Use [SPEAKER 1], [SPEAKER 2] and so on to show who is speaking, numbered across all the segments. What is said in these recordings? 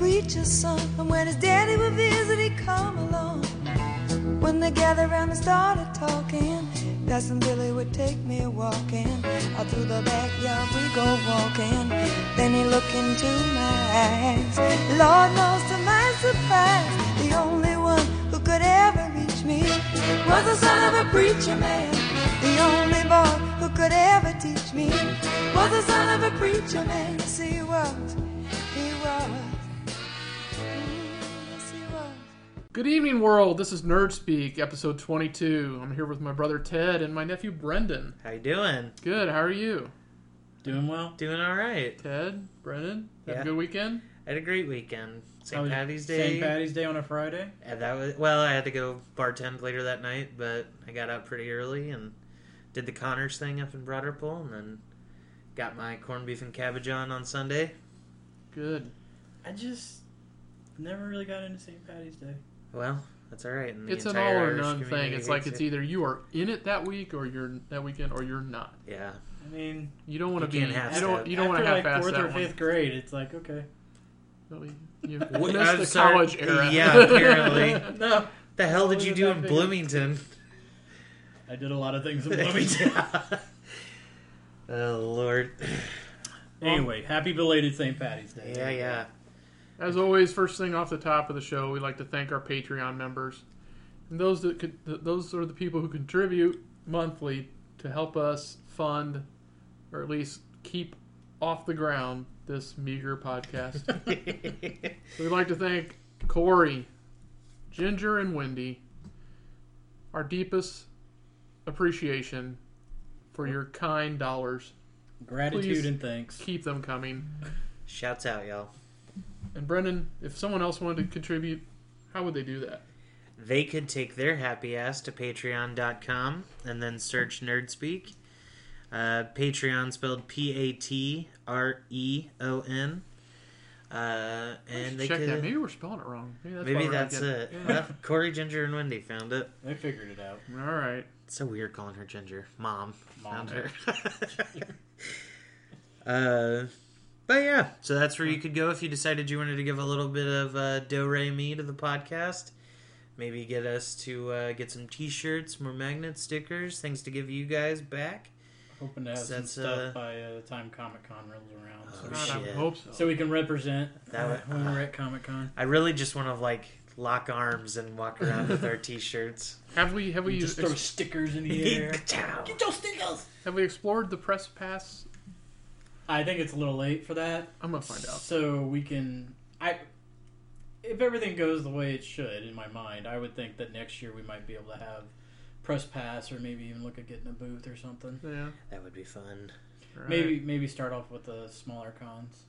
[SPEAKER 1] teacher's son. And when his daddy would visit, he'd come along. When they gathered round and started talking, Cousin Billy would take me walking. Out through the backyard we go walking. Then he looked into my eyes. Lord knows to my surprise, the only one who could ever reach me was the son of a preacher man. The only boy who could ever teach me was the son of a preacher man. Yes, he was. He was. Mm, yes, he was.
[SPEAKER 2] Good evening, world. This is Nerd Speak, episode 22. I'm here with my brother Ted and my nephew Brendan.
[SPEAKER 3] How you doing?
[SPEAKER 2] Good. How are you,
[SPEAKER 4] Doing well.
[SPEAKER 3] Doing all right.
[SPEAKER 2] Ted? Brendan? Have
[SPEAKER 3] Yeah.
[SPEAKER 2] a good weekend.
[SPEAKER 3] I had a great weekend.
[SPEAKER 2] Oh,
[SPEAKER 3] St.
[SPEAKER 4] How was-
[SPEAKER 3] Patty's Day.
[SPEAKER 4] St. Oh, Patty's Day on a Friday.
[SPEAKER 3] And that was well. I had to go bartend later that night, but I got up pretty early and did the Connors thing up in Broderpool, and then got my corned beef and cabbage on on Sunday.
[SPEAKER 2] Good.
[SPEAKER 4] I just never really got into St. Patty's Day.
[SPEAKER 3] Well, that's all right. And the
[SPEAKER 2] It's an all
[SPEAKER 3] entire
[SPEAKER 2] or
[SPEAKER 3] Irish
[SPEAKER 2] none thing.
[SPEAKER 3] community
[SPEAKER 2] It's like
[SPEAKER 3] hates
[SPEAKER 2] it's
[SPEAKER 3] it.
[SPEAKER 2] either you are in it that week or you're that weekend or you're not.
[SPEAKER 3] yeah.
[SPEAKER 4] I mean,
[SPEAKER 2] You don't want to
[SPEAKER 3] You
[SPEAKER 2] be.
[SPEAKER 3] can't
[SPEAKER 2] you don't.
[SPEAKER 3] half-step.
[SPEAKER 2] You don't want
[SPEAKER 4] after
[SPEAKER 2] to
[SPEAKER 4] like
[SPEAKER 2] half-ass
[SPEAKER 4] fourth
[SPEAKER 2] that
[SPEAKER 4] or
[SPEAKER 2] one.
[SPEAKER 4] fifth grade, it's like okay.
[SPEAKER 2] Really? You
[SPEAKER 3] Wait,
[SPEAKER 2] missed
[SPEAKER 3] I'm
[SPEAKER 2] the
[SPEAKER 3] sorry.
[SPEAKER 2] college era.
[SPEAKER 3] Yeah, apparently.
[SPEAKER 4] No,
[SPEAKER 3] The hell did
[SPEAKER 4] was
[SPEAKER 3] you
[SPEAKER 4] it
[SPEAKER 3] do
[SPEAKER 4] that
[SPEAKER 3] in
[SPEAKER 4] big?
[SPEAKER 3] Bloomington?
[SPEAKER 4] I did a lot of things in Bloomington.
[SPEAKER 3] oh Lord.
[SPEAKER 4] anyway, happy belated St. Patty's Day.
[SPEAKER 3] Yeah, yeah.
[SPEAKER 2] As always, first thing off the top of the show, we like to thank our Patreon members, and those that could, th- those are the people who contribute monthly to help us fund, or at least keep off the ground this meager podcast. We'd like to thank Corey, Ginger, and Wendy. Our deepest appreciation for your kind dollars.
[SPEAKER 4] Gratitude
[SPEAKER 2] Please.
[SPEAKER 4] and thanks.
[SPEAKER 2] Keep them coming.
[SPEAKER 3] Shouts out, y'all.
[SPEAKER 2] And Brendan, if someone else wanted to contribute, how would they do that?
[SPEAKER 3] they could take their happy ass to patreon.com and then search nerdspeak uh, patreon spelled p-a-t-r-e-o-n E uh, and they
[SPEAKER 2] Check
[SPEAKER 3] could
[SPEAKER 2] that. Maybe we're spelling it wrong. Maybe that's,
[SPEAKER 3] maybe
[SPEAKER 2] why we're not
[SPEAKER 3] that's
[SPEAKER 2] getting-
[SPEAKER 3] it well, corey ginger and wendy found it
[SPEAKER 4] I figured it out.
[SPEAKER 2] All right.
[SPEAKER 3] it's so weird calling her ginger mom,
[SPEAKER 4] Mom.
[SPEAKER 3] found her uh, but yeah so that's where you could go if you decided you wanted to give a little bit of uh, do re me to the podcast maybe get us to uh, get some t-shirts more magnet stickers things to give you guys back
[SPEAKER 4] Hoping to have some
[SPEAKER 3] That's,
[SPEAKER 4] stuff
[SPEAKER 3] uh,
[SPEAKER 4] by uh, the time Comic Con rolls around, so,
[SPEAKER 3] Oh,
[SPEAKER 4] we-
[SPEAKER 2] God, I
[SPEAKER 3] shit.
[SPEAKER 2] hope so.
[SPEAKER 4] so we can represent
[SPEAKER 3] That
[SPEAKER 4] uh,
[SPEAKER 3] would-
[SPEAKER 4] when we're at Comic Con.
[SPEAKER 3] i really just want to like lock arms and walk around with our t-shirts
[SPEAKER 2] have we have we
[SPEAKER 4] Just
[SPEAKER 2] ex-
[SPEAKER 4] throw stickers in the air.
[SPEAKER 3] Ka-chow.
[SPEAKER 4] Get those stickers.
[SPEAKER 2] have we explored the press pass?
[SPEAKER 4] I think it's a little late for that.
[SPEAKER 2] I'm gonna find out.
[SPEAKER 4] So we can. I. If everything goes the way it should, in my mind, I would think that next year we might be able to have press pass, or maybe even look at getting a booth or something.
[SPEAKER 2] Yeah.
[SPEAKER 3] that would be fun
[SPEAKER 2] all right.
[SPEAKER 4] Maybe maybe start off with the smaller cons.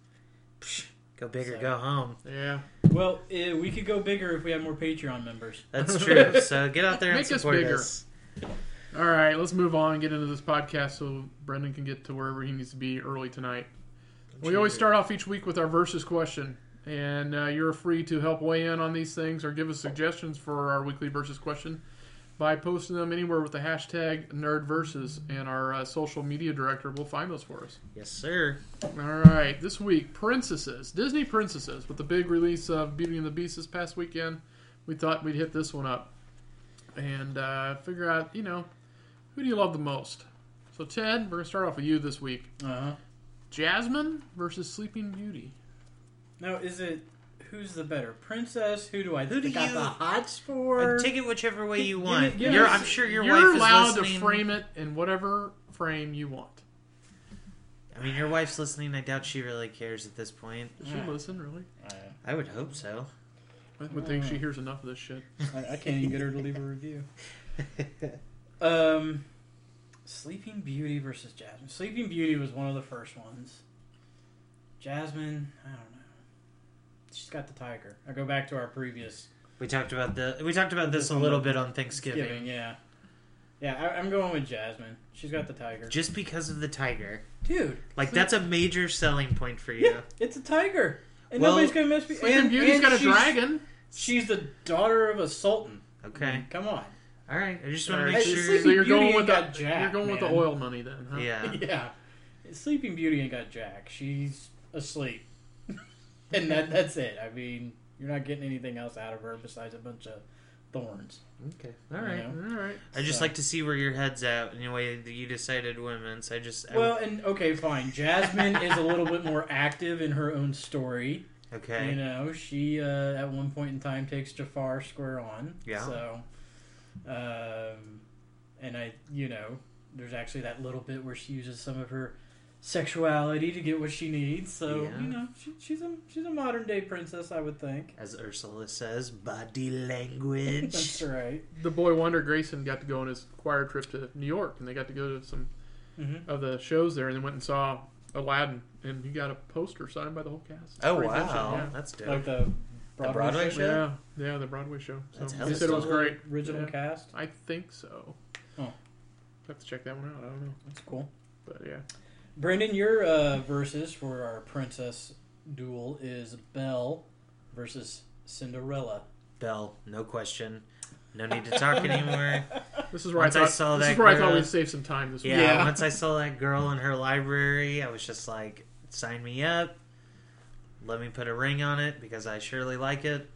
[SPEAKER 3] Psh, go big or
[SPEAKER 4] So-
[SPEAKER 3] go home
[SPEAKER 2] Yeah.
[SPEAKER 4] Well, eh, we could go bigger if we have more Patreon members.
[SPEAKER 3] that's true so get out there and
[SPEAKER 2] Make us
[SPEAKER 3] support
[SPEAKER 2] bigger.
[SPEAKER 3] us
[SPEAKER 2] All right. Let's move on and get into this podcast so Brendan can get to wherever he needs to be early tonight. We always start off each week with our versus question, and uh, you're free to help weigh in on these things or give us suggestions for our weekly versus question by posting them anywhere with the hashtag nerdversus, and our uh, social media director will find those for us.
[SPEAKER 3] yes sir
[SPEAKER 2] All right, this week, princesses, Disney princesses. With the big release of Beauty and the Beast this past weekend, we thought we'd hit this one up and uh, figure out, you know, who do you love the most? So, Ted, we're gonna start off with you this week.
[SPEAKER 4] Uh huh.
[SPEAKER 2] Jasmine versus Sleeping Beauty.
[SPEAKER 4] Now, is it who's the better princess? Who do I
[SPEAKER 3] Who do
[SPEAKER 4] got
[SPEAKER 3] you-
[SPEAKER 4] the hots
[SPEAKER 3] Uh,
[SPEAKER 4] for?
[SPEAKER 3] Take it whichever way you
[SPEAKER 4] Give-
[SPEAKER 3] want.
[SPEAKER 4] give it-
[SPEAKER 3] You're,
[SPEAKER 4] yes.
[SPEAKER 3] I'm sure your
[SPEAKER 2] You're
[SPEAKER 3] wife
[SPEAKER 2] allowed
[SPEAKER 3] is listening.
[SPEAKER 2] to frame it in whatever frame you want.
[SPEAKER 3] I mean, your wife's listening. I doubt she really cares at this point.
[SPEAKER 2] Does she
[SPEAKER 4] Yeah.
[SPEAKER 2] listen, really?
[SPEAKER 4] I,
[SPEAKER 3] I would hope so.
[SPEAKER 2] I would think she hears enough of this shit.
[SPEAKER 4] I can't even get her to leave a review. Um, Sleeping Beauty versus Jasmine. Sleeping Beauty was one of the first ones. Jasmine, I don't know. She's got the tiger. I go back to our previous
[SPEAKER 3] we talked about the. We talked about this a little bit on Thanksgiving.
[SPEAKER 4] giving, yeah, yeah. I, I'm going with Jasmine. She's got the tiger,
[SPEAKER 3] Just because of the tiger,
[SPEAKER 4] dude.
[SPEAKER 3] like
[SPEAKER 4] Sleep-
[SPEAKER 3] that's a major selling point for you.
[SPEAKER 4] Yeah, it's a tiger, and
[SPEAKER 3] Well,
[SPEAKER 4] nobody's gonna mess with.
[SPEAKER 2] Sleeping
[SPEAKER 4] and-
[SPEAKER 2] Beauty's
[SPEAKER 4] and
[SPEAKER 2] got a
[SPEAKER 4] she's-
[SPEAKER 2] dragon.
[SPEAKER 4] She's the daughter of a sultan. I mean,
[SPEAKER 3] Okay,
[SPEAKER 4] come on.
[SPEAKER 3] all right. I just want
[SPEAKER 2] All
[SPEAKER 3] to
[SPEAKER 2] right.
[SPEAKER 3] make
[SPEAKER 4] Hey,
[SPEAKER 3] sure.
[SPEAKER 2] So
[SPEAKER 4] Sleeping
[SPEAKER 2] you're
[SPEAKER 4] Beauty
[SPEAKER 2] going
[SPEAKER 4] ain't
[SPEAKER 2] with
[SPEAKER 4] got
[SPEAKER 2] the
[SPEAKER 4] jack,
[SPEAKER 2] you're going with the
[SPEAKER 4] man.
[SPEAKER 2] oil money then, huh?
[SPEAKER 3] Yeah,
[SPEAKER 4] Yeah, Sleeping Beauty ain't got Jack. She's asleep. and that that's it. I mean, you're not getting anything else out of her besides a bunch of thorns.
[SPEAKER 3] Okay. All right.
[SPEAKER 4] You know?
[SPEAKER 2] All right.
[SPEAKER 3] I just
[SPEAKER 4] So-
[SPEAKER 3] like to see where your head's at in a way that you decided women's. I just I-
[SPEAKER 4] Well, and okay, fine. Jasmine is a little bit more active in her own story.
[SPEAKER 3] okay.
[SPEAKER 4] You know, she uh, at one point in time takes Jafar square on.
[SPEAKER 3] Yeah.
[SPEAKER 4] So, um, and I, you know, there's actually that little bit where she uses some of her sexuality to get what she needs. So
[SPEAKER 3] Yeah.
[SPEAKER 4] you know, she, she's a she's a modern day princess, I would think.
[SPEAKER 3] As Ursula says, body
[SPEAKER 4] That's
[SPEAKER 3] language.
[SPEAKER 4] right.
[SPEAKER 2] The boy Wonder Grayson got to go on his choir trip to New York, and they got to go to some
[SPEAKER 4] hmm
[SPEAKER 2] of the shows there, and they went and saw Aladdin, and he got a poster signed by the whole cast.
[SPEAKER 3] oh
[SPEAKER 2] Pretty
[SPEAKER 3] wow,
[SPEAKER 2] much, yeah.
[SPEAKER 3] that's dope.
[SPEAKER 4] Like the Broadway,
[SPEAKER 3] Broadway show?
[SPEAKER 2] Yeah, yeah, the Broadway show. So
[SPEAKER 3] That's
[SPEAKER 2] they
[SPEAKER 3] hella
[SPEAKER 2] said it was great.
[SPEAKER 3] solid.
[SPEAKER 4] Original
[SPEAKER 2] Yeah.
[SPEAKER 4] cast.
[SPEAKER 2] I think so.
[SPEAKER 4] Oh.
[SPEAKER 2] Have to check that one out. I don't know,
[SPEAKER 4] That's cool.
[SPEAKER 2] but yeah,
[SPEAKER 4] Brandon, your uh, verses for our princess duel is Belle versus Cinderella.
[SPEAKER 3] Bell, no question. No need to talk anymore.
[SPEAKER 2] this is where
[SPEAKER 3] Once
[SPEAKER 2] I
[SPEAKER 3] I
[SPEAKER 2] thought
[SPEAKER 3] saw
[SPEAKER 2] this
[SPEAKER 3] that
[SPEAKER 2] is where I
[SPEAKER 3] girl-
[SPEAKER 2] thought we'd save some time this
[SPEAKER 3] Yeah,
[SPEAKER 2] week.
[SPEAKER 4] Yeah.
[SPEAKER 3] Once I saw that girl in her library, I was just like, sign me up. Let me put a ring on it because I surely like it.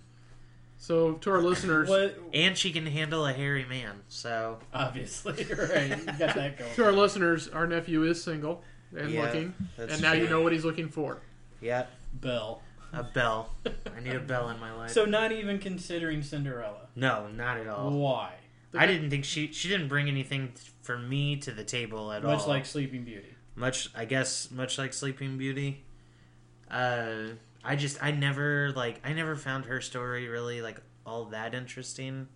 [SPEAKER 2] So to our listeners,
[SPEAKER 4] What?
[SPEAKER 3] And she can handle a hairy man, so
[SPEAKER 4] Obviously, right? You got that going.
[SPEAKER 2] to our listeners, our nephew is single and
[SPEAKER 3] Yeah,
[SPEAKER 2] looking,
[SPEAKER 3] that's
[SPEAKER 2] and now
[SPEAKER 3] true.
[SPEAKER 2] you know what he's looking for.
[SPEAKER 3] Yeah,
[SPEAKER 4] Belle.
[SPEAKER 3] a bell. I need a bell in my life.
[SPEAKER 4] So not even considering Cinderella.
[SPEAKER 3] no, not at all.
[SPEAKER 4] Why?
[SPEAKER 3] I didn't think she she didn't bring anything for me to the table at
[SPEAKER 4] Much
[SPEAKER 3] all.
[SPEAKER 4] like Sleeping Beauty.
[SPEAKER 3] much I guess much like Sleeping Beauty. Uh, I just I never like I never found her story really like all that interesting,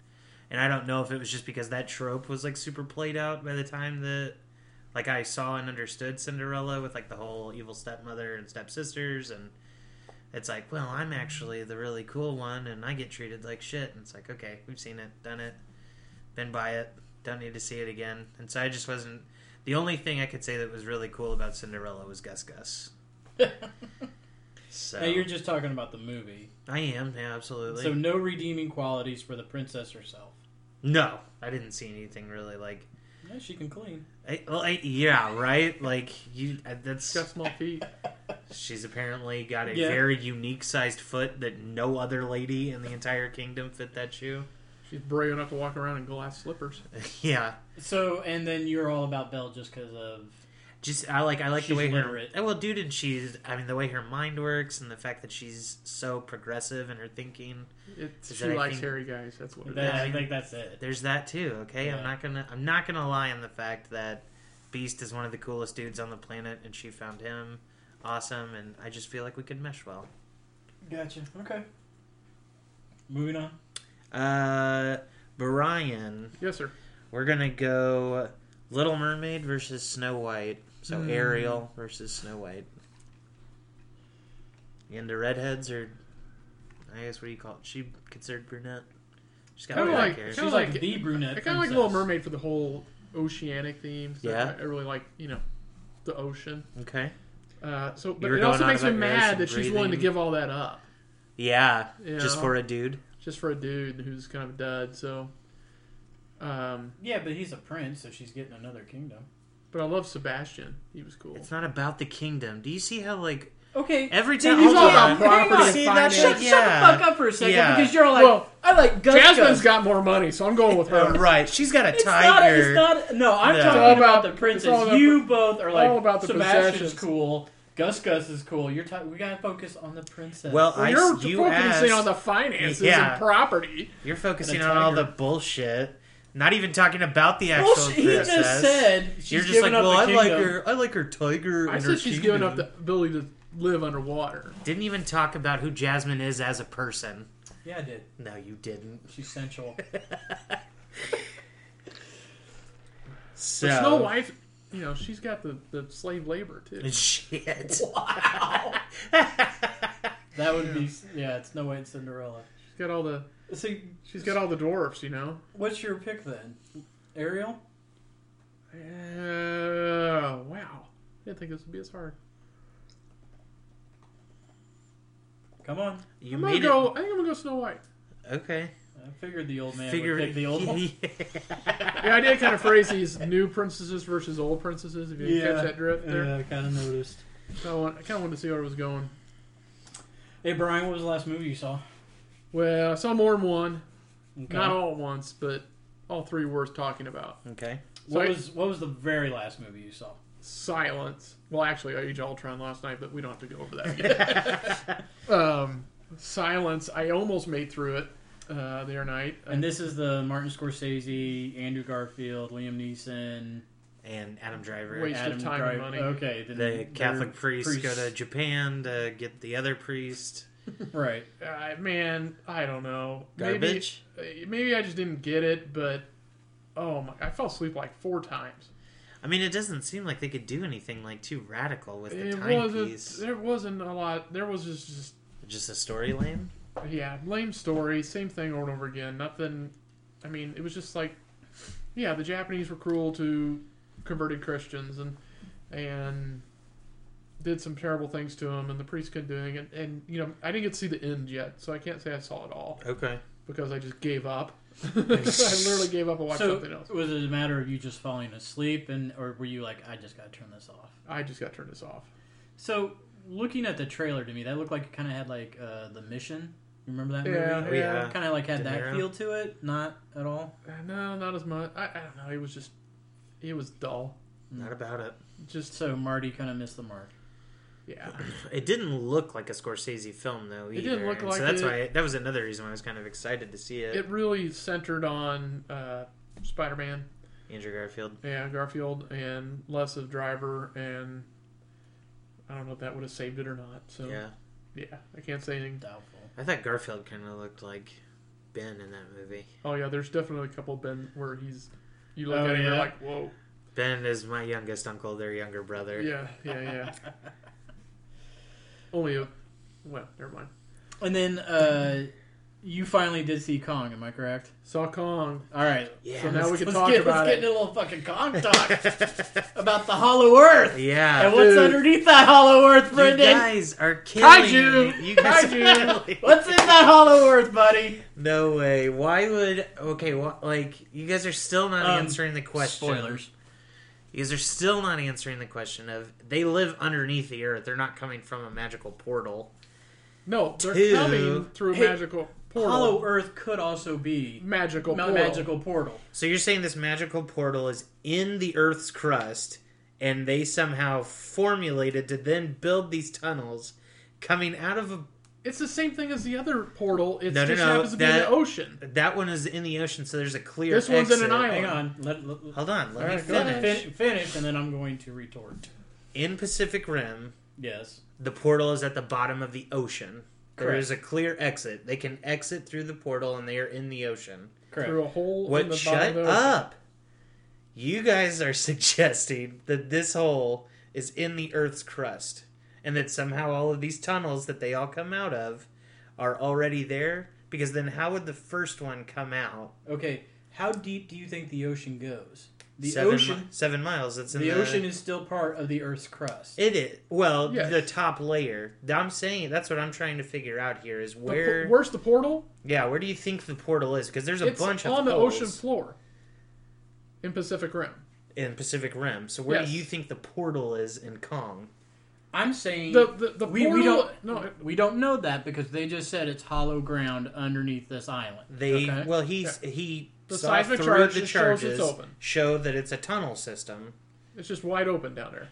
[SPEAKER 3] and I don't know if it was just because that trope was like super played out by the time that like I saw and understood Cinderella with like the whole evil stepmother and stepsisters and. It's like, well, I'm actually the really cool one, and I get treated like shit. And it's like, okay, we've seen it, done it, been by it, don't need to see it again. And so I just wasn't the only thing I could say that was really cool about Cinderella was Gus Gus. so
[SPEAKER 4] Now you're just talking about the movie.
[SPEAKER 3] I am, yeah, absolutely.
[SPEAKER 4] So no redeeming qualities for the princess herself.
[SPEAKER 3] no, I didn't see anything really like.
[SPEAKER 4] Yeah, she can clean.
[SPEAKER 3] I, well, I, yeah, right. Like you, I- that's
[SPEAKER 2] He's got small feet.
[SPEAKER 3] she's apparently got a
[SPEAKER 4] Yeah.
[SPEAKER 3] very unique sized foot that no other lady in the entire kingdom fit that shoe.
[SPEAKER 2] She's brave enough to walk around in glass slippers.
[SPEAKER 3] yeah,
[SPEAKER 4] So and then you're all about Belle just because of
[SPEAKER 3] just I like I like the
[SPEAKER 4] She's
[SPEAKER 3] way
[SPEAKER 4] literate.
[SPEAKER 3] her well, dude, and she's I mean the way her mind works and the fact that she's so progressive in her thinking.
[SPEAKER 2] It,
[SPEAKER 3] Is
[SPEAKER 2] she
[SPEAKER 3] that I
[SPEAKER 2] likes
[SPEAKER 3] think-
[SPEAKER 2] hairy guys. That's what it is.
[SPEAKER 4] that.
[SPEAKER 3] Yeah.
[SPEAKER 4] I think that's it.
[SPEAKER 3] There's that too. Okay,
[SPEAKER 4] Yeah.
[SPEAKER 3] I'm not gonna I'm not gonna lie on the fact that Beast is one of the coolest dudes on the planet, and she found him awesome, and I just feel like we could mesh well.
[SPEAKER 4] Gotcha. Okay. Moving on.
[SPEAKER 3] Uh, Brian,
[SPEAKER 2] Yes, sir.
[SPEAKER 3] we're gonna go Little Mermaid versus Snow White. So
[SPEAKER 2] Mm.
[SPEAKER 3] Ariel versus Snow White. You into redheads or I guess what do you call it? She considered brunette. She's got
[SPEAKER 2] Kinda
[SPEAKER 3] black
[SPEAKER 2] like-
[SPEAKER 3] hair.
[SPEAKER 2] kinda
[SPEAKER 4] She's like,
[SPEAKER 2] like-
[SPEAKER 4] the brunette.
[SPEAKER 2] I kind of like
[SPEAKER 4] princess.
[SPEAKER 2] Little Mermaid for the whole oceanic theme. So
[SPEAKER 3] Yeah.
[SPEAKER 2] I, I really like you know the ocean.
[SPEAKER 3] Okay.
[SPEAKER 2] Uh, so,
[SPEAKER 3] You
[SPEAKER 2] but
[SPEAKER 3] were
[SPEAKER 2] it also
[SPEAKER 3] going on
[SPEAKER 2] makes me
[SPEAKER 3] about your ocean
[SPEAKER 2] mad that she's willing to
[SPEAKER 3] breathing.
[SPEAKER 2] give all that up
[SPEAKER 3] Yeah.
[SPEAKER 2] Yeah.
[SPEAKER 3] Just for a dude.
[SPEAKER 2] just for a dude who's kind of a dud. So, um,
[SPEAKER 4] Yeah, but he's a prince, so she's getting another kingdom.
[SPEAKER 2] but I love Sebastian. He was cool.
[SPEAKER 3] It's not about the kingdom. Do you see how like
[SPEAKER 4] Okay.
[SPEAKER 3] every
[SPEAKER 4] Then
[SPEAKER 3] time
[SPEAKER 4] he's
[SPEAKER 3] Hold
[SPEAKER 4] all
[SPEAKER 3] on.
[SPEAKER 4] about property
[SPEAKER 3] Hang on.
[SPEAKER 4] and
[SPEAKER 3] See, that
[SPEAKER 2] finance.
[SPEAKER 3] shit,
[SPEAKER 4] Shut,
[SPEAKER 3] yeah.
[SPEAKER 4] shut the fuck up for a second
[SPEAKER 3] Yeah.
[SPEAKER 4] because you're like,
[SPEAKER 2] Well,
[SPEAKER 4] I like guns.
[SPEAKER 2] Jasmine's got more money, so I'm going with her.
[SPEAKER 3] Uh, right, she's got a
[SPEAKER 4] It's not,
[SPEAKER 3] tiger.
[SPEAKER 4] it's not. No, I'm
[SPEAKER 3] No.
[SPEAKER 4] talking
[SPEAKER 2] It's all
[SPEAKER 4] about,
[SPEAKER 2] about-
[SPEAKER 4] the
[SPEAKER 2] it's all
[SPEAKER 4] princess.
[SPEAKER 2] about
[SPEAKER 4] You both are like
[SPEAKER 2] all about the
[SPEAKER 4] Sebastian's
[SPEAKER 2] possessions.
[SPEAKER 4] cool. Gus Gus is cool. You're ta- we gotta focus on the princess.
[SPEAKER 3] Well,
[SPEAKER 2] Well,
[SPEAKER 3] I
[SPEAKER 2] you're
[SPEAKER 3] s- you
[SPEAKER 2] focusing
[SPEAKER 3] asked-
[SPEAKER 2] on the finances
[SPEAKER 3] Yeah.
[SPEAKER 2] and property.
[SPEAKER 3] You're focusing
[SPEAKER 4] And a
[SPEAKER 3] on all the
[SPEAKER 4] tiger.
[SPEAKER 3] bullshit. Not even talking about the actual
[SPEAKER 4] Well, she- he
[SPEAKER 3] princess.
[SPEAKER 4] just said she's
[SPEAKER 3] You're just like,
[SPEAKER 4] giving up
[SPEAKER 3] well, I
[SPEAKER 4] the
[SPEAKER 3] like
[SPEAKER 4] kingdom."
[SPEAKER 3] her. I like her tiger.
[SPEAKER 2] I
[SPEAKER 3] and her
[SPEAKER 2] said she's giving up
[SPEAKER 3] kingdom."
[SPEAKER 2] the ability to live underwater.
[SPEAKER 3] Didn't even talk about who Jasmine is as a person.
[SPEAKER 4] Yeah, I did.
[SPEAKER 3] No, you didn't.
[SPEAKER 4] She's sensual.
[SPEAKER 3] So
[SPEAKER 2] But Snow White, you know, she's got the, the slave labor too.
[SPEAKER 3] Shit.
[SPEAKER 4] That would be. Yeah, it's no way it's Cinderella.
[SPEAKER 2] She's got all the
[SPEAKER 4] See,
[SPEAKER 2] she's got all the dwarfs, you know.
[SPEAKER 4] what's your pick then? Ariel.
[SPEAKER 2] Uh, wow. I didn't think this would be as hard.
[SPEAKER 4] Come on.
[SPEAKER 3] You
[SPEAKER 2] I'm gonna
[SPEAKER 3] made
[SPEAKER 2] go. I think I'm gonna go Snow White.
[SPEAKER 3] it. Okay.
[SPEAKER 4] I figured the old man
[SPEAKER 3] Figure
[SPEAKER 4] would pick the old one.
[SPEAKER 2] The idea kind of phrase these new princesses versus old princesses. If you catch that drift there,
[SPEAKER 4] I kind of noticed.
[SPEAKER 2] so I, want, I kind of wanted to see where it was going.
[SPEAKER 4] Hey Brian, what was the last movie you saw?
[SPEAKER 2] Well, I saw more than one.
[SPEAKER 4] Okay.
[SPEAKER 2] Not all at once, but all three worth talking about.
[SPEAKER 3] Okay.
[SPEAKER 4] what
[SPEAKER 2] sorry.
[SPEAKER 4] was what was the very last movie you saw?
[SPEAKER 2] Silence. Well, actually, Age of Ultron last night, but we don't have to go over that yet. um, Silence. I almost made through it uh, the other night.
[SPEAKER 4] And this is the Martin Scorsese, Andrew Garfield, Liam Neeson,
[SPEAKER 3] And Adam Driver.
[SPEAKER 2] Wait. Waste of
[SPEAKER 4] Adam
[SPEAKER 2] time and
[SPEAKER 4] Driver.
[SPEAKER 2] money.
[SPEAKER 4] Okay, then
[SPEAKER 3] The Catholic
[SPEAKER 4] they're
[SPEAKER 3] priests, go to
[SPEAKER 4] priests.
[SPEAKER 3] Japan to get the other priest.
[SPEAKER 4] right.
[SPEAKER 2] Uh, man, I don't know.
[SPEAKER 3] Garbage.
[SPEAKER 2] Maybe, uh, maybe I just didn't get it, but oh my! I fell asleep like four times.
[SPEAKER 3] I mean, it doesn't seem like they could do anything like too radical with the
[SPEAKER 2] It wasn't.
[SPEAKER 3] timepiece.
[SPEAKER 2] There wasn't a lot. There was just, just
[SPEAKER 3] Just a story lane.
[SPEAKER 2] yeah, lame story. Same thing over and over again. Nothing. I mean, it was just like yeah, the Japanese were cruel to converted Christians and and did some terrible things to them, and the priest couldn't do anything. And, and you know, I didn't get to see the end yet, so I can't say I saw it all
[SPEAKER 3] Okay.
[SPEAKER 2] because I just gave up. I literally gave up and watched
[SPEAKER 4] So
[SPEAKER 2] something else.
[SPEAKER 4] was it a matter of you just falling asleep, and or were you like, I just got to turn this off?
[SPEAKER 2] I just got turned this off.
[SPEAKER 4] So looking at the trailer to me, that looked like it kind of had like uh, the mission. Remember that
[SPEAKER 2] Yeah,
[SPEAKER 4] movie?
[SPEAKER 3] yeah.
[SPEAKER 4] Kind of like had
[SPEAKER 3] De
[SPEAKER 4] that
[SPEAKER 3] Niro.
[SPEAKER 4] feel to it. Not at all.
[SPEAKER 2] Uh, No, not as much. I, I don't know. It was just, it was dull.
[SPEAKER 3] Not about it.
[SPEAKER 2] Just
[SPEAKER 4] So Marty kind of missed the mark.
[SPEAKER 2] yeah.
[SPEAKER 3] It didn't look like a Scorsese film though. Either.
[SPEAKER 2] It didn't look
[SPEAKER 3] And
[SPEAKER 2] like
[SPEAKER 3] so that's
[SPEAKER 2] it.
[SPEAKER 3] why that was another reason why I was kind of excited to see it.
[SPEAKER 2] It really centered on uh, Spider-Man,
[SPEAKER 3] Andrew Garfield.
[SPEAKER 2] yeah, Garfield, and less of Driver, and I don't know if that would have saved it or not. So
[SPEAKER 3] Yeah.
[SPEAKER 2] yeah, I can't say anything.
[SPEAKER 4] Doubtful.
[SPEAKER 3] I thought Garfield kind of looked like Ben in that movie.
[SPEAKER 2] Oh yeah, there's definitely a couple Ben where he's, you look
[SPEAKER 4] Oh,
[SPEAKER 2] at him, you're
[SPEAKER 4] yeah.
[SPEAKER 2] like, whoa,
[SPEAKER 3] Ben is my youngest uncle, their younger brother.
[SPEAKER 2] yeah, yeah, yeah. Only a, well, never mind.
[SPEAKER 4] And then uh, you finally did see Kong. Am I correct?
[SPEAKER 2] Saw Kong.
[SPEAKER 4] All right.
[SPEAKER 3] Yeah.
[SPEAKER 2] So now we
[SPEAKER 4] Let's-
[SPEAKER 2] can
[SPEAKER 4] let's
[SPEAKER 2] talk
[SPEAKER 4] get,
[SPEAKER 2] about
[SPEAKER 4] let's
[SPEAKER 2] it.
[SPEAKER 4] get into a little fucking Kong talk about the Hollow Earth and
[SPEAKER 3] yeah.
[SPEAKER 4] what's
[SPEAKER 2] dude.
[SPEAKER 4] underneath that Hollow Earth,
[SPEAKER 3] You
[SPEAKER 4] Brendan.
[SPEAKER 3] guys are killing
[SPEAKER 2] Kaiju!
[SPEAKER 3] me. You guys are
[SPEAKER 2] Kaiju!
[SPEAKER 3] killing me.
[SPEAKER 4] What's in that Hollow Earth, buddy?
[SPEAKER 3] No way. Why would okay? Wh- like you guys are still not
[SPEAKER 4] Um,
[SPEAKER 3] answering the question. You guys are still not answering the question of they live underneath the earth. They're not coming from a magical portal.
[SPEAKER 2] No, they're
[SPEAKER 3] Two.
[SPEAKER 2] coming through a
[SPEAKER 4] Hey,
[SPEAKER 2] magical portal.
[SPEAKER 4] Hollow Earth could also be
[SPEAKER 2] magical
[SPEAKER 4] a
[SPEAKER 2] portal.
[SPEAKER 4] magical portal.
[SPEAKER 3] So you're saying this magical portal is in the Earth's crust, and they somehow formulated to then build these tunnels coming out of a.
[SPEAKER 2] It's the same thing as the other portal. It
[SPEAKER 3] No, no,
[SPEAKER 2] just
[SPEAKER 3] no,
[SPEAKER 2] happens to be in the
[SPEAKER 3] that-
[SPEAKER 2] ocean.
[SPEAKER 3] That one is in the ocean, so there's a clear.
[SPEAKER 2] This one's in
[SPEAKER 3] exit.
[SPEAKER 2] an island.
[SPEAKER 4] Hang on. Let, let, let-
[SPEAKER 3] Hold on, let
[SPEAKER 2] All
[SPEAKER 3] me
[SPEAKER 2] right, go ahead.
[SPEAKER 3] finish.
[SPEAKER 4] fin- finish, and then I'm going to retort.
[SPEAKER 3] In Pacific Rim,
[SPEAKER 4] Yes.
[SPEAKER 3] the portal is at the bottom of the ocean. There
[SPEAKER 4] Correct.
[SPEAKER 3] is a clear exit. They can exit through the portal, and they are in the ocean.
[SPEAKER 4] Correct.
[SPEAKER 2] Through a hole in
[SPEAKER 3] What?
[SPEAKER 2] the
[SPEAKER 3] Shut
[SPEAKER 2] bottom of the ocean.
[SPEAKER 3] up! You guys are suggesting that this hole is in the Earth's crust, and that somehow all of these tunnels that they all come out of are already there. Because then, how would the first one come out?
[SPEAKER 4] Okay. How deep do you think the ocean goes? The
[SPEAKER 3] seven, mi-
[SPEAKER 4] ocean.
[SPEAKER 3] seven miles. It's in
[SPEAKER 4] The ocean is still part of the Earth's crust.
[SPEAKER 3] It is well
[SPEAKER 2] Yes.
[SPEAKER 3] the top layer. I'm saying that's what I'm trying to figure out here is
[SPEAKER 2] The por-
[SPEAKER 3] where.
[SPEAKER 2] where's the portal?
[SPEAKER 3] yeah, where do you think the portal is? Because there's a
[SPEAKER 2] It's
[SPEAKER 3] bunch
[SPEAKER 2] on
[SPEAKER 3] of
[SPEAKER 2] the
[SPEAKER 3] holes
[SPEAKER 2] ocean floor in Pacific Rim.
[SPEAKER 3] in Pacific Rim. So where
[SPEAKER 2] Yes.
[SPEAKER 3] do you think the portal is in Kong?
[SPEAKER 4] I'm saying
[SPEAKER 2] The the, the
[SPEAKER 4] we,
[SPEAKER 2] portal.
[SPEAKER 4] we don't
[SPEAKER 2] no,
[SPEAKER 4] we don't know that because they just said it's hollow ground underneath this island.
[SPEAKER 3] They
[SPEAKER 4] Okay.
[SPEAKER 3] well he he
[SPEAKER 2] The
[SPEAKER 3] saw
[SPEAKER 2] seismic
[SPEAKER 3] through
[SPEAKER 2] charge
[SPEAKER 3] the
[SPEAKER 2] just shows
[SPEAKER 3] charges
[SPEAKER 2] it's open.
[SPEAKER 3] show that it's a tunnel system.
[SPEAKER 2] it's just wide open down there.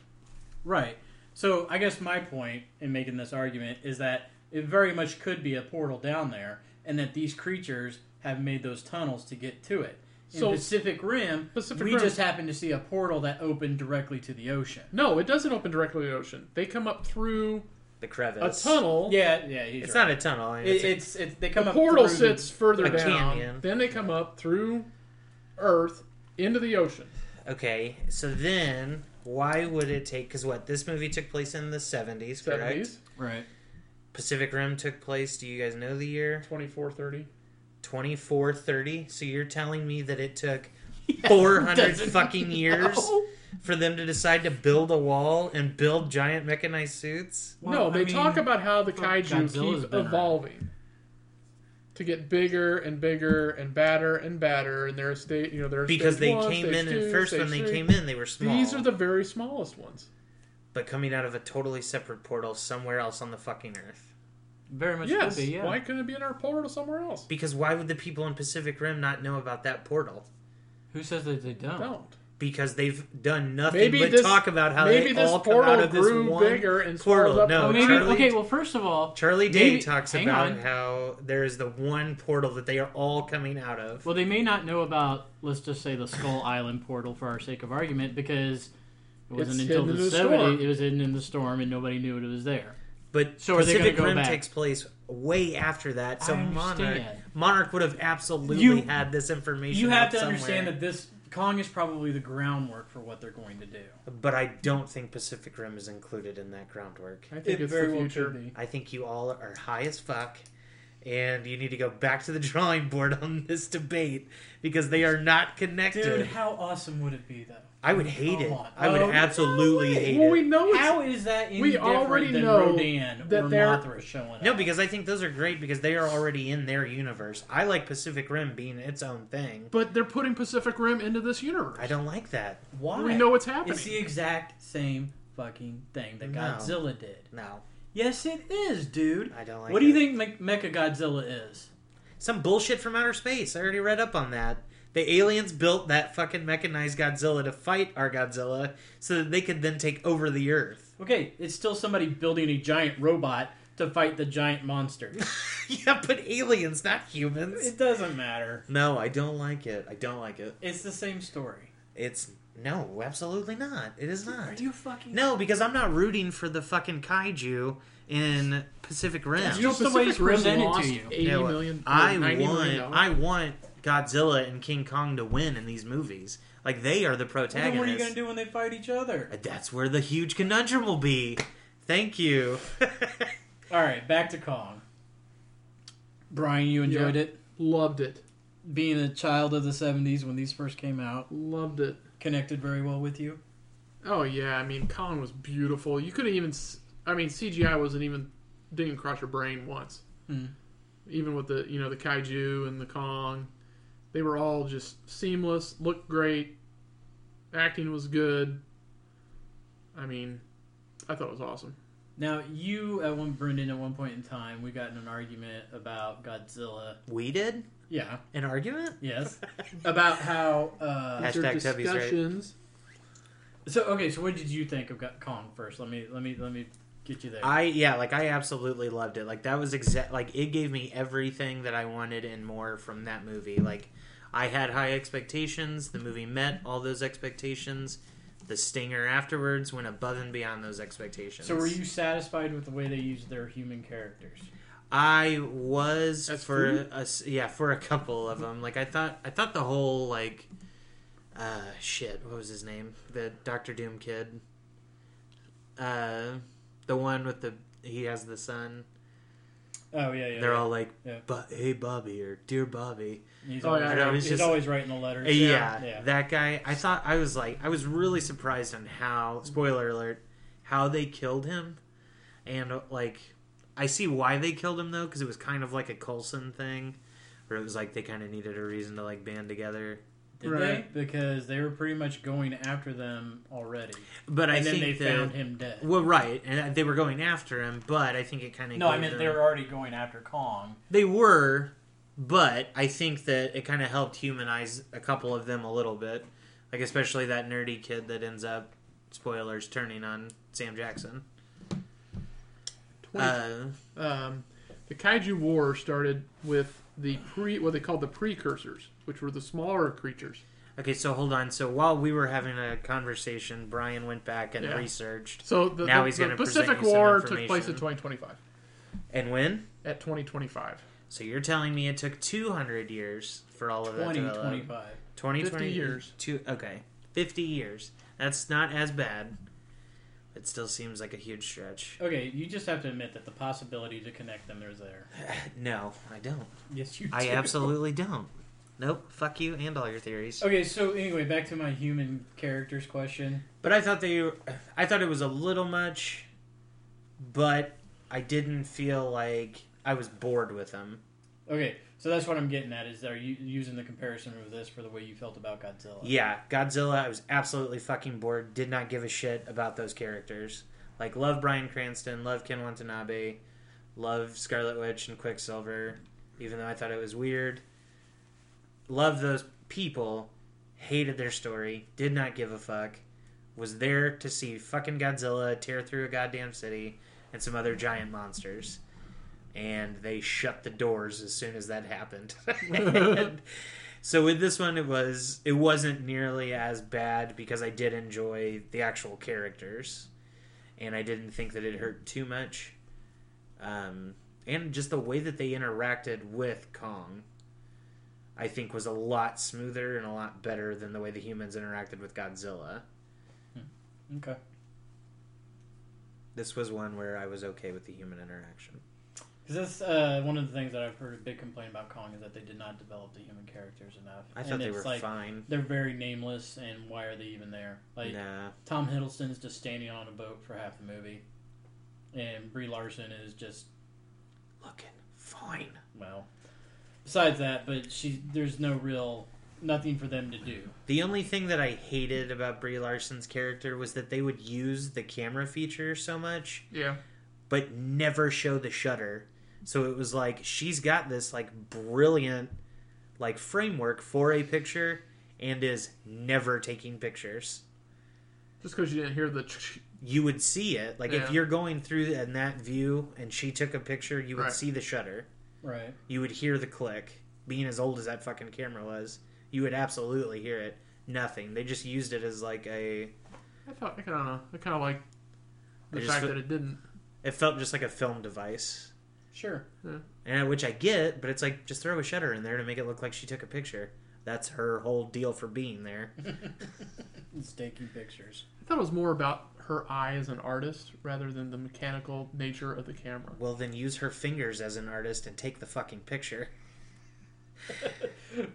[SPEAKER 4] Right. So I guess my point in making this argument is that it very much could be a portal down there, and that these creatures have made those tunnels to get to it. In
[SPEAKER 2] So-
[SPEAKER 4] Pacific Rim,
[SPEAKER 2] Pacific
[SPEAKER 4] we
[SPEAKER 2] Rim-
[SPEAKER 4] just happened to see a portal that opened directly to the ocean.
[SPEAKER 2] No, it doesn't open directly to the ocean. They come up through
[SPEAKER 3] The
[SPEAKER 2] a
[SPEAKER 3] crevice.
[SPEAKER 2] tunnel.
[SPEAKER 4] Yeah, yeah, he's
[SPEAKER 3] It's
[SPEAKER 4] right.
[SPEAKER 3] not a tunnel. I mean,
[SPEAKER 4] It,
[SPEAKER 3] it's a-
[SPEAKER 4] it's it's they come
[SPEAKER 2] The
[SPEAKER 4] up.
[SPEAKER 2] portal
[SPEAKER 4] through
[SPEAKER 2] sits further
[SPEAKER 3] a
[SPEAKER 2] down.
[SPEAKER 3] canyon.
[SPEAKER 2] Then they come up through Earth into the ocean.
[SPEAKER 3] okay. So then why would it take? Because what this movie took place in the seventies, correct?
[SPEAKER 2] Seventies,
[SPEAKER 4] right.
[SPEAKER 3] Pacific Rim took place. Do you guys know the year?
[SPEAKER 2] 24, 30.
[SPEAKER 3] 24 30 so you're telling me that it took 400
[SPEAKER 4] doesn't
[SPEAKER 3] fucking years
[SPEAKER 4] know.
[SPEAKER 3] for them to decide to build a wall and build giant mechanized suits
[SPEAKER 2] no, they talk about how the
[SPEAKER 4] well,
[SPEAKER 2] kaiju
[SPEAKER 4] Godzilla's
[SPEAKER 2] keep
[SPEAKER 4] been around.
[SPEAKER 2] evolving to get bigger and bigger and badder and badder, and they're state, you know, they're
[SPEAKER 3] because
[SPEAKER 2] stage
[SPEAKER 3] they
[SPEAKER 2] one,
[SPEAKER 3] came
[SPEAKER 2] stage
[SPEAKER 3] in
[SPEAKER 2] two,
[SPEAKER 3] and first
[SPEAKER 2] stage
[SPEAKER 3] when they
[SPEAKER 2] three.
[SPEAKER 3] came in they were small
[SPEAKER 2] These are the very smallest ones.
[SPEAKER 3] but coming out of a totally separate portal somewhere else on the fucking earth
[SPEAKER 5] Very much
[SPEAKER 2] yes.
[SPEAKER 5] could be, yeah.
[SPEAKER 2] Why couldn't it be in our portal somewhere else?
[SPEAKER 3] Because why would the people in Pacific Rim not know about that portal?
[SPEAKER 5] Who says that they don't?
[SPEAKER 2] Don't.
[SPEAKER 3] Because they've done nothing
[SPEAKER 2] Maybe
[SPEAKER 3] but
[SPEAKER 2] this-
[SPEAKER 3] talk about how
[SPEAKER 2] maybe
[SPEAKER 3] they
[SPEAKER 2] this
[SPEAKER 3] all come
[SPEAKER 2] portal
[SPEAKER 3] out of this
[SPEAKER 2] grew
[SPEAKER 3] one
[SPEAKER 2] bigger and swallowed
[SPEAKER 3] portal.
[SPEAKER 2] up
[SPEAKER 3] No,
[SPEAKER 2] Oh,
[SPEAKER 5] Well, maybe,
[SPEAKER 3] Charlie,
[SPEAKER 5] okay, well, first of all,
[SPEAKER 3] Charlie Day
[SPEAKER 5] maybe-
[SPEAKER 3] talks
[SPEAKER 5] hang
[SPEAKER 3] about
[SPEAKER 5] on.
[SPEAKER 3] how there is the one portal that they are all coming out of.
[SPEAKER 5] Well, they may not know about, let's just say, the Skull Island portal for our sake of argument, because it wasn't
[SPEAKER 2] It's
[SPEAKER 5] until
[SPEAKER 2] hidden
[SPEAKER 5] the,
[SPEAKER 2] in the
[SPEAKER 5] 70s,
[SPEAKER 2] storm.
[SPEAKER 5] it was hidden in the storm and nobody knew it was there.
[SPEAKER 3] But
[SPEAKER 5] So are they
[SPEAKER 3] Pacific
[SPEAKER 5] gonna go
[SPEAKER 3] Rim
[SPEAKER 5] back?
[SPEAKER 3] takes place way after that, so
[SPEAKER 5] I
[SPEAKER 3] Monarch
[SPEAKER 5] understand.
[SPEAKER 3] Monarch would have absolutely
[SPEAKER 4] You-
[SPEAKER 3] had this information.
[SPEAKER 4] You have
[SPEAKER 3] out
[SPEAKER 4] to
[SPEAKER 3] somewhere.
[SPEAKER 4] understand that this Kong is probably the groundwork for what they're going to do.
[SPEAKER 3] but I don't think Pacific Rim is included in that groundwork.
[SPEAKER 2] I think
[SPEAKER 4] It
[SPEAKER 2] it's
[SPEAKER 4] very
[SPEAKER 2] the
[SPEAKER 4] well
[SPEAKER 2] future.
[SPEAKER 4] could be.
[SPEAKER 3] I think you all are high as fuck, and you need to go back to the drawing board on this debate because they are not connected.
[SPEAKER 4] Dude, how awesome would it be though?
[SPEAKER 3] I would hate it.
[SPEAKER 4] Come on.
[SPEAKER 3] I would
[SPEAKER 4] Oh, no
[SPEAKER 3] absolutely
[SPEAKER 4] way.
[SPEAKER 3] hate
[SPEAKER 2] Well, we
[SPEAKER 3] it.
[SPEAKER 2] know it's
[SPEAKER 4] How is that any
[SPEAKER 2] We
[SPEAKER 4] different
[SPEAKER 2] already
[SPEAKER 4] than
[SPEAKER 2] know
[SPEAKER 4] Rodan
[SPEAKER 2] that
[SPEAKER 4] or
[SPEAKER 2] they're-
[SPEAKER 4] Mothra showing up?
[SPEAKER 3] No, because I think those are great because they are already in their universe. I like Pacific Rim being its own thing.
[SPEAKER 2] But they're putting Pacific Rim into this universe.
[SPEAKER 3] I don't like that.
[SPEAKER 4] why?
[SPEAKER 2] We know what's happening.
[SPEAKER 4] It's the exact same fucking thing that
[SPEAKER 3] No.
[SPEAKER 4] Godzilla did.
[SPEAKER 3] No,
[SPEAKER 4] Yes, it is, dude.
[SPEAKER 3] I don't like.
[SPEAKER 4] what do you
[SPEAKER 3] it.
[SPEAKER 4] think Me- Mecha Godzilla is?
[SPEAKER 3] Some bullshit from outer space. I already read up on that. The aliens built that fucking mechanized Godzilla to fight our Godzilla so that they could then take over the Earth.
[SPEAKER 4] Okay, it's still somebody building a giant robot to fight the giant monster.
[SPEAKER 3] yeah, but aliens, not humans.
[SPEAKER 4] it doesn't matter.
[SPEAKER 3] No, I don't like it. I don't like it.
[SPEAKER 4] It's the same story.
[SPEAKER 3] It's no, absolutely not. It is
[SPEAKER 4] Are
[SPEAKER 3] not.
[SPEAKER 4] you fucking
[SPEAKER 3] No, because I'm not rooting for the fucking kaiju in Pacific Rim.
[SPEAKER 5] You Just the way it's
[SPEAKER 2] Pacific Rim
[SPEAKER 5] presented to
[SPEAKER 2] lost
[SPEAKER 5] you.
[SPEAKER 2] 80
[SPEAKER 3] know what?
[SPEAKER 2] million-
[SPEAKER 3] I
[SPEAKER 2] 90
[SPEAKER 3] want
[SPEAKER 2] million dollars.
[SPEAKER 3] I want Godzilla and King Kong to win in these movies. Like they are the
[SPEAKER 4] Well, then
[SPEAKER 3] protagonists. Uh,
[SPEAKER 4] what are you gonna do when they fight each other?
[SPEAKER 3] That's where the huge conundrum will be. Thank you.
[SPEAKER 4] All right, back to Kong. Brian, you enjoyed
[SPEAKER 2] Yeah.
[SPEAKER 4] it
[SPEAKER 2] Loved it.
[SPEAKER 4] being a child of the '70s when these first came out.
[SPEAKER 2] Loved it.
[SPEAKER 4] Connected very well with you.
[SPEAKER 2] Oh yeah, I mean Kong was beautiful. You couldn't even. s- I mean CGI wasn't even didn't cross your brain once.
[SPEAKER 4] Hmm.
[SPEAKER 2] Even with the you know the kaiju and the Kong, they were all just seamless. Looked great. Acting was good. I mean, I thought it was awesome.
[SPEAKER 4] Now, you at one, Brendan, at one point in time, we got in an argument about Godzilla.
[SPEAKER 3] we did
[SPEAKER 4] Yeah.
[SPEAKER 3] an argument.
[SPEAKER 4] Yes. about how. Uh,
[SPEAKER 3] Has-
[SPEAKER 2] These are
[SPEAKER 3] Hashtag Tubby's right.
[SPEAKER 2] discussions.
[SPEAKER 4] so okay, so what did you think of Go- Kong first? Let me let me let me get you there.
[SPEAKER 3] I yeah, like I absolutely loved it. Like that was exact. Like it gave me everything that I wanted and more from that movie. Like I had high expectations. The movie met all those expectations. The stinger afterwards went above and beyond those expectations.
[SPEAKER 4] so were you satisfied with the way they used their human characters?
[SPEAKER 3] I was
[SPEAKER 2] That's
[SPEAKER 3] for
[SPEAKER 2] food?
[SPEAKER 3] a s- yeah for a couple of them. Like I thought, I thought the whole like, uh, shit. What was his name? The Doctor Doom kid. Uh, the one with the he has the son.
[SPEAKER 4] Oh yeah, yeah.
[SPEAKER 3] They're
[SPEAKER 4] yeah.
[SPEAKER 3] all like,
[SPEAKER 4] Yeah.
[SPEAKER 3] "Bu- "Hey Bobby" or "Dear Bobby."
[SPEAKER 4] He's,
[SPEAKER 2] Oh,
[SPEAKER 4] always,
[SPEAKER 2] yeah,
[SPEAKER 3] yeah,
[SPEAKER 4] he's,
[SPEAKER 3] he's just-
[SPEAKER 4] always writing the letters.
[SPEAKER 3] Uh, Yeah,
[SPEAKER 4] yeah.
[SPEAKER 3] that guy. I thought I was like, I was really surprised on how spoiler alert, how they killed him, and uh, like, I see why they killed him though, because it was kind of like a Coulson thing, where it was like they kind of needed a reason to like band together.
[SPEAKER 4] Did
[SPEAKER 2] Right.
[SPEAKER 4] they? Because they were pretty much going after them already,
[SPEAKER 3] But I
[SPEAKER 4] and then they
[SPEAKER 3] think that,
[SPEAKER 4] found him dead.
[SPEAKER 3] Well, right, and they were going after him, but I think it kind of
[SPEAKER 4] no, I meant they were already going after Kong.
[SPEAKER 3] They were, but I think that it kind of helped humanize a couple of them a little bit. Like, especially that nerdy kid that ends up, spoilers, turning on Sam Jackson. Uh,
[SPEAKER 2] um, the kaiju war started with the pre what they called the precursors, which were the smaller creatures.
[SPEAKER 3] okay, so hold on. So while we were having a conversation, Brian went back and
[SPEAKER 2] Yeah.
[SPEAKER 3] researched.
[SPEAKER 2] So the,
[SPEAKER 3] Now
[SPEAKER 2] the-
[SPEAKER 3] he's
[SPEAKER 2] the
[SPEAKER 3] gonna present
[SPEAKER 2] Pacific
[SPEAKER 3] you some
[SPEAKER 2] War took place
[SPEAKER 3] information.
[SPEAKER 2] in 2025.
[SPEAKER 3] And when?
[SPEAKER 2] At 2025,
[SPEAKER 3] So you're telling me it took 200 years for all of that
[SPEAKER 4] Twenty
[SPEAKER 3] to develop.
[SPEAKER 4] twenty five.
[SPEAKER 3] 20,
[SPEAKER 2] 50
[SPEAKER 3] 20
[SPEAKER 2] years.
[SPEAKER 3] Two, okay, 50 years. That's not as bad. It still seems like a huge stretch.
[SPEAKER 4] Okay, you just have to admit that the possibility to connect them is there.
[SPEAKER 3] No, I don't.
[SPEAKER 4] Yes, you.
[SPEAKER 3] I
[SPEAKER 4] do.
[SPEAKER 3] absolutely don't. Nope. Fuck you and all your theories.
[SPEAKER 4] Okay, so anyway, back to my human characters question.
[SPEAKER 3] But I thought they, I thought it was a little much, but I didn't feel like I was bored with them.
[SPEAKER 4] Okay, so that's what I'm getting at is are you using the comparison of this for the way you felt about Godzilla?
[SPEAKER 3] Yeah, Godzilla. I was absolutely fucking bored. Did not give a shit about those characters. Like love Brian Cranston, love Ken Watanabe, Love Scarlet Witch and Quicksilver, even though I thought it was weird. Love those people. Hated their story. Did not give a fuck. Was there to see fucking Godzilla tear through a goddamn city and some other giant monsters. And they shut the doors as soon as that happened. And so with this one, it was it wasn't nearly as bad because I did enjoy the actual characters, and I didn't think that it hurt too much, um, and just the way that they interacted with Kong, I think was a lot smoother and a lot better than the way the humans interacted with Godzilla.
[SPEAKER 4] Okay.
[SPEAKER 3] This was one where I was okay with the human interaction.
[SPEAKER 4] Because that's uh, one of the things that I've heard a big complaint about Kong is that they did not develop the human characters enough.
[SPEAKER 3] I thought
[SPEAKER 4] and
[SPEAKER 3] they
[SPEAKER 4] it's
[SPEAKER 3] were
[SPEAKER 4] like,
[SPEAKER 3] fine.
[SPEAKER 4] They're very nameless, and why are they even there? Like
[SPEAKER 3] nah,
[SPEAKER 4] Tom Hiddleston's just standing on a boat for half the movie, and Brie Larson is just
[SPEAKER 3] looking fine.
[SPEAKER 4] well. Besides that, but she there's no real nothing for them to do.
[SPEAKER 3] The only thing that I hated about Brie Larson's character was that they would use the camera feature so much,
[SPEAKER 2] Yeah.
[SPEAKER 3] but never show the shutter. So it was like she's got this like brilliant like framework for a picture and is never taking pictures.
[SPEAKER 2] Just because you didn't hear the. Ch-
[SPEAKER 3] You would see it. Like
[SPEAKER 2] Yeah.
[SPEAKER 3] if you're going through in that view and she took a picture, you would
[SPEAKER 2] Right.
[SPEAKER 3] see the shutter.
[SPEAKER 4] Right.
[SPEAKER 3] You would hear the click. Being as old as that fucking camera was, you would absolutely hear it. Nothing. They just used it as like a
[SPEAKER 2] I thought I don't know. I kind of like
[SPEAKER 3] I
[SPEAKER 2] the
[SPEAKER 3] just
[SPEAKER 2] fact
[SPEAKER 3] fe-
[SPEAKER 2] that it didn't.
[SPEAKER 3] it felt just like a film device
[SPEAKER 4] Sure.
[SPEAKER 3] and which i get but it's like just throw a shutter in there to make it look like she took a picture that's her whole deal for being there
[SPEAKER 4] It's taking pictures.
[SPEAKER 2] I thought it was more about her eye as an artist rather than the mechanical nature of the camera.
[SPEAKER 3] well then use her fingers as an artist and take the fucking picture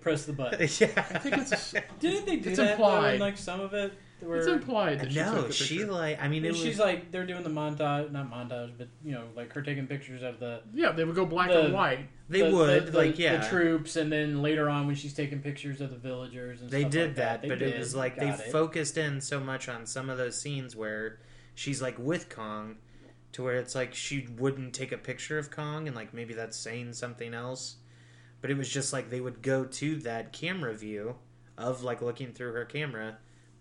[SPEAKER 4] Press the button.
[SPEAKER 2] I
[SPEAKER 3] yeah
[SPEAKER 2] think it's
[SPEAKER 4] Didn't they do
[SPEAKER 2] It's
[SPEAKER 4] that though, in
[SPEAKER 2] implied.
[SPEAKER 4] like some of it? Where
[SPEAKER 2] it's implied that she took
[SPEAKER 3] no
[SPEAKER 2] the
[SPEAKER 3] she
[SPEAKER 2] picture.
[SPEAKER 3] like i mean it
[SPEAKER 4] And
[SPEAKER 3] was
[SPEAKER 4] she's like they're doing the montage, not montage, but you know, like her taking pictures of the
[SPEAKER 2] yeah, they would go black
[SPEAKER 4] The-
[SPEAKER 2] and white.
[SPEAKER 3] they
[SPEAKER 4] the-
[SPEAKER 3] would
[SPEAKER 4] the- the-
[SPEAKER 3] like yeah
[SPEAKER 4] the troops, and then later on when she's taking pictures of the villagers and
[SPEAKER 3] they
[SPEAKER 4] stuff
[SPEAKER 3] did
[SPEAKER 4] like
[SPEAKER 3] that,
[SPEAKER 4] They
[SPEAKER 3] but
[SPEAKER 4] did.
[SPEAKER 3] it was like they
[SPEAKER 4] Got it.
[SPEAKER 3] focused in so much on some of those scenes where she's like with Kong to where it's like she wouldn't take a picture of Kong and like maybe that's saying something else. But it was just like they would go to that camera view of like looking through her camera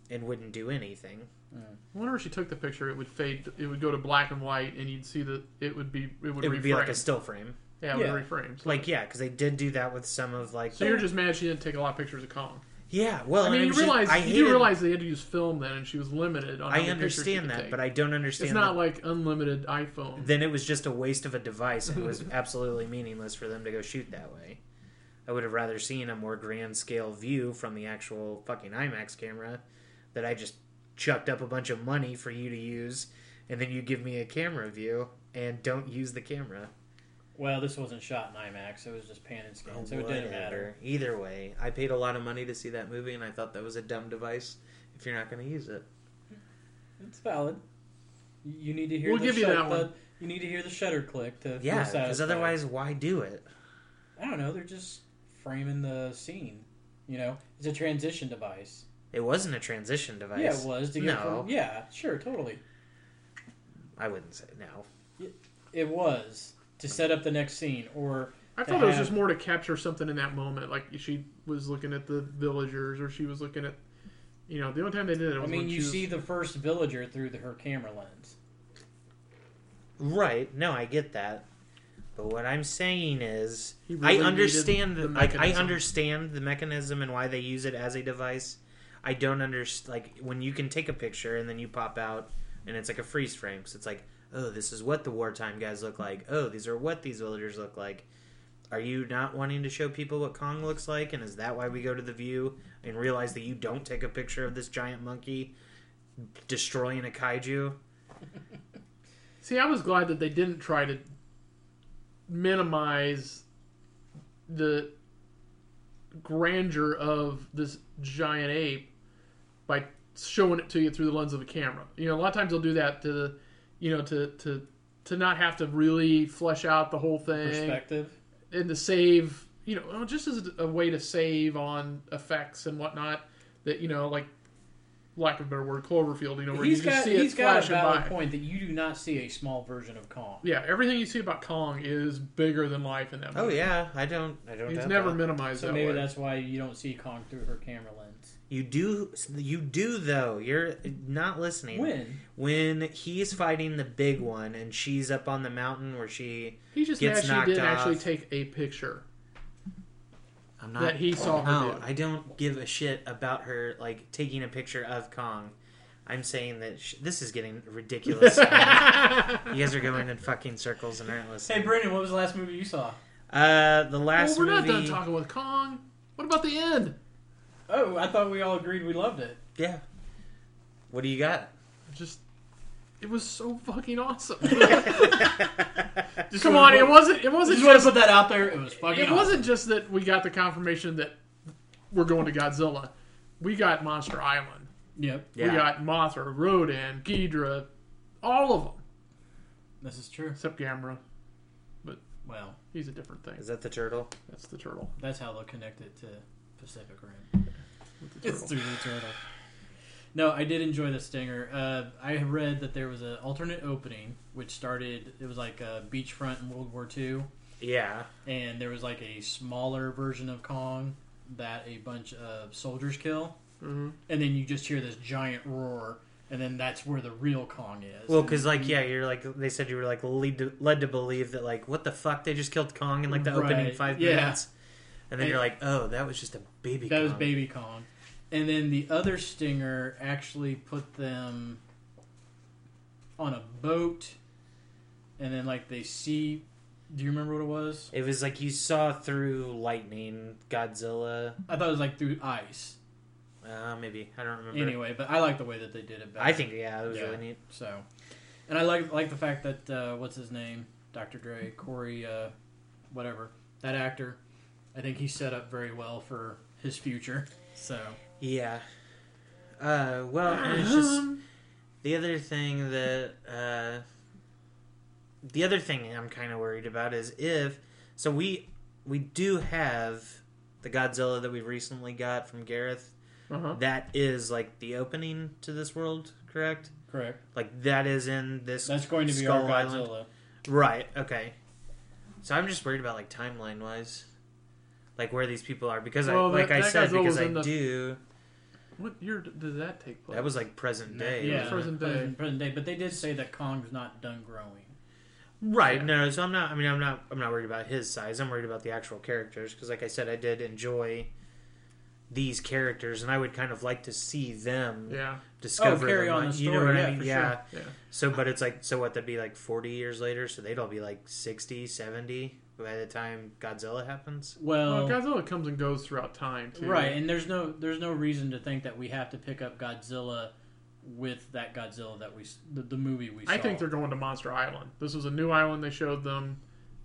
[SPEAKER 3] and wouldn't do anything.
[SPEAKER 2] I wonder if she took the picture, it would fade. It would go to black and white, and you'd see that it would be. It would,
[SPEAKER 3] It
[SPEAKER 2] reframe.
[SPEAKER 3] would be like a still frame.
[SPEAKER 2] yeah, it would
[SPEAKER 4] Yeah.
[SPEAKER 2] reframe. So,
[SPEAKER 3] Like yeah, cuz they did do that with some of like
[SPEAKER 2] so you're just mad she didn't take a lot of pictures of Kong.
[SPEAKER 3] Yeah, well,
[SPEAKER 2] I
[SPEAKER 3] and
[SPEAKER 2] mean,
[SPEAKER 3] it
[SPEAKER 2] you
[SPEAKER 3] was just-
[SPEAKER 2] realize
[SPEAKER 3] I
[SPEAKER 2] you do
[SPEAKER 3] hated-
[SPEAKER 2] realize they had to use film then, and she was limited on. how
[SPEAKER 3] I
[SPEAKER 2] many pictures she
[SPEAKER 3] understand
[SPEAKER 2] could
[SPEAKER 3] that,
[SPEAKER 2] take.
[SPEAKER 3] but I don't understand
[SPEAKER 2] it's
[SPEAKER 3] the
[SPEAKER 2] not like unlimited iPhone.
[SPEAKER 3] then it was just a waste of a device and it was absolutely meaningless for them to go shoot that way. I would have rather seen a more grand scale view from the actual fucking IMAX camera that I just chucked up a bunch of money for you to use and then you give me a camera view and don't use the camera.
[SPEAKER 4] Well, this wasn't shot in IMAX; it was just pan and scan, so it didn't
[SPEAKER 3] Whatever.
[SPEAKER 4] matter.
[SPEAKER 3] Either way, I paid a lot of money to see that movie and I thought that was a dumb device if you're not going to use it.
[SPEAKER 4] It's valid. You you need to hear.
[SPEAKER 2] We'll
[SPEAKER 4] the
[SPEAKER 2] give you
[SPEAKER 4] shut-
[SPEAKER 2] that
[SPEAKER 4] the- you need to hear the shutter click to. feel
[SPEAKER 3] Yeah, because
[SPEAKER 4] satisfied.
[SPEAKER 3] otherwise why do it?
[SPEAKER 4] I don't know. They're just framing the scene. You know, it's a transition device.
[SPEAKER 3] It wasn't a transition device.
[SPEAKER 4] Yeah, it was to get
[SPEAKER 3] No.
[SPEAKER 4] from. Yeah, sure, totally.
[SPEAKER 3] I wouldn't say no.
[SPEAKER 4] It was to set up the next scene, or
[SPEAKER 2] I
[SPEAKER 4] to
[SPEAKER 2] thought it was
[SPEAKER 4] have-
[SPEAKER 2] just more to capture something in that moment, like she was looking at the villagers, or she was looking at, you know, the only time they did it
[SPEAKER 4] I
[SPEAKER 2] was
[SPEAKER 4] mean,
[SPEAKER 2] when she
[SPEAKER 4] you
[SPEAKER 2] was-
[SPEAKER 4] see the first villager through the, her camera lens.
[SPEAKER 3] Right. No, I get that. But what I'm saying is,
[SPEAKER 2] He really
[SPEAKER 3] I understand the,
[SPEAKER 2] needed the
[SPEAKER 3] like I
[SPEAKER 2] mechanism.
[SPEAKER 3] understand the mechanism and why they use it as a device. I don't understand like when you can take a picture and then you pop out and it's like a freeze frame because it's like, oh, this is what the wartime guys look like. Oh, these are what these villagers look like. Are you not wanting to show people what Kong looks like? And is that why we go to the view and realize that you don't take a picture of this giant monkey destroying a kaiju?
[SPEAKER 2] See, I was glad that they didn't try to minimize the grandeur of this giant ape by showing it to you through the lens of a camera. You know, a lot of times they'll do that to, you know, to to to not have to really flesh out the whole thing
[SPEAKER 4] Perspective.
[SPEAKER 2] and to save, you know, well, just as a way to save on effects and whatnot. That you know, like lack of a better word, Cloverfield. You know, where
[SPEAKER 4] He's
[SPEAKER 2] you just
[SPEAKER 4] got
[SPEAKER 2] see it
[SPEAKER 4] he's got a
[SPEAKER 2] flashing
[SPEAKER 4] valid
[SPEAKER 2] by.
[SPEAKER 4] point that you do not see a small version of Kong.
[SPEAKER 2] Yeah, everything you see about Kong is bigger than life in that.
[SPEAKER 3] Oh
[SPEAKER 2] movie.
[SPEAKER 3] yeah, I don't. I don't.
[SPEAKER 2] he's
[SPEAKER 3] doubt
[SPEAKER 2] never
[SPEAKER 3] that.
[SPEAKER 2] minimized
[SPEAKER 4] So
[SPEAKER 2] that
[SPEAKER 4] maybe
[SPEAKER 2] way.
[SPEAKER 4] that's why you don't see Kong through her camera lens.
[SPEAKER 3] You do. You do though. You're not listening.
[SPEAKER 4] When
[SPEAKER 3] When he's fighting the big one and she's up on the mountain where she.
[SPEAKER 2] he just
[SPEAKER 3] gets
[SPEAKER 2] actually
[SPEAKER 3] knocked
[SPEAKER 2] didn't
[SPEAKER 3] off.
[SPEAKER 2] actually take a picture.
[SPEAKER 3] I'm not.
[SPEAKER 2] That he saw her
[SPEAKER 3] oh, No,
[SPEAKER 2] do.
[SPEAKER 3] I don't give a shit about her like taking a picture of Kong. I'm saying that sh- this is getting ridiculous. man.
[SPEAKER 2] well,
[SPEAKER 3] you guys are going in fucking circles and aren't
[SPEAKER 4] Hey
[SPEAKER 3] listening.
[SPEAKER 4] Brendan, what was the last movie you saw?
[SPEAKER 3] Uh, the last
[SPEAKER 2] we're not
[SPEAKER 3] movie.
[SPEAKER 2] done talking with Kong. What about the end?
[SPEAKER 4] Oh, I thought we all agreed we loved it.
[SPEAKER 3] Yeah. What do you got?
[SPEAKER 2] Just, it was so fucking awesome.
[SPEAKER 4] Just
[SPEAKER 2] Come on,
[SPEAKER 4] wanna
[SPEAKER 2] it
[SPEAKER 4] put-
[SPEAKER 2] wasn't. It wasn't
[SPEAKER 4] Just want to
[SPEAKER 2] just.
[SPEAKER 4] put that out there. It was fucking.
[SPEAKER 2] It wasn't just that we got the confirmation that we're going to Godzilla. We got Monster Island.
[SPEAKER 4] awesome. Yep,
[SPEAKER 2] We got Mothra, Rodan, Ghidra, all of them
[SPEAKER 4] this is true.
[SPEAKER 2] except Gamera.
[SPEAKER 4] Well,
[SPEAKER 2] He's a different thing.
[SPEAKER 3] Is that the turtle?
[SPEAKER 2] That's the turtle.
[SPEAKER 4] that's how they'll connect it to Pacific Rim.
[SPEAKER 2] With the
[SPEAKER 4] It's
[SPEAKER 2] turtle.
[SPEAKER 4] through the turtle. No, I did enjoy the stinger. Uh, I read that there was an alternate opening, which started. It was like a beachfront in World War II.
[SPEAKER 3] Yeah.
[SPEAKER 4] and there was like a smaller version of Kong that a bunch of soldiers kill,
[SPEAKER 3] Mm-hmm.
[SPEAKER 2] Mhm.
[SPEAKER 4] and then you just hear this giant roar, and then that's where the real Kong is.
[SPEAKER 3] Well, because like yeah, you're like they said you were like lead to, led to believe that like what the fuck they just killed Kong in like the opening
[SPEAKER 4] Right,
[SPEAKER 3] five
[SPEAKER 4] yeah.
[SPEAKER 3] minutes, and then
[SPEAKER 4] And-
[SPEAKER 3] you're like oh that was just a baby.
[SPEAKER 4] that was
[SPEAKER 3] Kong.
[SPEAKER 4] Baby Kong, and then the other stinger actually put them on a boat, and then like they see. Do you remember what it was?
[SPEAKER 3] It was like you saw through lightning, Godzilla.
[SPEAKER 4] I thought it was like through ice.
[SPEAKER 3] Uh, maybe I don't remember.
[SPEAKER 4] Anyway, but I like the way that they did it. Better.
[SPEAKER 3] I think yeah, it was
[SPEAKER 4] Yeah.
[SPEAKER 3] really neat.
[SPEAKER 4] So, and I like like the fact that uh, what's his name, Dr. Dre, Corey, uh, whatever that actor. I think he's set up very well for his future. So
[SPEAKER 3] Yeah. Uh, well, and it's just
[SPEAKER 2] Um,
[SPEAKER 3] the other thing that uh, the other thing I'm kind of worried about is if so we we do have the Godzilla that we recently got from Gareth.
[SPEAKER 2] Uh-huh.
[SPEAKER 3] That is like the opening to this world, correct?
[SPEAKER 4] correct.
[SPEAKER 3] Like that is in this.
[SPEAKER 4] That's going to be
[SPEAKER 3] Skull
[SPEAKER 4] our
[SPEAKER 3] Island.
[SPEAKER 4] Godzilla.
[SPEAKER 3] Right. Okay. So I'm just worried about like timeline wise, like where these people are because
[SPEAKER 2] Well,
[SPEAKER 3] I like
[SPEAKER 2] that-
[SPEAKER 3] I
[SPEAKER 2] that
[SPEAKER 3] said
[SPEAKER 2] Godzilla
[SPEAKER 3] because
[SPEAKER 2] was
[SPEAKER 3] I
[SPEAKER 2] in the-
[SPEAKER 3] do
[SPEAKER 2] What year d- did that take place?
[SPEAKER 3] that was like present day.
[SPEAKER 4] yeah,
[SPEAKER 3] wasn't it?
[SPEAKER 2] present day.
[SPEAKER 4] Present, present day. But they did say that Kong's not done growing.
[SPEAKER 3] Right.
[SPEAKER 2] Yeah.
[SPEAKER 3] No. So I'm not. I mean, I'm not. I'm not worried about his size. I'm worried about the actual characters because, like I said, I did enjoy these characters, and I would kind of like to see them
[SPEAKER 2] yeah,
[SPEAKER 3] discover.
[SPEAKER 4] Oh, carry
[SPEAKER 3] them,
[SPEAKER 4] on
[SPEAKER 3] like-
[SPEAKER 4] the
[SPEAKER 3] You know
[SPEAKER 4] story,
[SPEAKER 3] what I
[SPEAKER 4] yeah,
[SPEAKER 3] mean?
[SPEAKER 4] for
[SPEAKER 3] Yeah.
[SPEAKER 4] sure.
[SPEAKER 2] yeah.
[SPEAKER 3] So, but it's like, so what? That'd be like 40 years later. So they'd all be like 60, 70 by the time Godzilla happens.
[SPEAKER 2] Well,
[SPEAKER 4] Well,
[SPEAKER 2] Godzilla comes and goes throughout time too.
[SPEAKER 4] Um, right, and there's no there's no reason to think that we have to pick up Godzilla with that Godzilla that we s- the, the movie we saw.
[SPEAKER 2] I think they're going to Monster Island. This was a new island they showed them,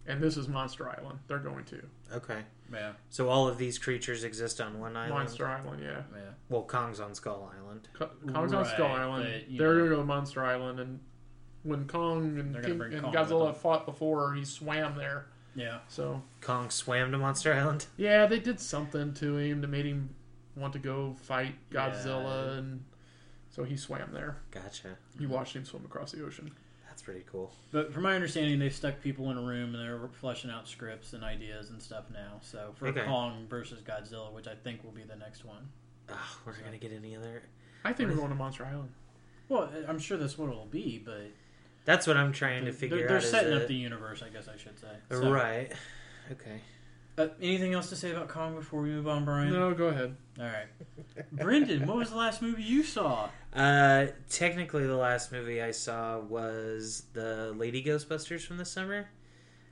[SPEAKER 2] and this is Monster Island. They're going to
[SPEAKER 3] Okay.
[SPEAKER 4] yeah
[SPEAKER 3] So all of these creatures exist on one island.
[SPEAKER 2] Monster Island. Yeah,
[SPEAKER 4] yeah.
[SPEAKER 3] Well, Kong's on Skull Island.
[SPEAKER 2] Co- Kong's on Skull
[SPEAKER 4] Right,
[SPEAKER 2] Island.
[SPEAKER 4] but, you
[SPEAKER 2] They're
[SPEAKER 4] know.
[SPEAKER 2] going to go to Monster Island, and when Kong and,
[SPEAKER 4] They're gonna
[SPEAKER 2] King-
[SPEAKER 4] bring
[SPEAKER 2] and
[SPEAKER 4] Kong with
[SPEAKER 2] Godzilla
[SPEAKER 4] them.
[SPEAKER 2] fought before, he swam there.
[SPEAKER 4] Yeah.
[SPEAKER 2] So
[SPEAKER 3] Kong swam to Monster Island.
[SPEAKER 2] yeah, they did something to him to make him want to go fight Godzilla,
[SPEAKER 4] Yeah.
[SPEAKER 2] and so he swam there.
[SPEAKER 3] Gotcha.
[SPEAKER 2] You watched him swim across the ocean.
[SPEAKER 3] That's pretty cool.
[SPEAKER 4] But from my understanding, they've stuck people in a room and they're fleshing out scripts and ideas and stuff now. So for
[SPEAKER 3] Okay.
[SPEAKER 4] Kong versus Godzilla, which I think will be the next one.
[SPEAKER 3] Oh, we're not gonna get any other
[SPEAKER 2] I think we're going to Monster Island.
[SPEAKER 4] Well, I- I'm sure that's what it'll be, but
[SPEAKER 3] That's what I'm trying
[SPEAKER 4] they're,
[SPEAKER 3] to figure
[SPEAKER 4] they're
[SPEAKER 3] out. is
[SPEAKER 4] setting
[SPEAKER 3] it-
[SPEAKER 4] up the universe, I guess I should say. So,
[SPEAKER 3] Right. Okay.
[SPEAKER 4] Uh, anything else to say about Kong before we move on, Brian?
[SPEAKER 2] No, go ahead.
[SPEAKER 4] All right. Brendan, what was the last movie you saw?
[SPEAKER 3] Uh, technically, the last movie I saw was the Lady Ghostbusters from this summer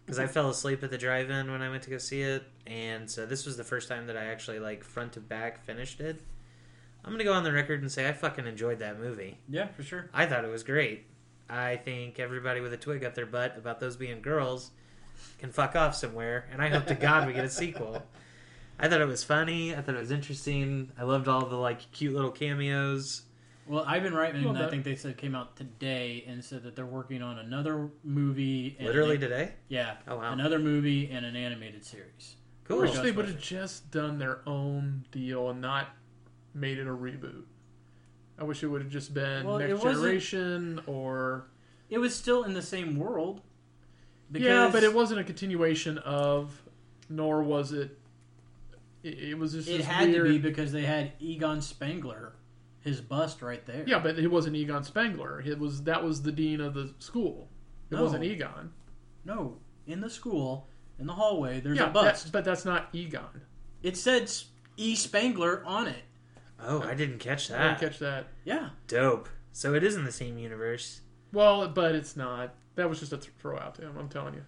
[SPEAKER 3] because I fell asleep at the drive-in when I went to go see it, and so this was the first time that I actually like front to back finished it. I'm gonna go on the record and say I fucking enjoyed that movie.
[SPEAKER 4] Yeah, for sure.
[SPEAKER 3] I thought it was great. I think everybody with a twig up their butt about those being girls can fuck off somewhere, and I hope to God we get a sequel. I thought it was funny. I thought it was interesting. I loved all the like cute little cameos.
[SPEAKER 4] Well, I've been right, and
[SPEAKER 2] Well,
[SPEAKER 4] I
[SPEAKER 2] that-
[SPEAKER 4] think they said it came out today and said that they're working on another movie. And
[SPEAKER 3] Literally today.
[SPEAKER 4] Yeah.
[SPEAKER 3] Oh wow,
[SPEAKER 4] Another movie and an animated series.
[SPEAKER 2] I
[SPEAKER 3] cool.
[SPEAKER 2] wish they
[SPEAKER 4] Ghostbusters.
[SPEAKER 2] would have just done their own deal and not made it a reboot. I wish it would have just been
[SPEAKER 4] Well, it
[SPEAKER 2] Next
[SPEAKER 4] wasn't-
[SPEAKER 2] Generation or
[SPEAKER 4] It was still in the same world.
[SPEAKER 2] yeah, but it wasn't a continuation of, nor was it. It, it was just
[SPEAKER 4] it
[SPEAKER 2] this
[SPEAKER 4] had
[SPEAKER 2] weird,
[SPEAKER 4] to be because they had Egon Spengler, his bust right there.
[SPEAKER 2] Yeah, but it wasn't Egon Spengler. It was that was the dean of the school. It
[SPEAKER 4] No.
[SPEAKER 2] wasn't Egon.
[SPEAKER 4] No, in the school, in the hallway, there's
[SPEAKER 2] yeah,
[SPEAKER 4] a
[SPEAKER 2] that-
[SPEAKER 4] bust.
[SPEAKER 2] but that's not Egon.
[SPEAKER 4] It said S- E Spengler on it.
[SPEAKER 3] Oh, I didn't catch
[SPEAKER 2] I didn't
[SPEAKER 3] that.
[SPEAKER 2] catch that.
[SPEAKER 4] Yeah.
[SPEAKER 3] Dope. So it is in the same universe.
[SPEAKER 2] Well, but it's not. That was just a th- throw out to him. I'm telling you.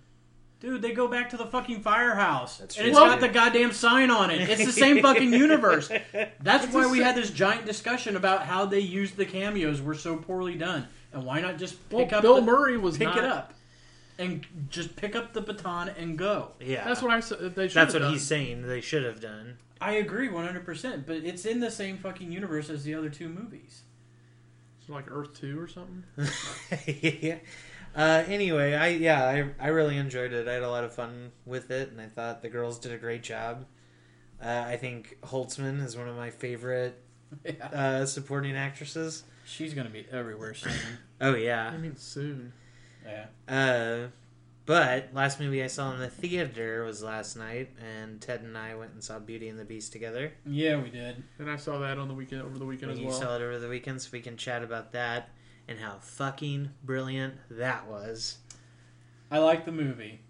[SPEAKER 4] Dude, they go back to the fucking firehouse.
[SPEAKER 3] That's
[SPEAKER 4] and
[SPEAKER 3] true.
[SPEAKER 4] it's
[SPEAKER 3] Well-
[SPEAKER 4] got the goddamn sign on it. It's the same fucking universe. That's why we had this giant discussion about how they used the cameos were so poorly done. And why not just
[SPEAKER 2] Well,
[SPEAKER 4] pick up
[SPEAKER 2] Bill
[SPEAKER 4] the,
[SPEAKER 2] Murray was
[SPEAKER 4] pick
[SPEAKER 2] not.
[SPEAKER 4] it up and just pick up the baton and go.
[SPEAKER 3] Yeah.
[SPEAKER 2] That's what I said. They should
[SPEAKER 3] That's
[SPEAKER 2] have
[SPEAKER 3] what
[SPEAKER 2] done.
[SPEAKER 3] he's saying they should have done.
[SPEAKER 4] I agree 100%, but it's in the same fucking universe as the other two movies.
[SPEAKER 2] It's like Earth Two or something.
[SPEAKER 3] Ah. yeah. Uh, anyway, I yeah, I, I really enjoyed it. I had a lot of fun with it, and I thought the girls did a great job. Uh, I think Holtzman is one of my favorite
[SPEAKER 4] Yeah.
[SPEAKER 3] uh, supporting actresses.
[SPEAKER 4] She's going to be everywhere soon.
[SPEAKER 3] Oh
[SPEAKER 2] I
[SPEAKER 3] yeah.
[SPEAKER 2] mean, soon.
[SPEAKER 4] yeah.
[SPEAKER 3] Uh, but last movie I saw in the theater was last night, and Ted and I went and saw Beauty and the Beast together.
[SPEAKER 4] Yeah, we did.
[SPEAKER 2] And I saw that on the weekend over the weekend as
[SPEAKER 3] And you
[SPEAKER 2] well.
[SPEAKER 3] saw it over the weekend, so we can chat about that and how fucking brilliant that was.
[SPEAKER 4] I like the movie.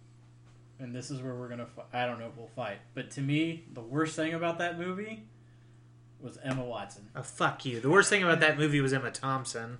[SPEAKER 4] And this is where we're going to fi- I don't know if we'll fight, but to me, the worst thing about that movie was Emma Watson.
[SPEAKER 3] Oh fuck you! The worst thing about that movie was Emma Thompson.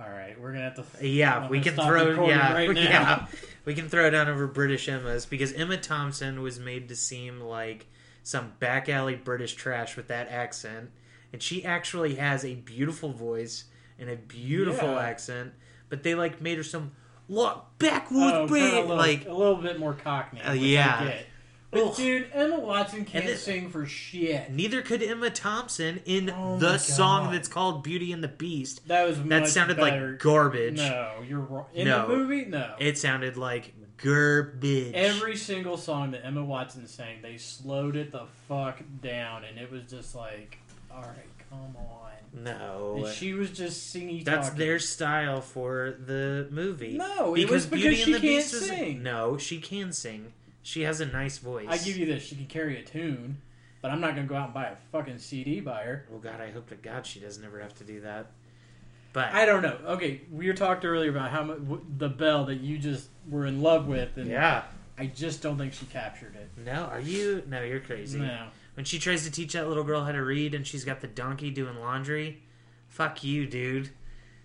[SPEAKER 4] All right, we're going to have to I'm
[SPEAKER 3] Uh, Yeah,
[SPEAKER 4] gonna
[SPEAKER 3] we can
[SPEAKER 4] stop
[SPEAKER 3] throw
[SPEAKER 4] recording
[SPEAKER 3] yeah,
[SPEAKER 4] right now.
[SPEAKER 3] yeah. We can throw down over British Emmas because Emma Thompson was made to seem like some back alley British trash with that accent. And she actually has a beautiful voice and a beautiful
[SPEAKER 4] Yeah.
[SPEAKER 3] accent, but they like made her some look
[SPEAKER 4] Oh,
[SPEAKER 3] backwoods
[SPEAKER 4] kinda a
[SPEAKER 3] Brit
[SPEAKER 4] little,
[SPEAKER 3] like
[SPEAKER 4] a little bit more cockney.
[SPEAKER 3] Uh,
[SPEAKER 4] which I
[SPEAKER 3] yeah.
[SPEAKER 4] get. But
[SPEAKER 3] Ugh.
[SPEAKER 4] dude, Emma Watson can't
[SPEAKER 3] this-
[SPEAKER 4] sing for shit.
[SPEAKER 3] neither could Emma Thompson in
[SPEAKER 4] Oh my
[SPEAKER 3] the song
[SPEAKER 4] God.
[SPEAKER 3] that's called Beauty and the Beast.
[SPEAKER 4] That was
[SPEAKER 3] That
[SPEAKER 4] much
[SPEAKER 3] sounded
[SPEAKER 4] better.
[SPEAKER 3] like garbage.
[SPEAKER 4] No, you're wrong. In
[SPEAKER 3] No.
[SPEAKER 4] the movie, no.
[SPEAKER 3] It sounded like garbage.
[SPEAKER 4] Every single song that Emma Watson sang, they slowed it the fuck down, and it was just like, all right, come on.
[SPEAKER 3] no.
[SPEAKER 4] And she was just singing.
[SPEAKER 3] That's
[SPEAKER 4] talking.
[SPEAKER 3] their style for the movie.
[SPEAKER 4] No, it was because she can't sing.
[SPEAKER 3] No, she can sing. She has a nice voice.
[SPEAKER 4] I give you this. She can carry a tune, but I'm not gonna go out and buy a fucking CD by her.
[SPEAKER 3] Oh God, I hope to God she doesn't ever have to do that. But
[SPEAKER 4] I don't know. Okay, we were talked earlier about how much the bell that you just were in love with, and
[SPEAKER 3] yeah,
[SPEAKER 4] I just don't think she captured it.
[SPEAKER 3] no, are you? No, you're crazy.
[SPEAKER 4] No,
[SPEAKER 3] When she tries to teach that little girl how to read, and she's got the donkey doing laundry, fuck you, dude.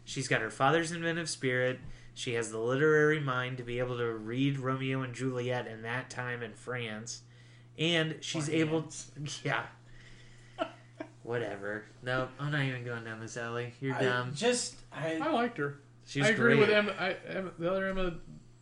[SPEAKER 3] She's got her father's inventive spirit. She has the literary mind to be able to read Romeo and Juliet in that time in France, and she's able. Yeah. Whatever. No, I'm not even going down this alley. You're
[SPEAKER 4] I
[SPEAKER 3] dumb.
[SPEAKER 4] just I.
[SPEAKER 2] I liked her.
[SPEAKER 3] She was
[SPEAKER 2] I agree
[SPEAKER 3] great.
[SPEAKER 2] with Emma, I, Emma. The other Emma,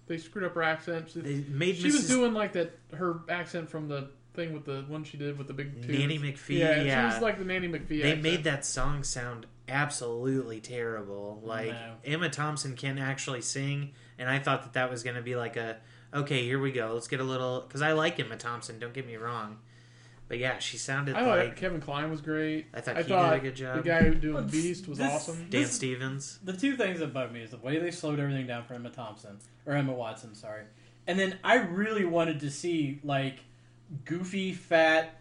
[SPEAKER 2] they screwed up her accent. She,
[SPEAKER 3] They made
[SPEAKER 2] she
[SPEAKER 3] Mrs.
[SPEAKER 2] was doing like that. Her accent from the thing with the one she did with the big tooth.
[SPEAKER 3] Nanny McPhee.
[SPEAKER 2] Yeah,
[SPEAKER 3] Yeah,
[SPEAKER 2] she was like the Nanny McPhee.
[SPEAKER 3] they
[SPEAKER 2] accent.
[SPEAKER 3] made that song sound absolutely terrible. Like
[SPEAKER 4] No.
[SPEAKER 3] Emma Thompson can actually sing, and I thought that that was going to be like a okay, here we go. Let's get a little because I like Emma Thompson. Don't get me wrong, but yeah, she sounded
[SPEAKER 2] I thought
[SPEAKER 3] like
[SPEAKER 2] Kevin Klein was great.
[SPEAKER 3] I thought
[SPEAKER 2] I
[SPEAKER 3] he
[SPEAKER 2] thought
[SPEAKER 3] did a good
[SPEAKER 2] The
[SPEAKER 3] job.
[SPEAKER 2] guy who doing
[SPEAKER 4] What's
[SPEAKER 2] Beast was
[SPEAKER 4] this-
[SPEAKER 2] awesome.
[SPEAKER 3] Dan
[SPEAKER 4] this-
[SPEAKER 3] Stevens.
[SPEAKER 4] The two things that bug me is the way they slowed everything down for Emma Thompson or Emma Watson, sorry. And then I really wanted to see like goofy fat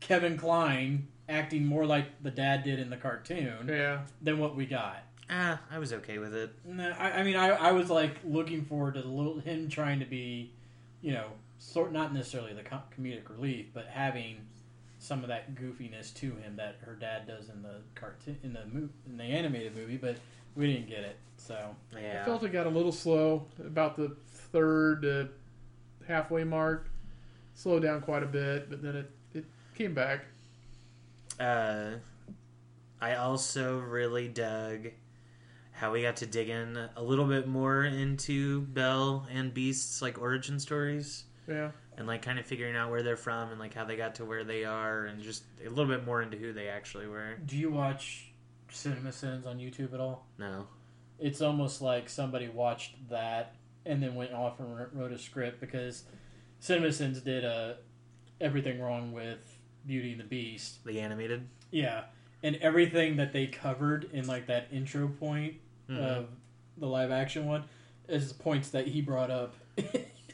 [SPEAKER 4] Kevin Klein acting more like the dad did in the cartoon
[SPEAKER 2] Yeah,
[SPEAKER 4] than what we got.
[SPEAKER 3] Ah, I was okay with it.
[SPEAKER 4] No, I, I mean I, I was like looking forward to the little, him trying to be, you know, sort not necessarily the com- comedic relief, but having some of that goofiness to him that her dad does in the cartoon in the mo- in the animated movie, but we didn't get it. So
[SPEAKER 2] I
[SPEAKER 3] Yeah,
[SPEAKER 2] felt it got a little slow about the third uh, halfway mark. Slowed down quite a bit, but then it it came back.
[SPEAKER 3] Uh, I also really dug how we got to dig in a little bit more into Belle and Beast's like origin stories
[SPEAKER 2] Yeah,
[SPEAKER 3] and like kind of figuring out where they're from and like how they got to where they are and just a little bit more into who they actually were.
[SPEAKER 4] Do you watch CinemaSins on YouTube at all?
[SPEAKER 3] No.
[SPEAKER 4] It's almost like somebody watched that and then went off and wr- wrote a script because CinemaSins did a everything wrong with Beauty and the Beast.
[SPEAKER 3] The animated?
[SPEAKER 4] Yeah, and everything that they covered in like that intro point
[SPEAKER 3] Mhm.
[SPEAKER 4] of the live action one is points that he brought up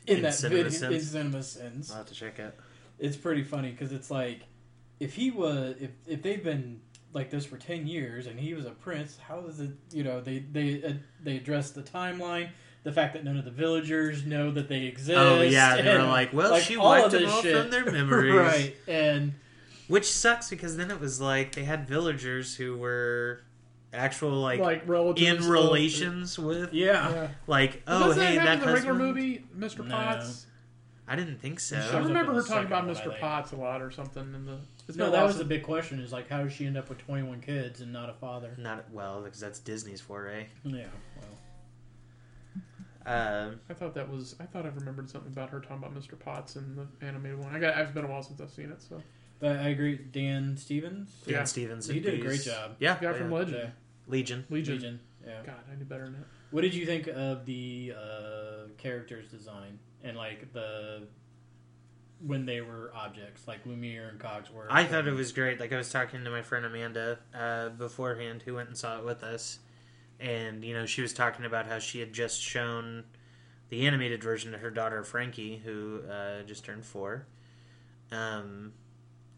[SPEAKER 4] in, that video
[SPEAKER 3] CinemaSins?
[SPEAKER 4] in CinemaSins.
[SPEAKER 3] I'll have to check it.
[SPEAKER 4] It's pretty funny because it's like if he was if if they've been like this for ten years and he was a prince, how is it you know they they uh, they address the timeline. The fact that none of the villagers know that they exist.
[SPEAKER 3] Oh yeah, they were
[SPEAKER 4] and,
[SPEAKER 3] like, well, she
[SPEAKER 4] all of
[SPEAKER 3] wiped them
[SPEAKER 4] this
[SPEAKER 3] off
[SPEAKER 4] shit.
[SPEAKER 3] from their memories,
[SPEAKER 4] right, and
[SPEAKER 3] Which sucks because then it was like they had villagers who were actual like,
[SPEAKER 2] Like, relatives
[SPEAKER 3] in
[SPEAKER 2] of-
[SPEAKER 3] relations with
[SPEAKER 4] yeah,
[SPEAKER 2] Yeah.
[SPEAKER 3] like oh
[SPEAKER 2] Does that
[SPEAKER 3] hey
[SPEAKER 2] happen
[SPEAKER 3] that
[SPEAKER 2] in the regular
[SPEAKER 3] husband-
[SPEAKER 2] movie, Mr.
[SPEAKER 4] No.
[SPEAKER 2] Potts?
[SPEAKER 3] I didn't think so.
[SPEAKER 2] I
[SPEAKER 4] Shows up
[SPEAKER 2] remember
[SPEAKER 4] in
[SPEAKER 2] her
[SPEAKER 4] the
[SPEAKER 2] talking about
[SPEAKER 4] second one, I
[SPEAKER 2] Mr.
[SPEAKER 4] think.
[SPEAKER 2] Potts a lot or something in the. It's been
[SPEAKER 4] no,
[SPEAKER 2] a
[SPEAKER 4] that
[SPEAKER 2] while
[SPEAKER 4] was the
[SPEAKER 2] since-
[SPEAKER 4] big question. Is like, how does she end up with twenty one kids and not a father?
[SPEAKER 3] Not well because that's Disney's foray.
[SPEAKER 4] Yeah.
[SPEAKER 3] Um,
[SPEAKER 2] I thought that was. I thought I remembered something about her talking about Mr. Potts in the animated one. I got. It's been a while since I've seen it, so
[SPEAKER 4] But I agree. Dan Stevens.
[SPEAKER 2] Yeah.
[SPEAKER 3] Dan Stevens,
[SPEAKER 4] He did a
[SPEAKER 3] he's-
[SPEAKER 4] great job.
[SPEAKER 3] Yeah,
[SPEAKER 2] guy
[SPEAKER 3] Oh, yeah.
[SPEAKER 2] from Legend,
[SPEAKER 4] Yeah.
[SPEAKER 3] Legion.
[SPEAKER 2] Legion.
[SPEAKER 4] Legion. Yeah.
[SPEAKER 2] God, I knew better than that.
[SPEAKER 4] What did you think of the uh, characters' design and like the when they were objects, like Lumiere and Cogsworth?
[SPEAKER 3] I thought it was great. Like I was talking to my friend Amanda uh, beforehand, who went and saw it with us, and you know she was talking about how she had just shown the animated version to her daughter Frankie, who uh, just turned four, um,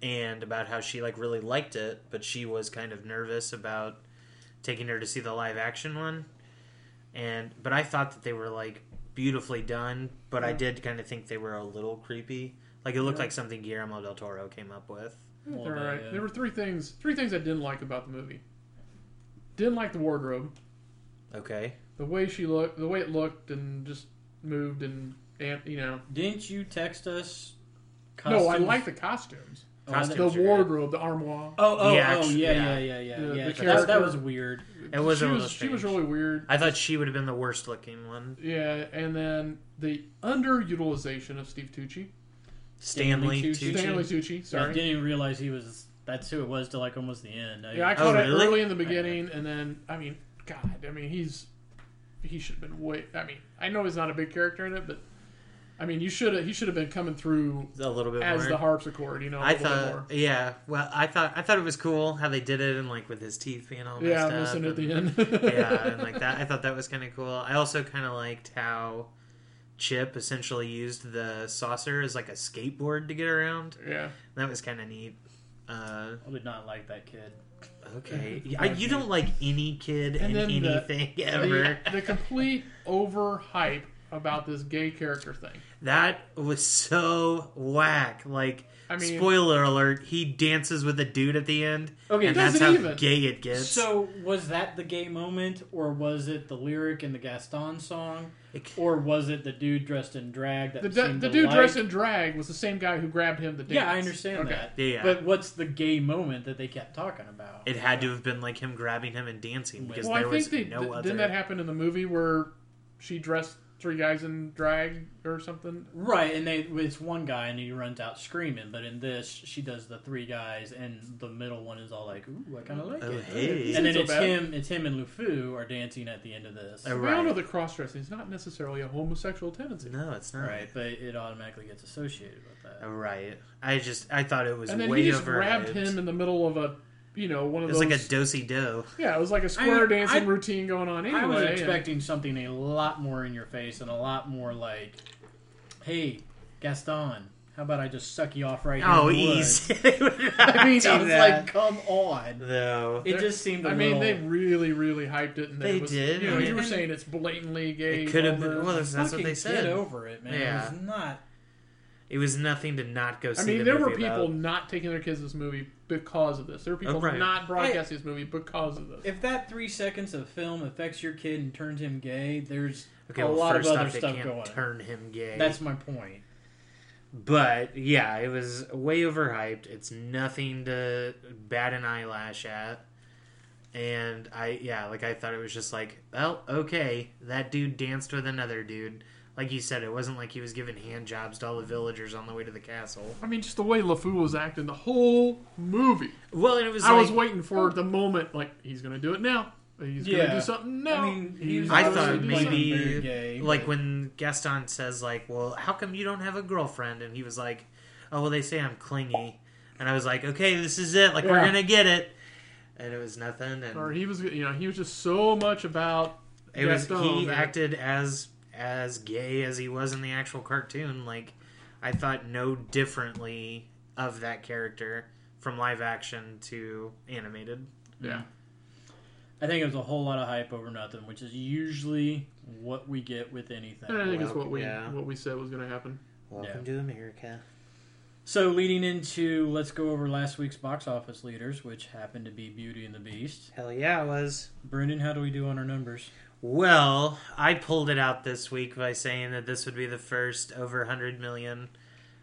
[SPEAKER 3] and about how she like really liked it, but she was kind of nervous about taking her to see the live action one. And but I thought that they were like beautifully done, but I
[SPEAKER 2] Yeah.
[SPEAKER 3] did kind of think they were a little creepy. Like it looked
[SPEAKER 2] Yeah.
[SPEAKER 3] like something Guillermo del Toro came up with.
[SPEAKER 2] I think
[SPEAKER 4] Well,
[SPEAKER 2] They're all right.
[SPEAKER 4] the, uh,
[SPEAKER 2] There were three things. Three things I didn't like about the movie. Didn't like the wardrobe,
[SPEAKER 3] Okay.
[SPEAKER 2] the way she looked, the way it looked, and just moved and. And you know,
[SPEAKER 4] Didn't you text us?
[SPEAKER 2] no, I
[SPEAKER 4] costumes?
[SPEAKER 2] like the costumes,
[SPEAKER 4] Oh, I-
[SPEAKER 3] Costume.
[SPEAKER 2] the
[SPEAKER 3] Costumes are good.
[SPEAKER 2] wardrobe, the armoire.
[SPEAKER 4] Oh, oh,
[SPEAKER 3] The
[SPEAKER 4] oh,
[SPEAKER 3] action-
[SPEAKER 4] yeah,
[SPEAKER 3] yeah.
[SPEAKER 4] yeah, yeah,
[SPEAKER 2] The-
[SPEAKER 4] yeah, yeah.
[SPEAKER 2] the
[SPEAKER 4] that, that
[SPEAKER 2] character-
[SPEAKER 4] was weird.
[SPEAKER 3] It was
[SPEAKER 2] she
[SPEAKER 3] a little
[SPEAKER 2] was she was
[SPEAKER 3] strange.
[SPEAKER 2] really weird.
[SPEAKER 3] I thought she would have been the worst looking one.
[SPEAKER 2] Yeah, and then the underutilization of Steve Tucci,
[SPEAKER 3] Stanley
[SPEAKER 4] Stanley
[SPEAKER 3] Tucci.
[SPEAKER 4] Tucci.
[SPEAKER 2] Stanley Tucci.
[SPEAKER 4] I
[SPEAKER 2] Sorry,
[SPEAKER 4] didn't even realize he was. That's who it was till like almost the end. I,
[SPEAKER 2] yeah, I
[SPEAKER 3] Oh,
[SPEAKER 2] caught
[SPEAKER 3] really?
[SPEAKER 2] it early in the beginning, and then I mean, God, I mean, he's he should have been way. I mean, I know he's not a big character in it, but I mean, you should have he should have been coming through
[SPEAKER 3] A little bit
[SPEAKER 2] as
[SPEAKER 3] more.
[SPEAKER 2] the harpsichord, you know, a
[SPEAKER 3] I
[SPEAKER 2] little bit more.
[SPEAKER 3] thought, yeah. Well, I thought I thought it was cool how they did it and like with his teeth being all messed
[SPEAKER 2] Yeah,
[SPEAKER 3] up.
[SPEAKER 2] missing at
[SPEAKER 3] and-
[SPEAKER 2] the end.
[SPEAKER 3] yeah, and like that. I thought that was kind of cool. I also kind of liked how Chip essentially used the saucer as like a skateboard to get around.
[SPEAKER 2] yeah.
[SPEAKER 3] That was kind of neat. Uh,
[SPEAKER 4] I did not like that kid.
[SPEAKER 3] okay, I, you don't like any kid
[SPEAKER 2] And
[SPEAKER 3] and,
[SPEAKER 2] then the-
[SPEAKER 3] anything
[SPEAKER 2] The,
[SPEAKER 3] ever.
[SPEAKER 2] the complete overhype about this gay character thing.
[SPEAKER 3] That was so whack. Like,
[SPEAKER 2] I mean-
[SPEAKER 3] spoiler alert: he dances with a dude at the end.
[SPEAKER 4] Okay,
[SPEAKER 3] and
[SPEAKER 2] does
[SPEAKER 3] that's
[SPEAKER 2] it
[SPEAKER 3] how
[SPEAKER 2] Oh, even?
[SPEAKER 3] gay it gets.
[SPEAKER 4] So was that the gay moment, or was it the lyric in the Gaston song,
[SPEAKER 3] It-
[SPEAKER 4] or was it the dude dressed in drag that
[SPEAKER 2] The,
[SPEAKER 4] seemed
[SPEAKER 2] the
[SPEAKER 4] to
[SPEAKER 2] dude
[SPEAKER 4] like-
[SPEAKER 2] dressed in drag was the same guy who grabbed him. The dance.
[SPEAKER 4] Yeah, I understand
[SPEAKER 2] Okay.
[SPEAKER 4] that.
[SPEAKER 3] Yeah, yeah.
[SPEAKER 4] But what's the gay moment that they kept talking about?
[SPEAKER 3] it had to have been like him grabbing him and dancing because
[SPEAKER 2] Well, I
[SPEAKER 3] there was
[SPEAKER 2] think they
[SPEAKER 3] no
[SPEAKER 2] di-
[SPEAKER 3] other.
[SPEAKER 2] didn't that happen in the movie where she dressed three guys in drag or something.
[SPEAKER 4] right, and they it's one guy and he runs out screaming. But in this, she does the three guys, and the middle one is all like, "Ooh, I kind of like
[SPEAKER 3] Oh,
[SPEAKER 4] it."
[SPEAKER 3] hey.
[SPEAKER 4] And then
[SPEAKER 2] So
[SPEAKER 4] it's
[SPEAKER 2] bad.
[SPEAKER 4] him, it's him and Lufu are dancing at the end of this.
[SPEAKER 3] Oh,
[SPEAKER 2] We all
[SPEAKER 3] Right.
[SPEAKER 2] know that cross-dressing is not necessarily a homosexual tendency.
[SPEAKER 3] No, it's not.
[SPEAKER 4] Right, but it automatically gets associated with that.
[SPEAKER 3] Oh, Right. I just I thought it was
[SPEAKER 2] And then
[SPEAKER 3] way
[SPEAKER 2] he just
[SPEAKER 3] over.
[SPEAKER 2] grabbed him in the middle of a, you know, one
[SPEAKER 3] It
[SPEAKER 2] of
[SPEAKER 3] was
[SPEAKER 2] those.
[SPEAKER 3] like a dosey do.
[SPEAKER 2] yeah, it was like a square
[SPEAKER 4] I-
[SPEAKER 2] dancing
[SPEAKER 4] I-
[SPEAKER 2] routine going on anyway.
[SPEAKER 4] I was
[SPEAKER 2] and-
[SPEAKER 4] expecting something a lot more in your face and a lot more like, "Hey, Gaston, how about I just suck you off right now?"
[SPEAKER 3] Oh, easy.
[SPEAKER 4] I mean, I
[SPEAKER 3] do
[SPEAKER 4] was
[SPEAKER 3] that.
[SPEAKER 4] like, "Come on!"
[SPEAKER 3] though.
[SPEAKER 4] It
[SPEAKER 2] They're-
[SPEAKER 4] just seemed. I
[SPEAKER 2] I mean, they really, really hyped it, and that
[SPEAKER 3] They
[SPEAKER 2] it was,
[SPEAKER 3] did,
[SPEAKER 2] You know,
[SPEAKER 3] I
[SPEAKER 2] you
[SPEAKER 3] mean-
[SPEAKER 2] were saying it's blatantly gay.
[SPEAKER 3] It could have been.
[SPEAKER 2] vulgar.
[SPEAKER 3] Well, that's that's what they
[SPEAKER 4] Get
[SPEAKER 3] said.
[SPEAKER 4] over it, man.
[SPEAKER 3] Yeah.
[SPEAKER 4] It was not.
[SPEAKER 3] It was nothing to not go see.
[SPEAKER 2] I mean,
[SPEAKER 3] the
[SPEAKER 2] there were
[SPEAKER 3] movie
[SPEAKER 2] people
[SPEAKER 3] about.
[SPEAKER 2] not taking their kids to this movie because of this. There were people
[SPEAKER 3] Oh, right.
[SPEAKER 2] not broadcasting this movie because of this.
[SPEAKER 4] If that three seconds of film affects your kid and turns him gay, there's
[SPEAKER 3] Okay,
[SPEAKER 4] a
[SPEAKER 3] well,
[SPEAKER 4] lot of
[SPEAKER 3] first
[SPEAKER 4] other
[SPEAKER 3] off, they
[SPEAKER 4] stuff
[SPEAKER 3] can't
[SPEAKER 4] going. on.
[SPEAKER 3] turn him gay.
[SPEAKER 4] That's my point.
[SPEAKER 3] But yeah, it was way overhyped. It's nothing to bat an eyelash at. And I yeah, like I thought it was just like, well, okay, that dude danced with another dude. Like you said, it wasn't like he was giving hand jobs to all the villagers on the way to the castle.
[SPEAKER 2] I mean, just the way LeFou was acting the whole movie.
[SPEAKER 3] Well, and it was
[SPEAKER 2] I
[SPEAKER 3] like
[SPEAKER 2] was waiting for the moment, like he's gonna do it now. He's gonna
[SPEAKER 4] oh. Yeah.
[SPEAKER 2] do something now.
[SPEAKER 4] I mean, he
[SPEAKER 2] He's
[SPEAKER 4] was
[SPEAKER 3] I
[SPEAKER 2] gonna
[SPEAKER 3] thought
[SPEAKER 2] do
[SPEAKER 4] Obviously
[SPEAKER 2] something.
[SPEAKER 4] wasn't very
[SPEAKER 3] maybe
[SPEAKER 4] gay,
[SPEAKER 3] like
[SPEAKER 4] but-
[SPEAKER 3] when Gaston says like, "Well, how come you don't have a girlfriend?" and he was like, "Oh, well, they say I'm clingy," and I was like, "Okay, this is it. Like we're
[SPEAKER 2] Yeah.
[SPEAKER 3] gonna get it." and it was nothing. And
[SPEAKER 2] Or he was, you know, he was just so much about.
[SPEAKER 3] it was
[SPEAKER 2] Gaston
[SPEAKER 3] he
[SPEAKER 2] that-
[SPEAKER 3] acted as as gay as he was in the actual cartoon. Like I thought no differently of that character from live action to animated.
[SPEAKER 2] Yeah,
[SPEAKER 4] I think it was a whole lot of hype over nothing, which is usually what we get with
[SPEAKER 2] and I
[SPEAKER 4] anything.
[SPEAKER 2] think it's what we
[SPEAKER 3] Yeah.
[SPEAKER 2] what we said was going to happen.
[SPEAKER 3] Welcome
[SPEAKER 4] Yeah.
[SPEAKER 3] to America.
[SPEAKER 4] So leading into, let's go over last week's box office leaders, which happened to be Beauty and the Beast.
[SPEAKER 3] Hell yeah, it was.
[SPEAKER 4] Brendan, how do we do on our numbers?
[SPEAKER 3] Well, I pulled it out this week by saying that this would be the first over 100 million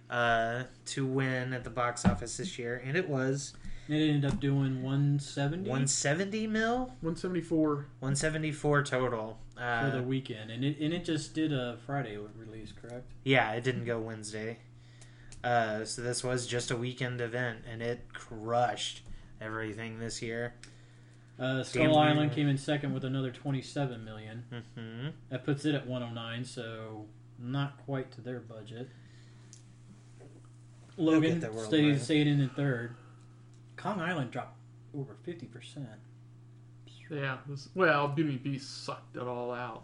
[SPEAKER 3] uh, to win at the box office this year, and it was
[SPEAKER 4] It ended up doing 170
[SPEAKER 3] 170 mil,
[SPEAKER 2] One seventy four.
[SPEAKER 3] 174 total.
[SPEAKER 4] for
[SPEAKER 3] Uh,
[SPEAKER 4] the weekend, and it and it just did a Friday release, correct?
[SPEAKER 3] yeah, it didn't go Wednesday, uh, so this was just a weekend event, and it crushed everything this year.
[SPEAKER 4] Uh, Skull
[SPEAKER 3] Damn
[SPEAKER 4] Island
[SPEAKER 3] near.
[SPEAKER 4] came in second with another 27 million.
[SPEAKER 3] hmm
[SPEAKER 4] That puts it at 109, so not quite to their budget. Logan
[SPEAKER 3] that worldwide.
[SPEAKER 4] stayed, stayed in in third. Kong Island dropped over 50%.
[SPEAKER 2] Yeah. This, well, Beauty and the Beast sucked it all out.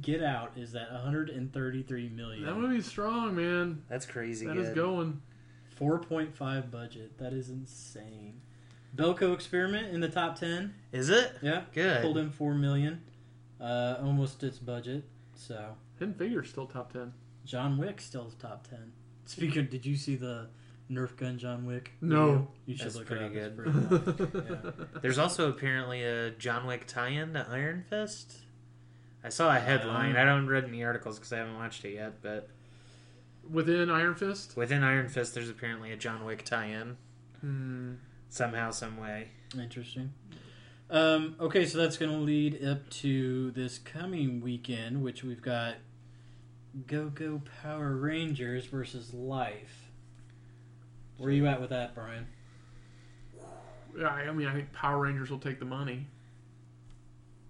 [SPEAKER 4] Get Out is at 133
[SPEAKER 2] That
[SPEAKER 4] million.
[SPEAKER 2] movie's strong, man.
[SPEAKER 3] That's crazy.
[SPEAKER 2] That
[SPEAKER 3] good.
[SPEAKER 2] is going.
[SPEAKER 4] 4.5 budget. That is insane. Belko Experiment in the top 10.
[SPEAKER 3] Is it
[SPEAKER 4] Yeah. Pulled
[SPEAKER 3] good?
[SPEAKER 4] in 4 million. Uh, almost its budget. So
[SPEAKER 2] Hidden Figure's still top ten.
[SPEAKER 4] John Wick still is top 10. Speaking, did you see the Nerf gun John Wick?
[SPEAKER 2] No.
[SPEAKER 4] video? You should
[SPEAKER 3] That's
[SPEAKER 4] look
[SPEAKER 3] pretty
[SPEAKER 4] it up. It's
[SPEAKER 3] good.
[SPEAKER 4] pretty wild.
[SPEAKER 3] There's also apparently a John Wick tie-in to Iron Fist. I saw a headline.
[SPEAKER 2] Oh.
[SPEAKER 3] I don't read any articles because I haven't watched it yet. But
[SPEAKER 2] Within Iron Fist.
[SPEAKER 3] within Iron Fist, there's apparently a John Wick tie-in
[SPEAKER 2] Hmm.
[SPEAKER 3] somehow, some way.
[SPEAKER 4] Interesting. Um, okay, so that's going to lead up to this coming weekend, which we've got Go Go Power Rangers versus Life. Where are you at with that, Brian?
[SPEAKER 2] Oh, Yeah, I I mean, I think Power Rangers will take the money.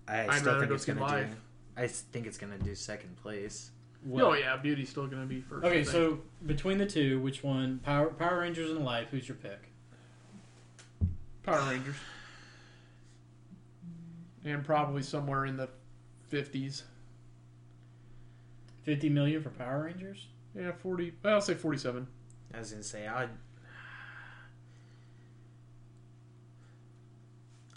[SPEAKER 3] I
[SPEAKER 2] I'd
[SPEAKER 3] still
[SPEAKER 2] rather
[SPEAKER 3] think
[SPEAKER 2] go
[SPEAKER 3] it's
[SPEAKER 2] see
[SPEAKER 3] gonna do.
[SPEAKER 2] live.
[SPEAKER 3] I s- think it's gonna do second place.
[SPEAKER 2] oh yeah, Beauty's still going to be first. I
[SPEAKER 4] Okay,
[SPEAKER 2] think.
[SPEAKER 4] so between the two, which one, Power Power Rangers and Life? Who's your pick?
[SPEAKER 2] Power Rangers, and probably somewhere in the fifties.
[SPEAKER 4] Fifty million for Power Rangers.
[SPEAKER 2] Yeah, forty. Well, I'll say forty-seven.
[SPEAKER 3] I was gonna say I.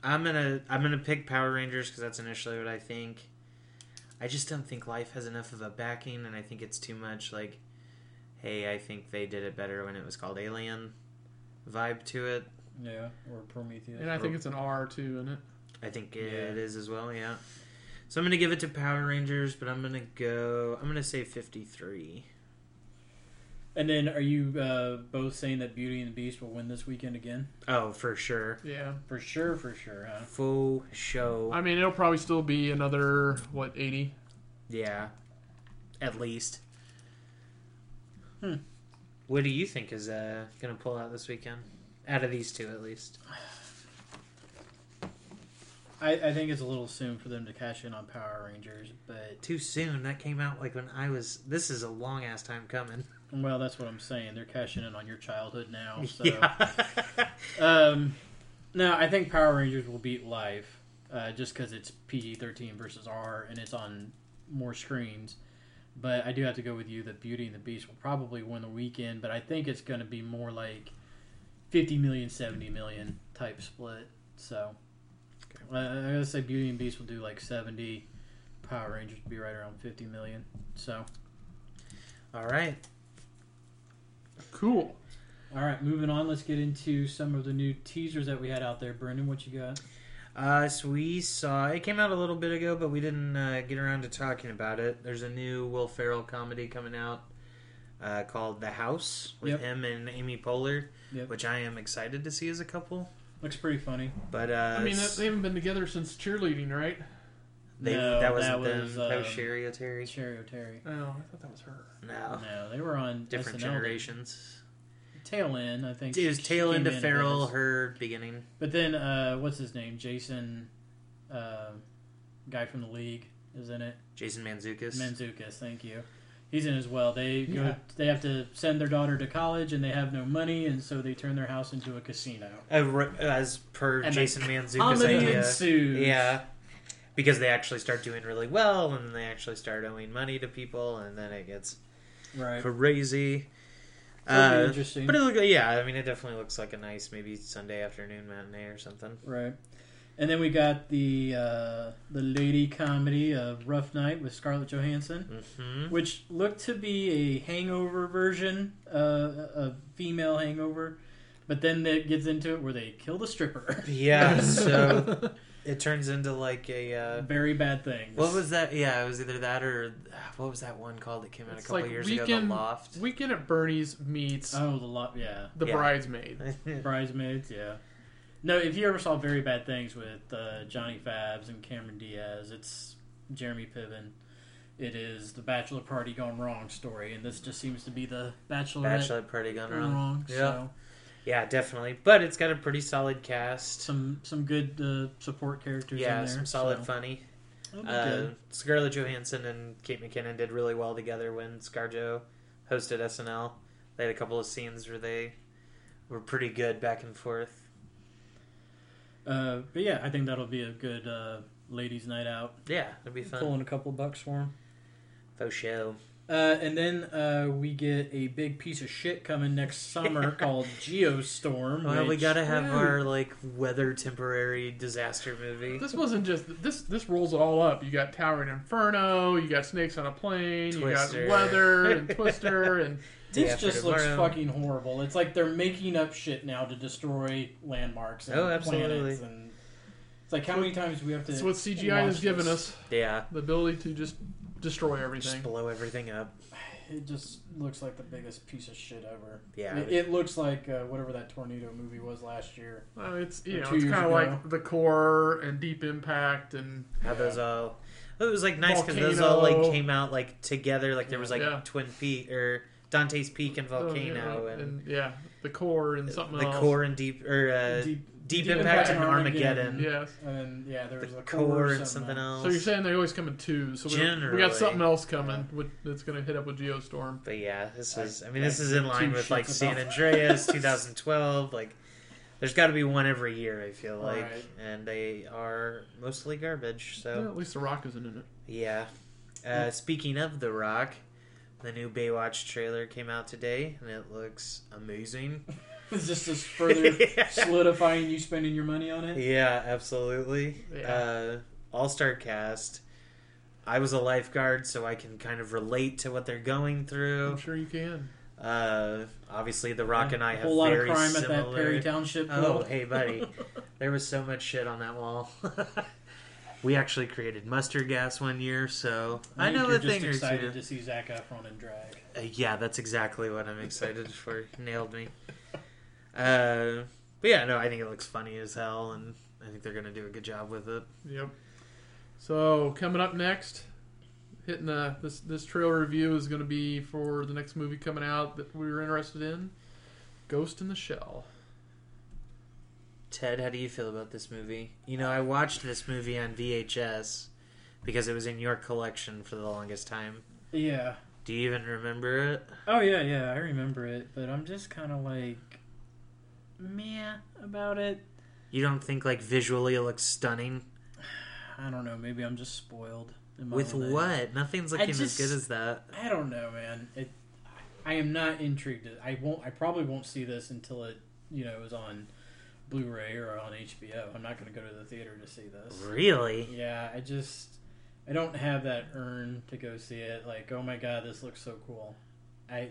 [SPEAKER 3] I'm gonna I'm gonna pick Power Rangers because that's initially what I think. I just don't think Life has enough of a backing, and I think it's too much. Like, hey, I think they did it better when it was called Alien vibe to it.
[SPEAKER 4] Yeah, or Prometheus.
[SPEAKER 2] And I think it's an R too, isn't it?
[SPEAKER 3] I think
[SPEAKER 4] Yeah.
[SPEAKER 3] it is as well. Yeah. So I'm gonna give it to Power Rangers, but I'm gonna go. I'm gonna say 53.
[SPEAKER 4] And then, are you uh, both saying that Beauty and the Beast will win this weekend again?
[SPEAKER 3] Oh, for sure.
[SPEAKER 2] Yeah.
[SPEAKER 4] For sure, for sure, huh?
[SPEAKER 3] Full show.
[SPEAKER 2] I mean, it'll probably still be another what eighty.
[SPEAKER 3] Yeah, at least.
[SPEAKER 4] Hmm.
[SPEAKER 3] What do you think is uh, going to pull out this weekend? Out of these two, at least.
[SPEAKER 4] I, I think it's a little soon for them to cash in on Power Rangers, but
[SPEAKER 3] Too soon. That came out like when I was. This is a long ass time coming.
[SPEAKER 4] well, that's what I'm saying. They're cashing in on your childhood now. So.
[SPEAKER 3] Yeah.
[SPEAKER 4] Um, no, I think Power Rangers will beat Life, uh, just because it's PG-13 versus R, and it's on more screens. But I do have to go with you that Beauty and the Beast will probably win the weekend, but I think it's going to be more like 50 million, 70 million type split. So uh, I'm going to say Beauty and the Beast will do like 70. Power Rangers will be right around 50 million. So,
[SPEAKER 3] All right.
[SPEAKER 2] Cool.
[SPEAKER 4] all right, moving on. Let's get into some of the new teasers that we had out there. Brendan, what you got?
[SPEAKER 3] Uh, so we saw it came out a little bit ago, but we didn't uh, get around to talking about it. There's a new Will Ferrell comedy coming out uh, called The House with
[SPEAKER 4] Yep.
[SPEAKER 3] him and Amy Poehler,
[SPEAKER 4] Yep.
[SPEAKER 3] which I am excited to see as a couple.
[SPEAKER 4] Looks pretty funny.
[SPEAKER 3] But uh,
[SPEAKER 2] I mean, that- they haven't been together since cheerleading, right?
[SPEAKER 3] They,
[SPEAKER 4] No,
[SPEAKER 3] that wasn't
[SPEAKER 4] that
[SPEAKER 3] them.
[SPEAKER 4] was,
[SPEAKER 3] that was
[SPEAKER 4] um,
[SPEAKER 3] Sherry O'Terry.
[SPEAKER 4] Sherry O'Terry.
[SPEAKER 2] Oh, I thought that was her.
[SPEAKER 3] No,
[SPEAKER 4] No, they were on
[SPEAKER 3] different
[SPEAKER 4] SNL.
[SPEAKER 3] generations.
[SPEAKER 4] Tail end, I think.
[SPEAKER 3] It was
[SPEAKER 4] she
[SPEAKER 3] tail
[SPEAKER 4] came
[SPEAKER 3] end
[SPEAKER 4] in
[SPEAKER 3] of
[SPEAKER 4] as-
[SPEAKER 3] Farrell, her beginning.
[SPEAKER 4] But then, uh, what's his name? Jason, uh, guy from the league, is in it.
[SPEAKER 3] Jason Manzukis.
[SPEAKER 4] Menzoukis, thank you. He's in as well. They go,
[SPEAKER 2] Yeah.
[SPEAKER 4] they have to send their daughter to college, and they have no money, and so they turn their house into a casino.
[SPEAKER 3] Uh, re- as per
[SPEAKER 4] And
[SPEAKER 3] Jason Manzuka's
[SPEAKER 4] Comedy
[SPEAKER 3] idea.
[SPEAKER 4] ensues.
[SPEAKER 3] uh, Yeah. Because they actually start doing really well and they actually start owing money to people and then it gets
[SPEAKER 4] right.
[SPEAKER 3] crazy.
[SPEAKER 4] That'd be
[SPEAKER 3] Uh,
[SPEAKER 4] interesting.
[SPEAKER 3] but it look, yeah, I mean, it definitely looks like a nice maybe Sunday afternoon matinee or something.
[SPEAKER 4] Right. And then we got the uh, the lady comedy of Rough Night with Scarlett Johansson,
[SPEAKER 3] hmm
[SPEAKER 4] which looked to be a hangover version, uh, a female hangover, but then that gets into it where they kill the stripper.
[SPEAKER 3] Yeah, so it turns into like a. Uh,
[SPEAKER 4] Very bad things.
[SPEAKER 3] what was that? Yeah, it was either that or ah, what was that one called that came out a
[SPEAKER 2] It's
[SPEAKER 3] couple
[SPEAKER 2] like
[SPEAKER 3] years ago? The
[SPEAKER 2] Weekend-
[SPEAKER 3] Loft.
[SPEAKER 2] Weekend at Bernie's meets
[SPEAKER 4] Oh, the lot. Yeah,
[SPEAKER 2] the
[SPEAKER 3] Uh, yeah.
[SPEAKER 2] bridesmaid.
[SPEAKER 4] bridesmaids. Yeah. No, if you ever saw Very Bad Things with uh, Johnny Fabs and Cameron Diaz, it's Jeremy Piven. It is the bachelor party gone wrong story, and this just seems to be the bachelorette
[SPEAKER 3] Bachelorette party gone
[SPEAKER 4] gone
[SPEAKER 3] wrong.
[SPEAKER 4] wrong.
[SPEAKER 3] Yeah.
[SPEAKER 4] So
[SPEAKER 3] Yeah, definitely. But it's got a pretty solid cast.
[SPEAKER 4] some some good uh, support characters.
[SPEAKER 3] yeah,
[SPEAKER 4] in there,
[SPEAKER 3] some solid
[SPEAKER 4] so
[SPEAKER 3] funny.
[SPEAKER 4] it'll be
[SPEAKER 3] Uh,
[SPEAKER 4] good.
[SPEAKER 3] Scarlett Johansson and Kate McKinnon did really well together when ScarJo hosted SNL. They had a couple of scenes where they were pretty good back and forth.
[SPEAKER 4] Uh, but yeah, I think that'll be a good uh, ladies' night out.
[SPEAKER 3] Yeah, it'd be fun.
[SPEAKER 4] Pulling a couple bucks for them.
[SPEAKER 3] Faux show.
[SPEAKER 4] Uh, and then uh, we get a big piece of shit coming next summer called Geostorm.
[SPEAKER 3] Well, we
[SPEAKER 4] which-
[SPEAKER 3] gotta have
[SPEAKER 2] Yeah.
[SPEAKER 3] our like weather temporary disaster movie.
[SPEAKER 2] This wasn't just this. This rolls it all up. You got Towering Inferno. You got Snakes on a Plane.
[SPEAKER 3] Twister.
[SPEAKER 2] You got Weather and Twister and
[SPEAKER 3] Day
[SPEAKER 4] This
[SPEAKER 3] After
[SPEAKER 4] just looks
[SPEAKER 3] Tomorrow.
[SPEAKER 4] fucking horrible. It's like they're making up shit now to destroy landmarks and
[SPEAKER 3] Oh, absolutely.
[SPEAKER 4] planets. And it's like how many times do we have to.
[SPEAKER 2] that's what CGI has
[SPEAKER 4] watch
[SPEAKER 2] given
[SPEAKER 4] this?
[SPEAKER 2] us
[SPEAKER 3] Yeah,
[SPEAKER 2] the ability to just destroy
[SPEAKER 3] just
[SPEAKER 2] everything.
[SPEAKER 3] blow everything up.
[SPEAKER 4] It just looks like the biggest piece of shit ever.
[SPEAKER 3] Yeah,
[SPEAKER 4] It, it looks like uh, whatever that tornado movie was last year.
[SPEAKER 2] Well, Uh, it's you
[SPEAKER 4] Or
[SPEAKER 2] know
[SPEAKER 4] two
[SPEAKER 2] it's
[SPEAKER 4] years
[SPEAKER 2] kind of
[SPEAKER 4] ago.
[SPEAKER 2] like the core and Deep Impact and
[SPEAKER 3] how those all. It was like nice because those all
[SPEAKER 2] Volcano.
[SPEAKER 3] like came out like together. Like there was like
[SPEAKER 2] Yeah.
[SPEAKER 3] Twin Peak or Dante's Peak and
[SPEAKER 2] oh, yeah,
[SPEAKER 3] Volcano and,
[SPEAKER 2] yeah the core and something
[SPEAKER 3] the
[SPEAKER 2] else.
[SPEAKER 3] core and deep or uh, deep,
[SPEAKER 4] Deep- Deep
[SPEAKER 3] impact,
[SPEAKER 4] Impact
[SPEAKER 3] and
[SPEAKER 4] and
[SPEAKER 3] Armageddon.
[SPEAKER 2] Yes.
[SPEAKER 4] And then, yeah, there was
[SPEAKER 3] The
[SPEAKER 4] a uh,
[SPEAKER 3] core and something else.
[SPEAKER 2] So you're saying they always come in two. So we, we
[SPEAKER 3] Generally.
[SPEAKER 2] got something else coming with, that's going to hit up with Geostorm.
[SPEAKER 3] But yeah, this
[SPEAKER 4] I-
[SPEAKER 3] is. I mean,
[SPEAKER 4] I
[SPEAKER 3] this is in
[SPEAKER 4] give
[SPEAKER 3] line
[SPEAKER 4] two
[SPEAKER 3] with like
[SPEAKER 4] shits
[SPEAKER 3] San
[SPEAKER 4] about-
[SPEAKER 3] Andreas, 2012. Like, there's got to be one every year. I feel like,
[SPEAKER 4] Right.
[SPEAKER 3] and they are mostly garbage.
[SPEAKER 2] Yeah,
[SPEAKER 3] So
[SPEAKER 2] at least The Rock isn't in it.
[SPEAKER 3] yeah. Uh,
[SPEAKER 4] Yeah.
[SPEAKER 3] speaking of The Rock, the new Baywatch trailer came out today, and it looks amazing.
[SPEAKER 4] It's just this further solidifying you spending your money on it.
[SPEAKER 3] Yeah, absolutely.
[SPEAKER 2] Yeah.
[SPEAKER 3] Uh, All star cast. I was a lifeguard, so I can kind of relate to what they're going
[SPEAKER 2] I'm
[SPEAKER 3] through.
[SPEAKER 2] sure you can.
[SPEAKER 3] Uh, obviously, The Rock and I
[SPEAKER 4] a
[SPEAKER 3] have
[SPEAKER 4] whole lot of
[SPEAKER 3] very
[SPEAKER 4] crime
[SPEAKER 3] similar.
[SPEAKER 4] at that Perry Township.
[SPEAKER 3] oh,
[SPEAKER 4] pool.
[SPEAKER 3] hey, buddy, there was so much shit on that wall. we actually created mustard gas one year, so I, know
[SPEAKER 4] you're
[SPEAKER 3] a thing
[SPEAKER 4] just
[SPEAKER 3] or
[SPEAKER 4] excited
[SPEAKER 3] two.
[SPEAKER 4] to see Zac Efron and drag.
[SPEAKER 3] Uh, yeah, that's exactly what I'm excited for. Nailed me. Uh, but yeah, no, I think it looks funny as hell, and I think they're gonna do a good job with it.
[SPEAKER 2] Yep. So coming up next, hitting the this this trailer review is going to be for the next movie coming out that we were interested in, Ghost in the Shell.
[SPEAKER 3] Ted, how do you feel about this movie? You know, I watched this movie on VHS because it was in your collection for the longest time.
[SPEAKER 4] Yeah.
[SPEAKER 3] Do you even remember it?
[SPEAKER 4] Oh yeah, yeah, I remember it, but I'm just kind of like meh about it.
[SPEAKER 3] You don't think like visually it looks stunning?
[SPEAKER 4] I don't know. Maybe I'm just spoiled. In my
[SPEAKER 3] With
[SPEAKER 4] old age.
[SPEAKER 3] what? Nothing's looking as
[SPEAKER 4] just-
[SPEAKER 3] good as that.
[SPEAKER 4] I don't know, man. It, I am not intrigued. I won't. I probably won't see this until it, you know, is on Blu-ray or on HBO. I'm not going to go to the theater to see this.
[SPEAKER 3] Really?
[SPEAKER 4] Yeah, I just, I don't have that urn to go see it. Like, oh my god, this looks so cool. I,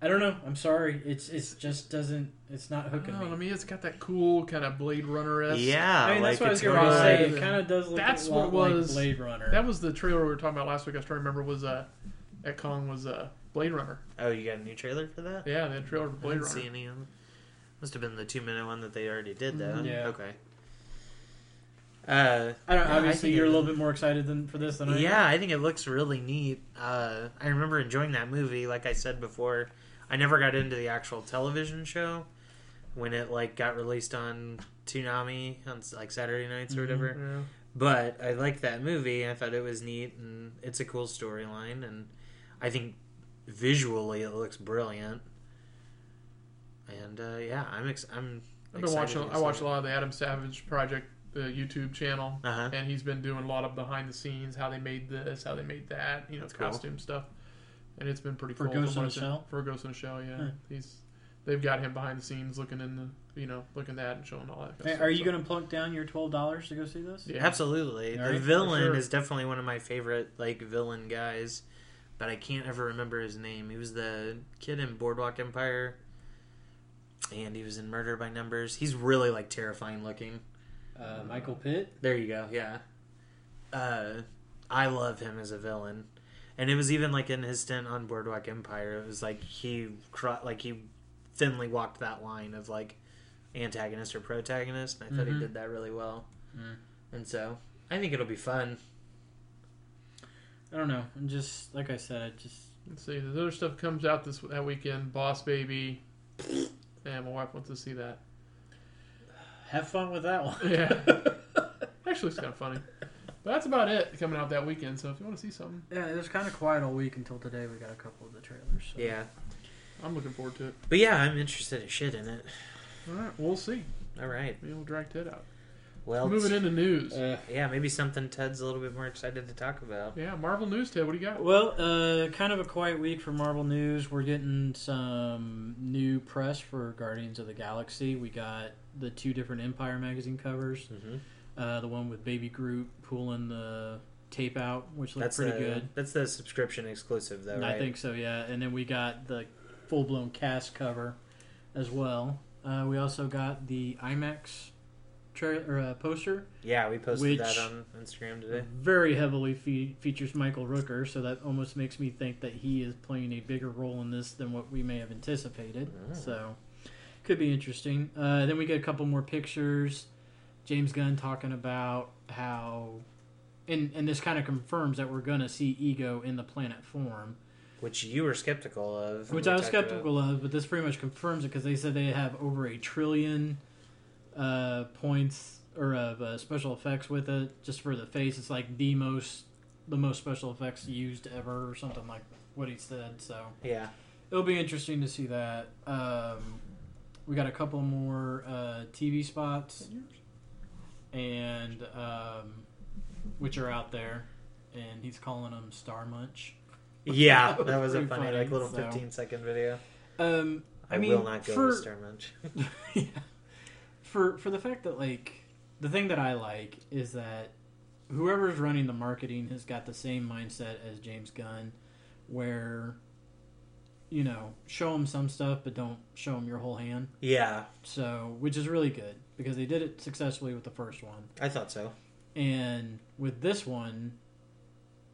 [SPEAKER 4] I don't know. I'm sorry. It's it's just doesn't. It's not
[SPEAKER 2] I, don't
[SPEAKER 4] hooking
[SPEAKER 2] know, I
[SPEAKER 4] me.
[SPEAKER 2] mean, it's got that cool kind of Blade Runner esque.
[SPEAKER 3] Yeah.
[SPEAKER 4] I mean, that's
[SPEAKER 3] like,
[SPEAKER 4] what I was
[SPEAKER 3] it's
[SPEAKER 4] going
[SPEAKER 2] gonna
[SPEAKER 4] to
[SPEAKER 3] almost
[SPEAKER 4] say.
[SPEAKER 2] like-
[SPEAKER 4] It kind of does look
[SPEAKER 2] That's
[SPEAKER 4] a
[SPEAKER 2] what
[SPEAKER 4] lot like
[SPEAKER 2] was-
[SPEAKER 4] Blade Runner.
[SPEAKER 2] That was the trailer we were talking about last week. I still remember was uh, at Kong was uh, Blade Runner.
[SPEAKER 3] like- Oh, you got a new trailer for that?
[SPEAKER 2] Yeah, that trailer for
[SPEAKER 3] I
[SPEAKER 2] Blade
[SPEAKER 3] didn't
[SPEAKER 2] Runner.
[SPEAKER 3] see any of them. Must have been the two minute one that they already did, though.
[SPEAKER 4] Mhm. Yeah.
[SPEAKER 3] Okay. Uh,
[SPEAKER 4] I don't.
[SPEAKER 3] Yeah, I
[SPEAKER 4] obviously,
[SPEAKER 3] think
[SPEAKER 4] you're
[SPEAKER 3] it
[SPEAKER 4] a
[SPEAKER 3] is.
[SPEAKER 4] little bit more excited than for this than I. am.
[SPEAKER 3] Yeah, I think it looks really neat. Uh, I remember enjoying that movie. Like I said before, I never got into the actual television show when it like got released on Toonami on like Saturday nights
[SPEAKER 4] Mm-hmm.
[SPEAKER 3] or whatever.
[SPEAKER 2] Yeah.
[SPEAKER 3] But I liked that movie. I thought it was neat, and it's a cool storyline. And I think visually it looks brilliant. And uh, yeah, I'm ex- I'm.
[SPEAKER 2] I've been watching. I watch a lot of the Adam Savage Project, the YouTube channel,
[SPEAKER 3] Uh huh.
[SPEAKER 2] and he's been doing a lot of behind the scenes, how they made this, how they made that, you know,
[SPEAKER 3] That's cool.
[SPEAKER 2] costume stuff. And it's been pretty
[SPEAKER 4] For
[SPEAKER 2] cool.
[SPEAKER 4] Ghost
[SPEAKER 2] from
[SPEAKER 4] in
[SPEAKER 2] what
[SPEAKER 4] the
[SPEAKER 2] I've seen-
[SPEAKER 4] Shell?
[SPEAKER 2] For Ghost in the Shell, yeah.
[SPEAKER 4] Huh.
[SPEAKER 2] He's they've got him behind the scenes looking in the you know, looking at that and showing all that kind of
[SPEAKER 4] Hey,
[SPEAKER 2] stuff.
[SPEAKER 4] are you
[SPEAKER 2] so-
[SPEAKER 4] going to plunk down your twelve dollars to go see this?
[SPEAKER 2] yeah.
[SPEAKER 3] Absolutely,
[SPEAKER 4] Alright,
[SPEAKER 3] the
[SPEAKER 4] for
[SPEAKER 3] villain
[SPEAKER 2] sure.
[SPEAKER 3] is definitely one of my favorite like villain guys, but I can't ever remember his name. He was the kid in Boardwalk Empire, and he was in Murder by Numbers. He's really like terrifying looking.
[SPEAKER 4] Uh, Michael Pitt.
[SPEAKER 3] There you go. Yeah. Uh, I love him as a villain, and it was even like in his stint on Boardwalk Empire. It was like he cro- like he thinly walked that line of like antagonist or protagonist, and I thought
[SPEAKER 4] Mhm.
[SPEAKER 3] he did that really well.
[SPEAKER 4] Mm.
[SPEAKER 3] And so I think it'll be fun.
[SPEAKER 4] I don't know. I'm just like I said. I just
[SPEAKER 2] Let's see. The other stuff comes out this that weekend. Boss Baby. Yeah, my wife wants to see that.
[SPEAKER 4] have fun with that one.
[SPEAKER 2] Yeah. Actually, it's kind of funny. But that's about it coming out that weekend. So if you want to see something,
[SPEAKER 4] yeah, it was kind of quiet all week until today. We got a couple of the trailers. So.
[SPEAKER 3] Yeah.
[SPEAKER 2] I'm looking forward to it.
[SPEAKER 3] But yeah, I'm interested as shit in it.
[SPEAKER 2] All right, we'll see.
[SPEAKER 3] All right.
[SPEAKER 2] Maybe we'll drag Ted out.
[SPEAKER 3] Well,
[SPEAKER 2] Moving into news.
[SPEAKER 4] Uh,
[SPEAKER 3] yeah, maybe something Ted's a little bit more excited to talk about.
[SPEAKER 2] yeah, Marvel news, Ted. What do you got?
[SPEAKER 4] well, uh, kind of a quiet week for Marvel news. We're getting some new press for Guardians of the Galaxy. We got the two different Empire magazine covers.
[SPEAKER 3] Mm-hmm.
[SPEAKER 4] Uh, the one with Baby Groot pulling the tape out, which looked
[SPEAKER 3] That's
[SPEAKER 4] pretty
[SPEAKER 3] the,
[SPEAKER 4] good.
[SPEAKER 3] That's the subscription exclusive, though, right?
[SPEAKER 4] I think so, yeah. And then we got the full blown cast cover as well. Uh, we also got the IMAX trailer uh, poster,
[SPEAKER 3] Yeah, we posted
[SPEAKER 4] Which-
[SPEAKER 3] that on Instagram today.
[SPEAKER 4] very heavily fe- features Michael Rooker, so that almost makes me think that he is playing a bigger role in this than what we may have anticipated.
[SPEAKER 3] Oh.
[SPEAKER 4] So, could be interesting. Uh, then we get a couple more pictures. James Gunn talking about how, and and this kind of confirms that we're gonna see Ego in the planet form.
[SPEAKER 3] Which you were skeptical of.
[SPEAKER 4] which
[SPEAKER 3] We
[SPEAKER 4] I was
[SPEAKER 3] talked about-
[SPEAKER 4] skeptical of, but this pretty much confirms it because they said they have over a trillion uh, points or of uh, special effects with it just for the face. It's like the most the most special effects used ever, or something like what he said. So
[SPEAKER 3] Yeah.
[SPEAKER 4] it'll be interesting to see that. Um, we got a couple more uh, TV spots and um, which are out there, and he's calling them Star Munch.
[SPEAKER 3] Yeah,
[SPEAKER 4] That was
[SPEAKER 3] that was a
[SPEAKER 4] pretty
[SPEAKER 3] funny,
[SPEAKER 4] funny,
[SPEAKER 3] like, little
[SPEAKER 4] so.
[SPEAKER 3] 15 second video.
[SPEAKER 4] Um, I,
[SPEAKER 3] I,
[SPEAKER 4] mean,
[SPEAKER 3] will not go
[SPEAKER 4] for,
[SPEAKER 3] with Star Munch.
[SPEAKER 4] yeah. For for the fact that like the thing that I like is that whoever's running the marketing has got the same mindset as James Gunn where you know, show them some stuff but don't show them your whole hand.
[SPEAKER 3] yeah,
[SPEAKER 4] So, which is really good because they did it successfully with the first one.
[SPEAKER 3] I thought so.
[SPEAKER 4] And with this one,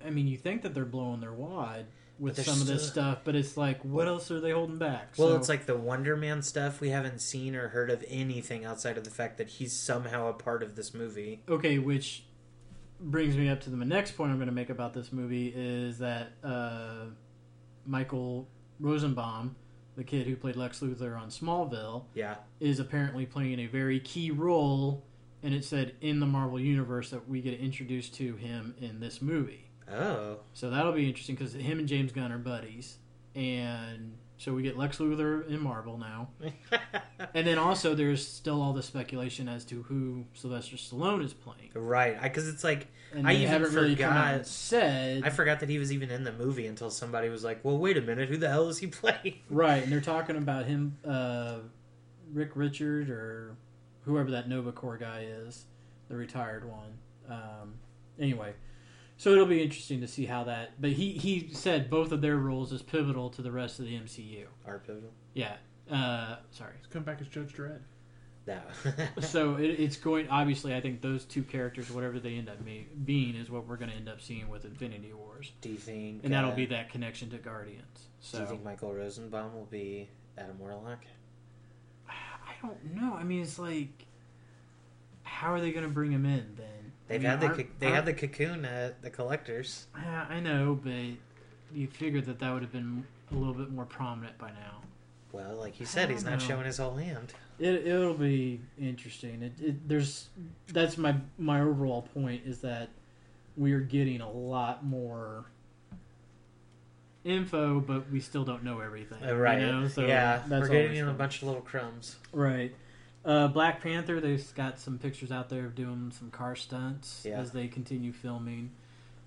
[SPEAKER 4] I mean, you think that they're blowing their wad with
[SPEAKER 3] But they're
[SPEAKER 4] some of this
[SPEAKER 3] still-
[SPEAKER 4] stuff, but it's like what else are they holding back?
[SPEAKER 3] Well,
[SPEAKER 4] So-
[SPEAKER 3] it's like the Wonder Man stuff. We haven't seen or heard of anything outside of the fact that he's somehow a part of this movie.
[SPEAKER 4] okay, which brings me up to the next point I'm going to make about this movie is that uh, Michael Rosenbaum, the kid who played Lex Luthor on Smallville,
[SPEAKER 3] Yeah.
[SPEAKER 4] is apparently playing a very key role, and it said in the Marvel universe that we get introduced to him in this movie.
[SPEAKER 3] Oh.
[SPEAKER 4] So that'll be interesting because him and James Gunn are buddies, and so we get Lex Luthor in Marvel now. And then also, there's still all the speculation as to who Sylvester Stallone is playing.
[SPEAKER 3] right. Because it's like,
[SPEAKER 4] And
[SPEAKER 3] I
[SPEAKER 4] they
[SPEAKER 3] even
[SPEAKER 4] haven't really come out and
[SPEAKER 3] forgot-
[SPEAKER 4] said
[SPEAKER 3] I forgot that he was even in the movie until somebody was like, well, wait a minute, who the hell is he playing?
[SPEAKER 4] right, and they're talking about him, uh, Rick Richard or whoever that Nova Corps guy is, the retired one. Um, anyway, so it'll be interesting to see how that. But he he said both of their roles is pivotal to the rest of the MCU.
[SPEAKER 3] Art Pivotal.
[SPEAKER 4] Yeah, uh, sorry.
[SPEAKER 2] He's come back as Judge Dredd.
[SPEAKER 3] That.
[SPEAKER 4] So it, it's going. Obviously, I think those two characters, whatever they end up ma- being, is what we're going to end up seeing with Infinity Wars,
[SPEAKER 3] do you think.
[SPEAKER 4] and that'll
[SPEAKER 3] uh,
[SPEAKER 4] be that connection to Guardians. So.
[SPEAKER 3] Do you think Michael Rosenbaum will be Adam Warlock?
[SPEAKER 4] I don't know. I mean, it's like, how are they going to bring him in then?
[SPEAKER 3] They've
[SPEAKER 4] I mean,
[SPEAKER 3] had the
[SPEAKER 4] aren't-
[SPEAKER 3] co- they had the cocoon at the collectors.
[SPEAKER 4] aren't- Yeah, I know, but you figured that that would have been a little bit more prominent by now.
[SPEAKER 3] Well, like he
[SPEAKER 4] I
[SPEAKER 3] said, he's
[SPEAKER 4] don't
[SPEAKER 3] not
[SPEAKER 4] know.
[SPEAKER 3] showing his whole hand.
[SPEAKER 4] It it'll be interesting. It, it there's that's my my overall point is that we are getting a lot more info, but we still don't know everything.
[SPEAKER 3] Uh, right.
[SPEAKER 4] You know? So
[SPEAKER 3] yeah,
[SPEAKER 4] that's
[SPEAKER 3] we're getting
[SPEAKER 4] always
[SPEAKER 3] in a
[SPEAKER 4] fun.
[SPEAKER 3] bunch of little crumbs.
[SPEAKER 4] Right. Uh, Black Panther, they've got some pictures out there of doing some car stunts
[SPEAKER 3] Yeah.
[SPEAKER 4] as they continue filming.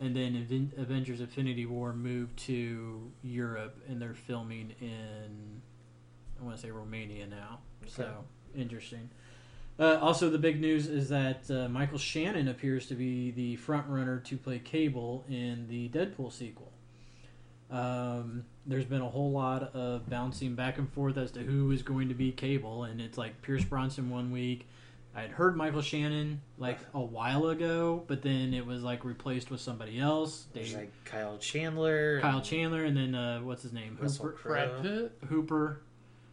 [SPEAKER 4] And then Aven- Avengers Infinity War moved to Europe and they're filming in, I want to say Romania now. So interesting. Uh, also, the big news is that uh, Michael Shannon appears to be the front runner to play Cable in the Deadpool sequel. Um, there's been a whole lot of bouncing back and forth as to who is going to be Cable, and it's like Pierce Bronson one week. I had heard Michael Shannon like a while ago, but then it was like replaced with somebody else. They,
[SPEAKER 3] There's like Kyle Chandler,
[SPEAKER 4] Kyle
[SPEAKER 3] and
[SPEAKER 4] Chandler, and then uh, what's his name?
[SPEAKER 3] Russell
[SPEAKER 4] Hooper.
[SPEAKER 2] Brad
[SPEAKER 3] Crowe.
[SPEAKER 2] Pitt.
[SPEAKER 4] Hooper.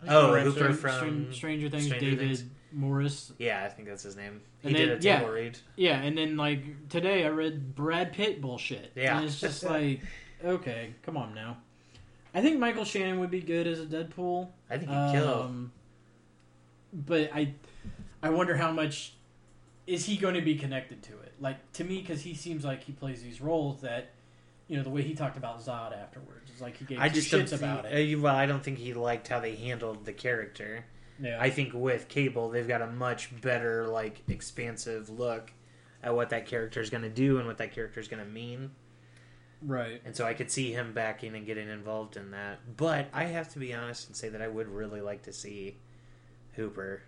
[SPEAKER 3] Oh,
[SPEAKER 4] Str-
[SPEAKER 3] Hooper
[SPEAKER 4] Str-
[SPEAKER 3] from
[SPEAKER 4] Stranger Things.
[SPEAKER 3] Stranger
[SPEAKER 4] David
[SPEAKER 3] Things.
[SPEAKER 4] Morris
[SPEAKER 3] Yeah, I think that's his name. He
[SPEAKER 4] And
[SPEAKER 3] did
[SPEAKER 4] then-
[SPEAKER 3] a table
[SPEAKER 4] yeah.
[SPEAKER 3] read.
[SPEAKER 4] Yeah, and then like today I read Brad Pitt bullshit.
[SPEAKER 3] Yeah.
[SPEAKER 4] And it's just like, okay, come on now. I think Michael Shannon would be good as a Deadpool.
[SPEAKER 3] I think he killed.
[SPEAKER 4] Um, but I I wonder how much is he going to be connected to it? Like to me cuz he seems like he plays these roles that you know the way he talked about Zod afterwards. It's like he gave
[SPEAKER 3] I
[SPEAKER 4] two
[SPEAKER 3] just don't
[SPEAKER 4] shits
[SPEAKER 3] think,
[SPEAKER 4] about
[SPEAKER 3] uh,
[SPEAKER 4] it.
[SPEAKER 3] you- well, I don't think he liked how they handled the character.
[SPEAKER 4] Yeah.
[SPEAKER 3] I think with Cable, they've got a much better, like, expansive look at what that character is going to do and what that character is going to mean.
[SPEAKER 4] right.
[SPEAKER 3] And so I could see him backing and getting involved in that. But I have to be honest and say that I would really like to see Hooper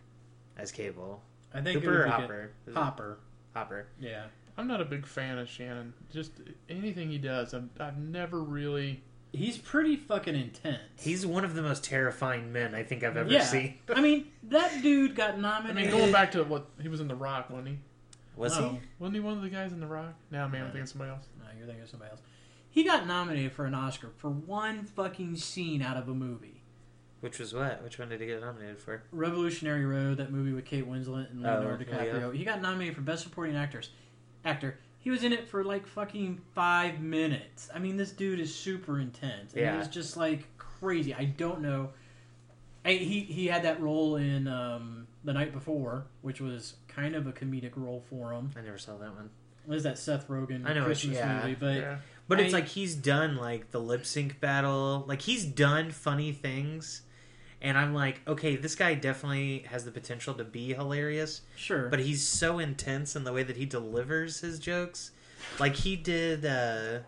[SPEAKER 3] as Cable.
[SPEAKER 4] I think it
[SPEAKER 3] Hooper or
[SPEAKER 4] would be good.
[SPEAKER 3] Hopper? Is it
[SPEAKER 4] Hopper.
[SPEAKER 3] Hopper.
[SPEAKER 4] Yeah.
[SPEAKER 2] I'm not a big fan of Shannon. Just anything he does, I'm, I've never really.
[SPEAKER 4] He's pretty fucking intense.
[SPEAKER 3] He's one of the most terrifying men I think I've ever
[SPEAKER 4] Yeah.
[SPEAKER 3] seen.
[SPEAKER 4] I mean, that dude got
[SPEAKER 2] I
[SPEAKER 4] nominated. Oh,
[SPEAKER 2] mean, going back to what he was in The Rock, wasn't he?
[SPEAKER 3] Was
[SPEAKER 4] No.
[SPEAKER 3] he?
[SPEAKER 2] Wasn't he one of the guys in The Rock? Now, man, I'm thinking somebody else.
[SPEAKER 4] No, you're thinking of somebody else. He got nominated for an Oscar for one fucking scene out of a movie.
[SPEAKER 3] Which was what? Which one did he get nominated for?
[SPEAKER 4] Revolutionary Road, that movie with Kate Winslet and
[SPEAKER 3] Oh, yeah.
[SPEAKER 4] Leonardo DiCaprio. He got nominated for Best Supporting Actors. Actor. He was in it for like fucking five minutes. I mean, this dude is super intense. And
[SPEAKER 3] Yeah.
[SPEAKER 4] He's just like crazy. I don't know. I, he he had that role in um, the night before, which was kind of a comedic role for him.
[SPEAKER 3] I never saw that one.
[SPEAKER 4] What is that Seth Rogen
[SPEAKER 3] I know, it's-
[SPEAKER 4] Christmas
[SPEAKER 3] yeah.
[SPEAKER 4] movie? But
[SPEAKER 2] yeah.
[SPEAKER 3] But it's
[SPEAKER 4] I-
[SPEAKER 3] like he's done like the lip sync battle. Like he's done funny things. And I'm like, okay, this guy definitely has the potential to be hilarious.
[SPEAKER 4] sure,
[SPEAKER 3] but he's so intense in the way that he delivers his jokes. Like he did, uh,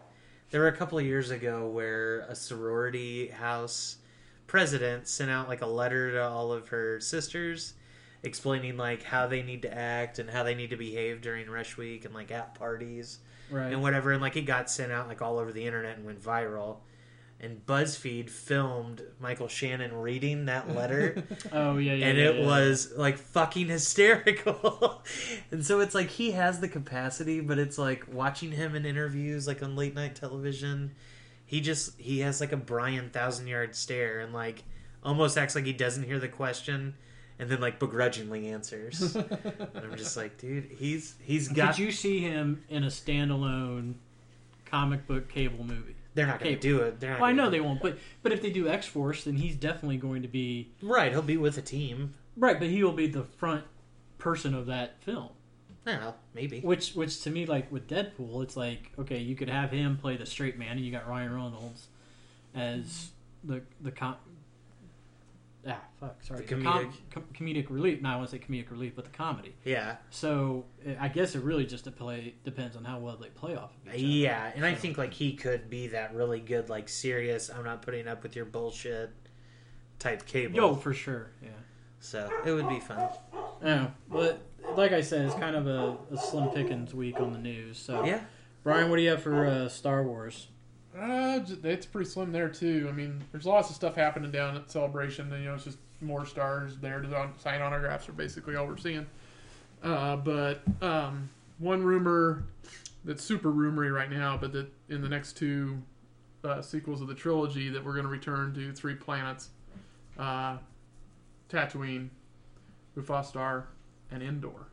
[SPEAKER 3] there were a couple of years ago where a sorority house president sent out like a letter to all of her sisters explaining like how they need to act and how they need to behave during rush week and like at parties
[SPEAKER 4] right?
[SPEAKER 3] and whatever and like it got sent out like all over the internet and went viral and buzzfeed filmed michael shannon reading that letter
[SPEAKER 4] Oh yeah, yeah.
[SPEAKER 3] and
[SPEAKER 4] yeah,
[SPEAKER 3] it
[SPEAKER 4] yeah.
[SPEAKER 3] was like fucking hysterical. and so it's like he has the capacity, but it's like watching him in interviews, like on late night television, he just he has like a Brian thousand yard stare and like almost acts like he doesn't hear the question. And then, like begrudgingly answers, and I'm just like, dude, he's he's got.
[SPEAKER 4] Could you see him in a standalone comic book cable movie?
[SPEAKER 3] they're not gonna
[SPEAKER 4] Cable.
[SPEAKER 3] do it. They're not
[SPEAKER 4] Well, I
[SPEAKER 3] gonna-
[SPEAKER 4] know they won't, but but if they do X Force, then he's definitely going to be
[SPEAKER 3] Right, he'll be with a team.
[SPEAKER 4] right. But he will be the front person of that film,
[SPEAKER 3] No, maybe.
[SPEAKER 4] which which to me, like with Deadpool, it's like okay, you could have him play the straight man, and you got Ryan Reynolds as the the com- ah fuck sorry
[SPEAKER 3] The
[SPEAKER 4] com- com- comedic relief. No, I want to say comedic relief, but the comedy.
[SPEAKER 3] Yeah,
[SPEAKER 4] So I guess it really just play depends on how well they play off of each other.
[SPEAKER 3] Yeah, and I
[SPEAKER 4] So-
[SPEAKER 3] think like he could be that really good, like serious. I'm not putting up with your bullshit type cable.
[SPEAKER 4] Yo, for sure. Yeah.
[SPEAKER 3] so it would be fun.
[SPEAKER 4] Oh, but like I said, it's kind of a, a slim pickings week on the news. So
[SPEAKER 3] Yeah,
[SPEAKER 4] Brian, what do you have for uh, Star Wars?
[SPEAKER 2] Uh, j- it's pretty slim there too. I mean, there's lots of stuff happening down at Celebration. You know, it's just more stars there to don- sign autographs are basically all we're seeing. Uh, but um, one rumor that's super rumory right now, but that in the next two uh, sequels of the trilogy that we're going to return to three planets, uh, Tatooine, Mufastar, and Endor.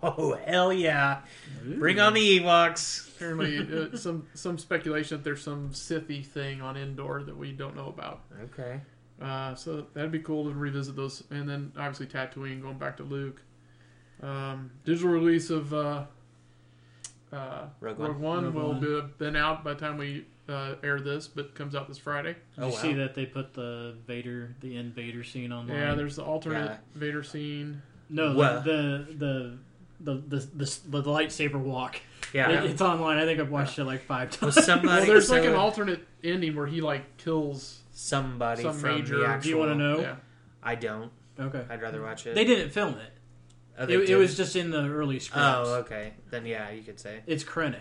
[SPEAKER 3] Oh hell yeah! Bring on the Ewoks.
[SPEAKER 2] Apparently, uh, some some speculation that there's some Sithy thing on Endor that we don't know about.
[SPEAKER 3] Okay.
[SPEAKER 2] Uh, so that'd be cool to revisit those, and then obviously Tatooine, going back to Luke. Um, digital release of uh, uh,
[SPEAKER 3] Rogue
[SPEAKER 2] Rogue,
[SPEAKER 3] One.
[SPEAKER 2] One
[SPEAKER 4] Rogue
[SPEAKER 2] will
[SPEAKER 4] One.
[SPEAKER 2] be been out by the time we uh, air this, but comes out this Friday.
[SPEAKER 5] Did
[SPEAKER 3] Oh,
[SPEAKER 5] you see
[SPEAKER 3] wow.
[SPEAKER 5] that they put the Vader, the end Vader scene online?
[SPEAKER 2] Yeah, there's the alternate
[SPEAKER 3] Yeah.
[SPEAKER 2] Vader scene.
[SPEAKER 5] no,
[SPEAKER 3] Well-
[SPEAKER 5] the, the, the, the, the, the, the lightsaber walk.
[SPEAKER 3] Yeah.
[SPEAKER 5] It- it's online. I think I've watched it like five times.
[SPEAKER 3] Was somebody
[SPEAKER 2] Well, there's
[SPEAKER 3] so
[SPEAKER 2] like an alternate ending where he like kills.
[SPEAKER 3] somebody
[SPEAKER 2] some
[SPEAKER 3] from
[SPEAKER 2] major-
[SPEAKER 3] the
[SPEAKER 2] Do
[SPEAKER 3] actual?
[SPEAKER 5] Do you want to know?
[SPEAKER 2] Yeah,
[SPEAKER 3] I don't.
[SPEAKER 5] Okay.
[SPEAKER 3] I'd rather watch it.
[SPEAKER 5] They didn't film it.
[SPEAKER 3] Oh, they
[SPEAKER 5] It, it
[SPEAKER 3] did?
[SPEAKER 5] was just in the early scripts.
[SPEAKER 3] Oh, okay. Then yeah, you could say.
[SPEAKER 5] It's Krennic.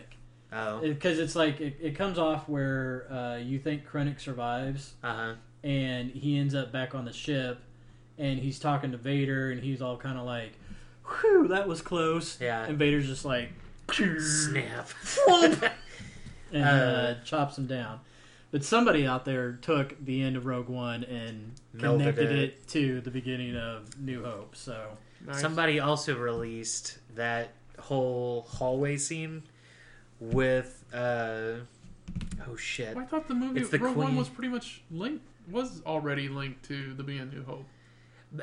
[SPEAKER 3] Oh.
[SPEAKER 5] Because it's like, it, it comes off where uh, you think Krennic survives
[SPEAKER 3] Uh huh.
[SPEAKER 5] and he ends up back on the ship and he's talking to Vader and he's all kind of like, whew, that was close.
[SPEAKER 3] Yeah.
[SPEAKER 5] And Vader's just like,
[SPEAKER 3] Snap.
[SPEAKER 5] and
[SPEAKER 3] Uh,
[SPEAKER 5] uh, chops him down. But somebody out there took the end of Rogue One and
[SPEAKER 3] Melded
[SPEAKER 5] connected
[SPEAKER 3] it.
[SPEAKER 5] it. to the beginning of New Hope. So
[SPEAKER 2] nice.
[SPEAKER 3] Somebody also released that whole hallway scene with uh oh shit.
[SPEAKER 2] I thought the movie
[SPEAKER 3] It's the
[SPEAKER 2] Rogue One
[SPEAKER 3] Queen.
[SPEAKER 2] was pretty much linked. Was already linked to the being New Hope.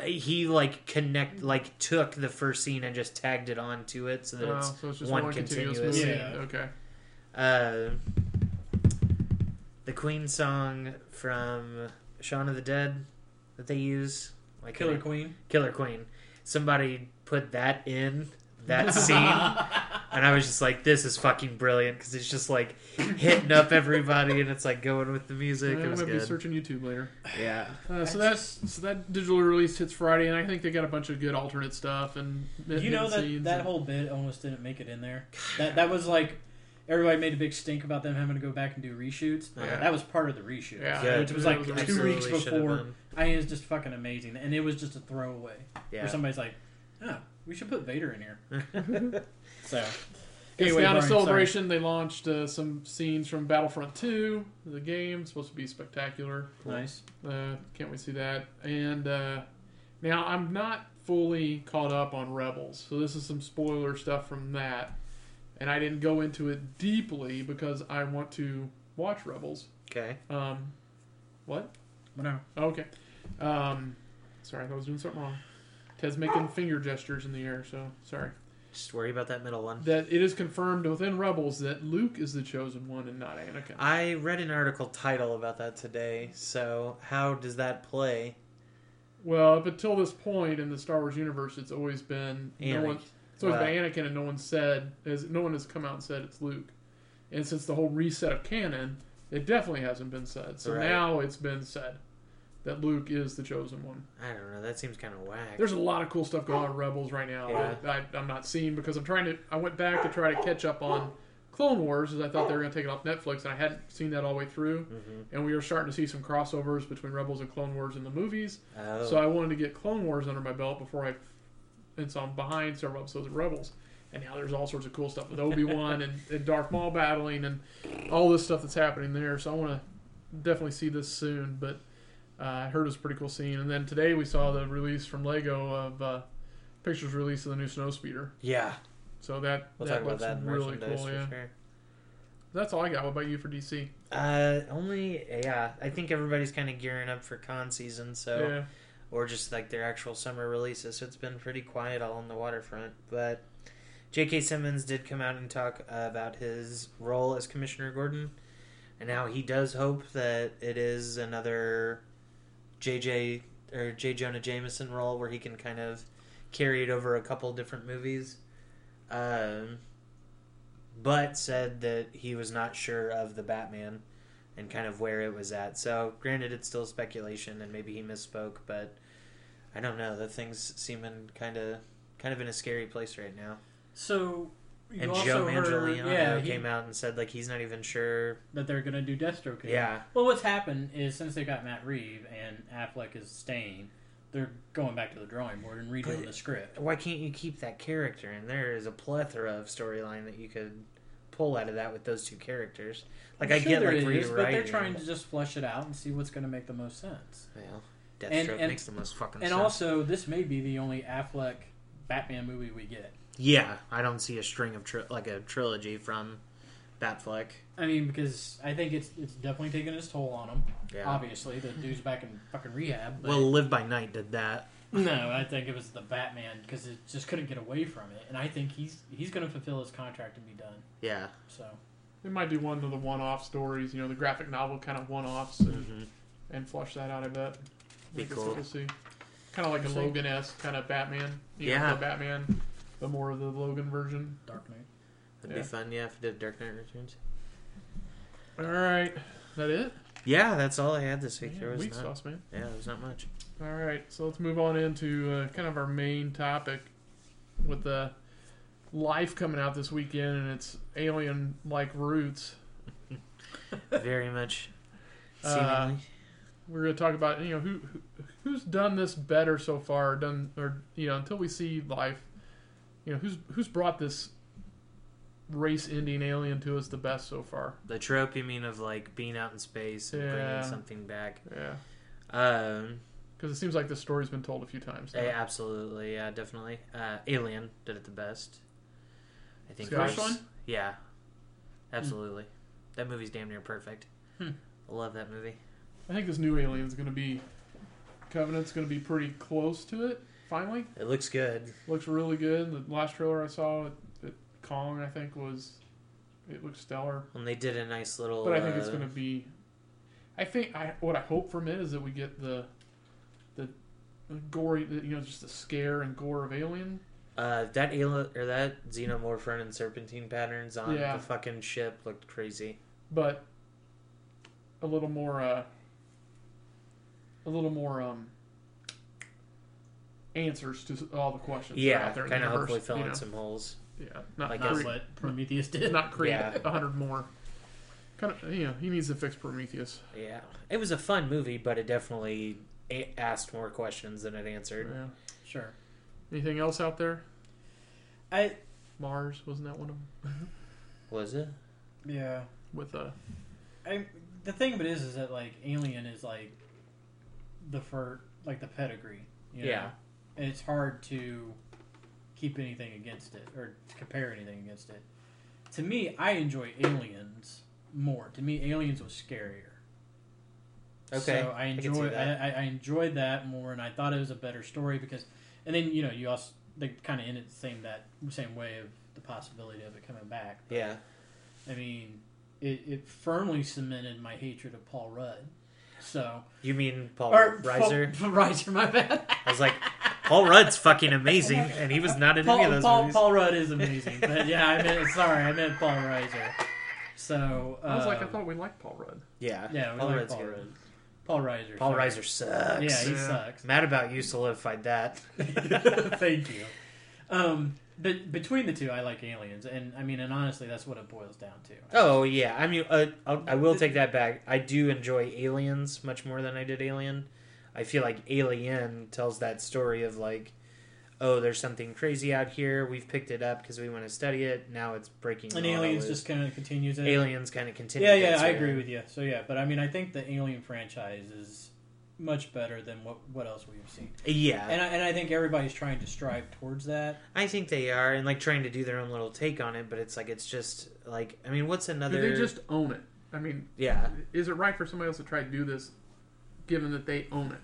[SPEAKER 3] He like connect like took the first scene and just tagged it onto it so that
[SPEAKER 2] Oh,
[SPEAKER 3] it's,
[SPEAKER 2] so it's just
[SPEAKER 3] one,
[SPEAKER 2] one, continuous,
[SPEAKER 3] continuous.
[SPEAKER 2] movie.
[SPEAKER 5] Yeah.
[SPEAKER 2] Okay.
[SPEAKER 3] Uh, the Queen song from Shaun of the Dead that they use, like
[SPEAKER 4] Killer Queen.
[SPEAKER 3] Killer Queen. Somebody put that in that scene, and I was just like, "This is fucking brilliant" because it's just like hitting up everybody, and it's like going with the music. It
[SPEAKER 2] I'm
[SPEAKER 3] was
[SPEAKER 2] gonna be
[SPEAKER 3] good.
[SPEAKER 2] searching YouTube later.
[SPEAKER 3] Yeah,
[SPEAKER 2] Uh, so that's so that digital release hits Friday, and I think they got a bunch of good alternate stuff and
[SPEAKER 4] You
[SPEAKER 2] hidden
[SPEAKER 4] know that
[SPEAKER 2] scenes
[SPEAKER 4] that
[SPEAKER 2] and-
[SPEAKER 4] whole bit almost didn't make it in there. That that was like everybody made a big stink about them having to go back and do reshoots.
[SPEAKER 2] Yeah.
[SPEAKER 4] That was part of the reshoot,
[SPEAKER 2] Yeah.
[SPEAKER 3] Yeah,
[SPEAKER 4] which was
[SPEAKER 2] that
[SPEAKER 4] like
[SPEAKER 2] Uh, was
[SPEAKER 4] two
[SPEAKER 2] a reshoot.
[SPEAKER 4] weeks
[SPEAKER 3] Absolutely should have
[SPEAKER 4] before.
[SPEAKER 3] been.
[SPEAKER 4] I mean, it's just fucking amazing, and it was just a throwaway. Where
[SPEAKER 3] Yeah,
[SPEAKER 4] somebody's like, "Oh, we should put Vader in here." so
[SPEAKER 2] It's
[SPEAKER 4] anyway,
[SPEAKER 2] down
[SPEAKER 4] Brian,
[SPEAKER 2] a
[SPEAKER 4] sorry.
[SPEAKER 2] celebration. They launched uh, some scenes from Battlefront 2, the game. Supposed to be spectacular.
[SPEAKER 4] nice.
[SPEAKER 2] Uh, can't wait to see that. And uh, now I'm not fully caught up on Rebels, so this is some spoiler stuff from that. And I didn't go into it deeply because I want to watch Rebels.
[SPEAKER 3] okay.
[SPEAKER 2] Um, what?
[SPEAKER 4] No,
[SPEAKER 2] Okay. Um, sorry, I was doing something wrong. Ted's making finger gestures in the air, so sorry.
[SPEAKER 3] Just worry about that middle one.
[SPEAKER 2] That it is confirmed within Rebels that Luke is the chosen one and not Anakin.
[SPEAKER 3] I read an article title about that today. So how does that play?
[SPEAKER 2] Well, up until this point in the Star Wars universe, it's always been no
[SPEAKER 3] Anakin.
[SPEAKER 2] one, it's always
[SPEAKER 3] Wow.
[SPEAKER 2] been Anakin, and no one said as no one has come out and said it's Luke. And since the whole reset of canon, it definitely hasn't been said. So
[SPEAKER 3] Right.
[SPEAKER 2] now it's been said that Luke is the chosen one.
[SPEAKER 3] I don't know. That seems kind of whack.
[SPEAKER 2] There's a lot of cool stuff going on in Rebels right now
[SPEAKER 3] Yeah.
[SPEAKER 2] that I, I'm not seeing because I'm trying to. I went back to try to catch up on Clone Wars as I thought they were going to take it off Netflix, and I hadn't seen that all the way through. And we were starting to see some crossovers between Rebels and Clone Wars in the movies.
[SPEAKER 3] Oh,
[SPEAKER 2] So I wanted to get Clone Wars under my belt before I, and so I'm behind several episodes of Rebels, and now there's all sorts of cool stuff with Obi Wan and, and Darth Maul battling and all this stuff that's happening there. So I want to definitely see this soon. But uh, I heard it was a pretty cool scene, and then today we saw the release from Lego of uh, pictures release of the new Snowspeeder.
[SPEAKER 3] yeah.
[SPEAKER 2] So that
[SPEAKER 3] We'll
[SPEAKER 2] that
[SPEAKER 3] talk about
[SPEAKER 2] looks
[SPEAKER 3] that in
[SPEAKER 2] really
[SPEAKER 3] merchandise
[SPEAKER 2] cool.
[SPEAKER 3] for
[SPEAKER 2] Yeah,
[SPEAKER 3] sure.
[SPEAKER 2] that's all I got. What about you for DC?
[SPEAKER 3] Uh, only yeah. I think everybody's kind of gearing up for con season, so
[SPEAKER 2] Yeah,
[SPEAKER 3] or just like their actual summer releases. So it's been pretty quiet all on the waterfront. But J.K. Simmons did come out and talk about his role as Commissioner Gordon, and now he does hope that it is another J.J. or J. Jonah Jameson role where he can kind of carry it over a couple different movies. Um, but said that he was not sure of the Batman and kind of where it was at. So, granted, it's still speculation, and maybe he misspoke, but I don't know. The things seem in kind of kind of in a scary place right now.
[SPEAKER 5] So
[SPEAKER 4] You
[SPEAKER 3] and
[SPEAKER 4] also
[SPEAKER 3] Joe
[SPEAKER 4] heard-
[SPEAKER 3] Manganiello
[SPEAKER 4] yeah, he-
[SPEAKER 3] came out and said like he's not even sure.
[SPEAKER 4] that they're gonna do Deathstroke. again.
[SPEAKER 3] Yeah,
[SPEAKER 4] Well, what's happened is since they got Matt Reeve and Affleck is staying, they're going back to the drawing board and redoing
[SPEAKER 3] But-
[SPEAKER 4] the script.
[SPEAKER 3] why can't you keep that character? And there is a plethora of storyline that you could pull out of that with those two characters. Like
[SPEAKER 4] I'm
[SPEAKER 3] I
[SPEAKER 4] sure
[SPEAKER 3] get
[SPEAKER 4] there
[SPEAKER 3] like
[SPEAKER 4] is,
[SPEAKER 3] rewriting,
[SPEAKER 4] but they're trying to just flesh it out and see what's gonna make the most sense.
[SPEAKER 3] Well, Deathstroke
[SPEAKER 4] And- and-
[SPEAKER 3] makes the most fucking
[SPEAKER 4] And
[SPEAKER 3] sense.
[SPEAKER 4] also, this may be the only Affleck Batman movie we get.
[SPEAKER 3] yeah, I don't see a string of tri- like a trilogy from Batfleck.
[SPEAKER 4] I mean, because I think it's it's definitely taking its toll on him.
[SPEAKER 3] Yeah.
[SPEAKER 4] Obviously, the dude's back in fucking rehab. But
[SPEAKER 3] Well, Live by Night did that.
[SPEAKER 4] no, I think it was the Batman because it just couldn't get away from it. And I think he's he's going to fulfill his contract and be done.
[SPEAKER 3] Yeah.
[SPEAKER 4] So
[SPEAKER 2] It might do one of the one-off stories, you know, the graphic novel kind of one-offs, and,
[SPEAKER 3] Mm-hmm.
[SPEAKER 2] and flush that out. I bet.
[SPEAKER 3] Be
[SPEAKER 2] I guess
[SPEAKER 3] cool.
[SPEAKER 2] We'll see. Kind of like a
[SPEAKER 3] We'll see.
[SPEAKER 2] Logan esque kind of Batman. You
[SPEAKER 3] Yeah.
[SPEAKER 2] Know, the Batman, but more of the Logan version.
[SPEAKER 5] Dark Knight.
[SPEAKER 3] That'd
[SPEAKER 2] Yeah.
[SPEAKER 3] be fun. Yeah, if you did Dark Knight Returns.
[SPEAKER 2] All right, that it.
[SPEAKER 3] Yeah, that's all I had this week.
[SPEAKER 2] Yeah,
[SPEAKER 3] there was
[SPEAKER 2] weak
[SPEAKER 3] not.
[SPEAKER 2] sauce, man.
[SPEAKER 3] Yeah, there was not much.
[SPEAKER 2] All right, so let's move on into uh, kind of our main topic with uh, life coming out this weekend and its alien like roots.
[SPEAKER 3] Very much.
[SPEAKER 2] Uh,
[SPEAKER 3] Seemingly.
[SPEAKER 2] We're going to talk about you know who, who who's done this better so far, done or you know until we see life, you know who's who's brought this race ending alien to us the best so far.
[SPEAKER 3] the trope you mean of like being out in space and
[SPEAKER 2] Yeah.
[SPEAKER 3] bringing something back.
[SPEAKER 2] Yeah,
[SPEAKER 3] Um,
[SPEAKER 2] because it seems like the story's been told a few times. Now.
[SPEAKER 3] eh, absolutely, yeah, definitely. Uh, Alien did it the best. I think
[SPEAKER 2] The first
[SPEAKER 3] there's-
[SPEAKER 2] one?
[SPEAKER 3] Yeah, absolutely. That movie's damn near perfect.
[SPEAKER 2] Hmm.
[SPEAKER 3] I love that movie.
[SPEAKER 2] I think this new alien's going to be Covenant's going to be pretty close to it. Finally.
[SPEAKER 3] It looks good.
[SPEAKER 2] looks really good. The last trailer I saw at, at Kong, I think, was it looked stellar.
[SPEAKER 3] And they did a nice little.
[SPEAKER 2] But I think
[SPEAKER 3] uh,
[SPEAKER 2] it's going to be. I think I what I hope from it is that we get the the gory, the, you know, just the scare and gore of Alien.
[SPEAKER 3] Uh, that alien or that xenomorph running serpentine patterns on
[SPEAKER 2] Yeah.
[SPEAKER 3] the fucking ship looked crazy.
[SPEAKER 2] but a little more uh a little more um answers to all the questions that are
[SPEAKER 3] Yeah,
[SPEAKER 2] out there in
[SPEAKER 3] kind
[SPEAKER 2] the
[SPEAKER 3] of hopefully
[SPEAKER 2] universe,
[SPEAKER 3] fill
[SPEAKER 2] you
[SPEAKER 3] in
[SPEAKER 2] know.
[SPEAKER 3] some holes.
[SPEAKER 2] yeah not,
[SPEAKER 3] Like
[SPEAKER 2] not,
[SPEAKER 4] Not
[SPEAKER 3] Yes.
[SPEAKER 4] what Prometheus did.
[SPEAKER 2] not create a
[SPEAKER 3] Yeah.
[SPEAKER 2] hundred more kind of you know he needs to fix prometheus
[SPEAKER 3] Yeah, it was a fun movie, but it definitely a- asked more questions than it answered.
[SPEAKER 2] yeah.
[SPEAKER 4] Sure.
[SPEAKER 2] anything else out there
[SPEAKER 4] I
[SPEAKER 2] mars wasn't that one of them
[SPEAKER 3] Was it?
[SPEAKER 4] yeah.
[SPEAKER 2] with uh
[SPEAKER 4] I the thing of it is, is that like Alien is like the fur, like the pedigree. You know?
[SPEAKER 3] Yeah.
[SPEAKER 4] and it's hard to keep anything against it or to compare anything against it. To me, I enjoy Aliens more. To me, Aliens was scarier.
[SPEAKER 3] Okay,
[SPEAKER 4] So I
[SPEAKER 3] I can see
[SPEAKER 4] enjoy
[SPEAKER 3] that.
[SPEAKER 4] I, I, I enjoyed that more, and I thought it was a better story because, and then you know you also they kind of ended the same that same way of the possibility of it coming back. But,
[SPEAKER 3] Yeah,
[SPEAKER 4] I mean, it, it firmly cemented my hatred of Paul Rudd. So
[SPEAKER 3] you mean Paul
[SPEAKER 4] or
[SPEAKER 3] Reiser?
[SPEAKER 4] Paul, Reiser, my bad.
[SPEAKER 3] I was like, Paul Rudd's fucking amazing, and he was not in any of
[SPEAKER 4] Paul,
[SPEAKER 3] those
[SPEAKER 4] Paul,
[SPEAKER 3] movies.
[SPEAKER 4] Paul Rudd is amazing, but yeah, I meant sorry, I meant Paul Reiser. So
[SPEAKER 2] i was like i
[SPEAKER 4] um,
[SPEAKER 2] thought we liked paul rudd
[SPEAKER 3] Yeah,
[SPEAKER 4] yeah, we
[SPEAKER 3] Paul
[SPEAKER 4] like
[SPEAKER 3] Rudd's
[SPEAKER 4] Paul
[SPEAKER 3] good.
[SPEAKER 4] Rudd. Paul Reiser.
[SPEAKER 3] Paul
[SPEAKER 4] sorry.
[SPEAKER 3] Reiser sucks.
[SPEAKER 4] Yeah, he
[SPEAKER 2] Yeah.
[SPEAKER 4] sucks.
[SPEAKER 3] Mad about you solidified that.
[SPEAKER 4] Thank you. Um, but between the two, I like Aliens, and I mean, and honestly, that's what it boils down to.
[SPEAKER 3] Oh yeah, I mean, uh, I'll, I will take that back. I do enjoy Aliens much more than I did Alien. I feel like Alien tells that story of like, oh, there's something crazy out here. We've picked it up because we want to study it. Now it's breaking.
[SPEAKER 4] and
[SPEAKER 3] all
[SPEAKER 4] Aliens
[SPEAKER 3] loose.
[SPEAKER 4] just kind of continues it.
[SPEAKER 3] Aliens kind of continue.
[SPEAKER 4] yeah, yeah,
[SPEAKER 3] that
[SPEAKER 4] I
[SPEAKER 3] story.
[SPEAKER 4] agree with you. So yeah, but I mean, I think the Alien franchise is much better than what what else we've seen,
[SPEAKER 3] Yeah,
[SPEAKER 4] and I, and I think everybody's trying to strive towards that.
[SPEAKER 3] I think they are, and like trying to do their own little take on it. But it's like it's just like I mean, what's another?
[SPEAKER 2] did they just own it i mean
[SPEAKER 3] yeah.
[SPEAKER 2] is it right for somebody else to try to do this given that they own it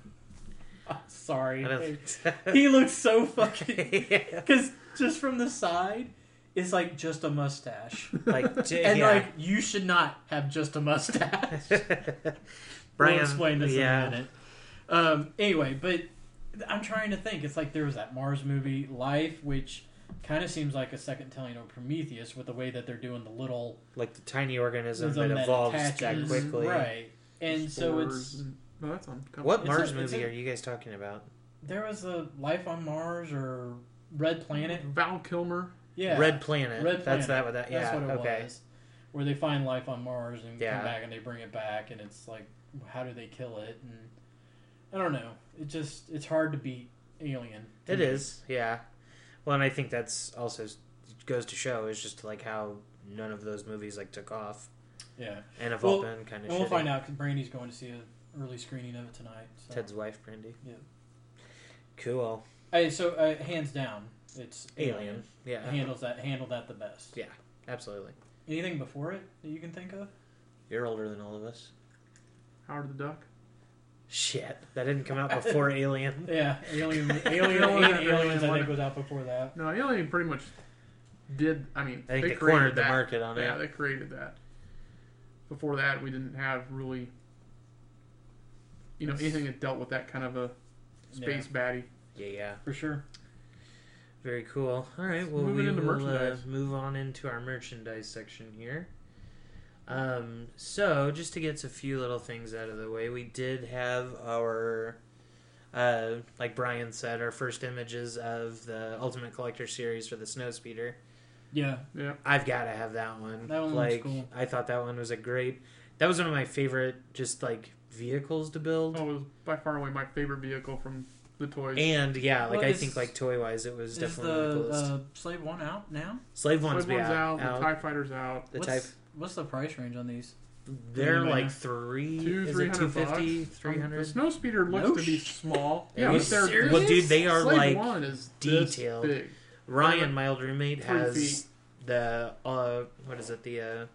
[SPEAKER 4] sorry,
[SPEAKER 3] I don't-
[SPEAKER 4] he looks so fucking
[SPEAKER 3] Okay.
[SPEAKER 4] because just from the side, it's like just a mustache,
[SPEAKER 3] like j-
[SPEAKER 4] and
[SPEAKER 3] yeah.
[SPEAKER 4] like you should not have just a mustache.
[SPEAKER 3] Brian,
[SPEAKER 4] we'll explain this
[SPEAKER 3] yeah.
[SPEAKER 4] in a minute. Um, anyway, but I'm trying to think. It's like there was that Mars movie, Life, which kind of seems like a second telling of Prometheus with the way that they're doing the little
[SPEAKER 3] like the tiny organism
[SPEAKER 4] Something
[SPEAKER 3] that
[SPEAKER 4] that
[SPEAKER 3] evolves that
[SPEAKER 4] attaches.
[SPEAKER 3] quickly.
[SPEAKER 4] right. And so
[SPEAKER 2] Spores
[SPEAKER 4] it's
[SPEAKER 2] and- no that's on
[SPEAKER 3] What
[SPEAKER 4] It's
[SPEAKER 3] Mars
[SPEAKER 4] a- it's
[SPEAKER 3] movie
[SPEAKER 4] a-
[SPEAKER 3] are you guys talking about?
[SPEAKER 4] there was a Life on Mars or Red Planet.
[SPEAKER 2] val kilmer
[SPEAKER 4] Yeah,
[SPEAKER 3] Red Planet.
[SPEAKER 4] Red
[SPEAKER 3] That's
[SPEAKER 4] Planet.
[SPEAKER 3] that. What that? Yeah.
[SPEAKER 4] That's what it
[SPEAKER 3] okay.
[SPEAKER 4] was. Where they find life on Mars and
[SPEAKER 3] Yeah.
[SPEAKER 4] come back and they bring it back, and it's like, how do they kill it? And I don't know. It just it's hard to beat Alien.
[SPEAKER 3] It is. Yeah. Well, and I think that's also goes to show is just like how none of those movies like took off
[SPEAKER 4] Yeah.
[SPEAKER 3] and have all
[SPEAKER 4] Well,
[SPEAKER 3] been kind of.
[SPEAKER 4] And we'll find out because Brandy's going to see an early screening of it tonight. So.
[SPEAKER 3] Ted's wife, Brandy.
[SPEAKER 4] Yeah.
[SPEAKER 3] Cool.
[SPEAKER 4] I, so uh, hands down, it's
[SPEAKER 3] Alien. Yeah.
[SPEAKER 4] handles that handled that the best.
[SPEAKER 3] Yeah. Absolutely.
[SPEAKER 4] Anything before it that you can think of?
[SPEAKER 3] You're older than all of us.
[SPEAKER 2] howard the duck
[SPEAKER 3] Shit, that didn't come out before Alien.
[SPEAKER 4] Yeah, Alien, Alien,
[SPEAKER 2] No,
[SPEAKER 4] Alien,
[SPEAKER 2] no, no,
[SPEAKER 4] Aliens. I
[SPEAKER 2] no,
[SPEAKER 4] think
[SPEAKER 2] no.
[SPEAKER 4] was out before that.
[SPEAKER 2] no alien pretty much did i mean
[SPEAKER 3] I think
[SPEAKER 2] they,
[SPEAKER 3] they,
[SPEAKER 2] created
[SPEAKER 3] cornered the
[SPEAKER 2] that.
[SPEAKER 3] market on
[SPEAKER 2] yeah
[SPEAKER 3] it.
[SPEAKER 2] they created that before that, we didn't have really, you know, anything that dealt with that kind of a space baddie.
[SPEAKER 3] Yeah, yeah.
[SPEAKER 6] for sure.
[SPEAKER 3] Very cool. All right, well,
[SPEAKER 2] Moving
[SPEAKER 3] we
[SPEAKER 2] into
[SPEAKER 3] will uh,
[SPEAKER 2] merchandise.
[SPEAKER 3] move on into our merchandise section here. Um, so, just to get a few little things out of the way, we did have our, uh, like Brian said, our first images of the Ultimate Collector series for the Snowspeeder.
[SPEAKER 4] Yeah,
[SPEAKER 2] Yeah,
[SPEAKER 3] I've got to have that one.
[SPEAKER 4] That one looks
[SPEAKER 3] like,
[SPEAKER 4] cool.
[SPEAKER 3] I thought that one was a great. That was one of my favorite, just like vehicles to build.
[SPEAKER 2] oh, it was by far and away my favorite vehicle from the toys.
[SPEAKER 3] And yeah, like
[SPEAKER 4] Well,
[SPEAKER 3] I
[SPEAKER 4] is-
[SPEAKER 3] think like toy wise, it was
[SPEAKER 4] is
[SPEAKER 3] definitely one of the
[SPEAKER 4] the
[SPEAKER 3] coolest.
[SPEAKER 4] uh, Slave One out now?
[SPEAKER 3] Slave
[SPEAKER 2] Slave
[SPEAKER 3] ones,
[SPEAKER 2] one's
[SPEAKER 3] be
[SPEAKER 2] out,
[SPEAKER 3] out.
[SPEAKER 2] the
[SPEAKER 3] out.
[SPEAKER 2] Tie Fighter's out.
[SPEAKER 3] The
[SPEAKER 4] what's,
[SPEAKER 3] type.
[SPEAKER 4] What's the price range on these?
[SPEAKER 3] They're
[SPEAKER 2] Anyway,
[SPEAKER 3] like three,
[SPEAKER 2] Two,
[SPEAKER 3] is it
[SPEAKER 2] three
[SPEAKER 3] 250,
[SPEAKER 2] hundred Um,
[SPEAKER 3] 300?
[SPEAKER 2] The snowspeeder looks
[SPEAKER 4] No
[SPEAKER 2] to be
[SPEAKER 4] shit.
[SPEAKER 2] small.
[SPEAKER 3] Are
[SPEAKER 2] Yeah,
[SPEAKER 3] you
[SPEAKER 2] but they're
[SPEAKER 3] serious?
[SPEAKER 2] this-
[SPEAKER 3] Well, dude, they are,
[SPEAKER 2] Slave
[SPEAKER 3] like,
[SPEAKER 2] one is this
[SPEAKER 3] detailed.
[SPEAKER 2] big.
[SPEAKER 3] Ryan, my old roommate,
[SPEAKER 2] Three
[SPEAKER 3] has
[SPEAKER 2] feet.
[SPEAKER 3] the uh, what is it? The uh,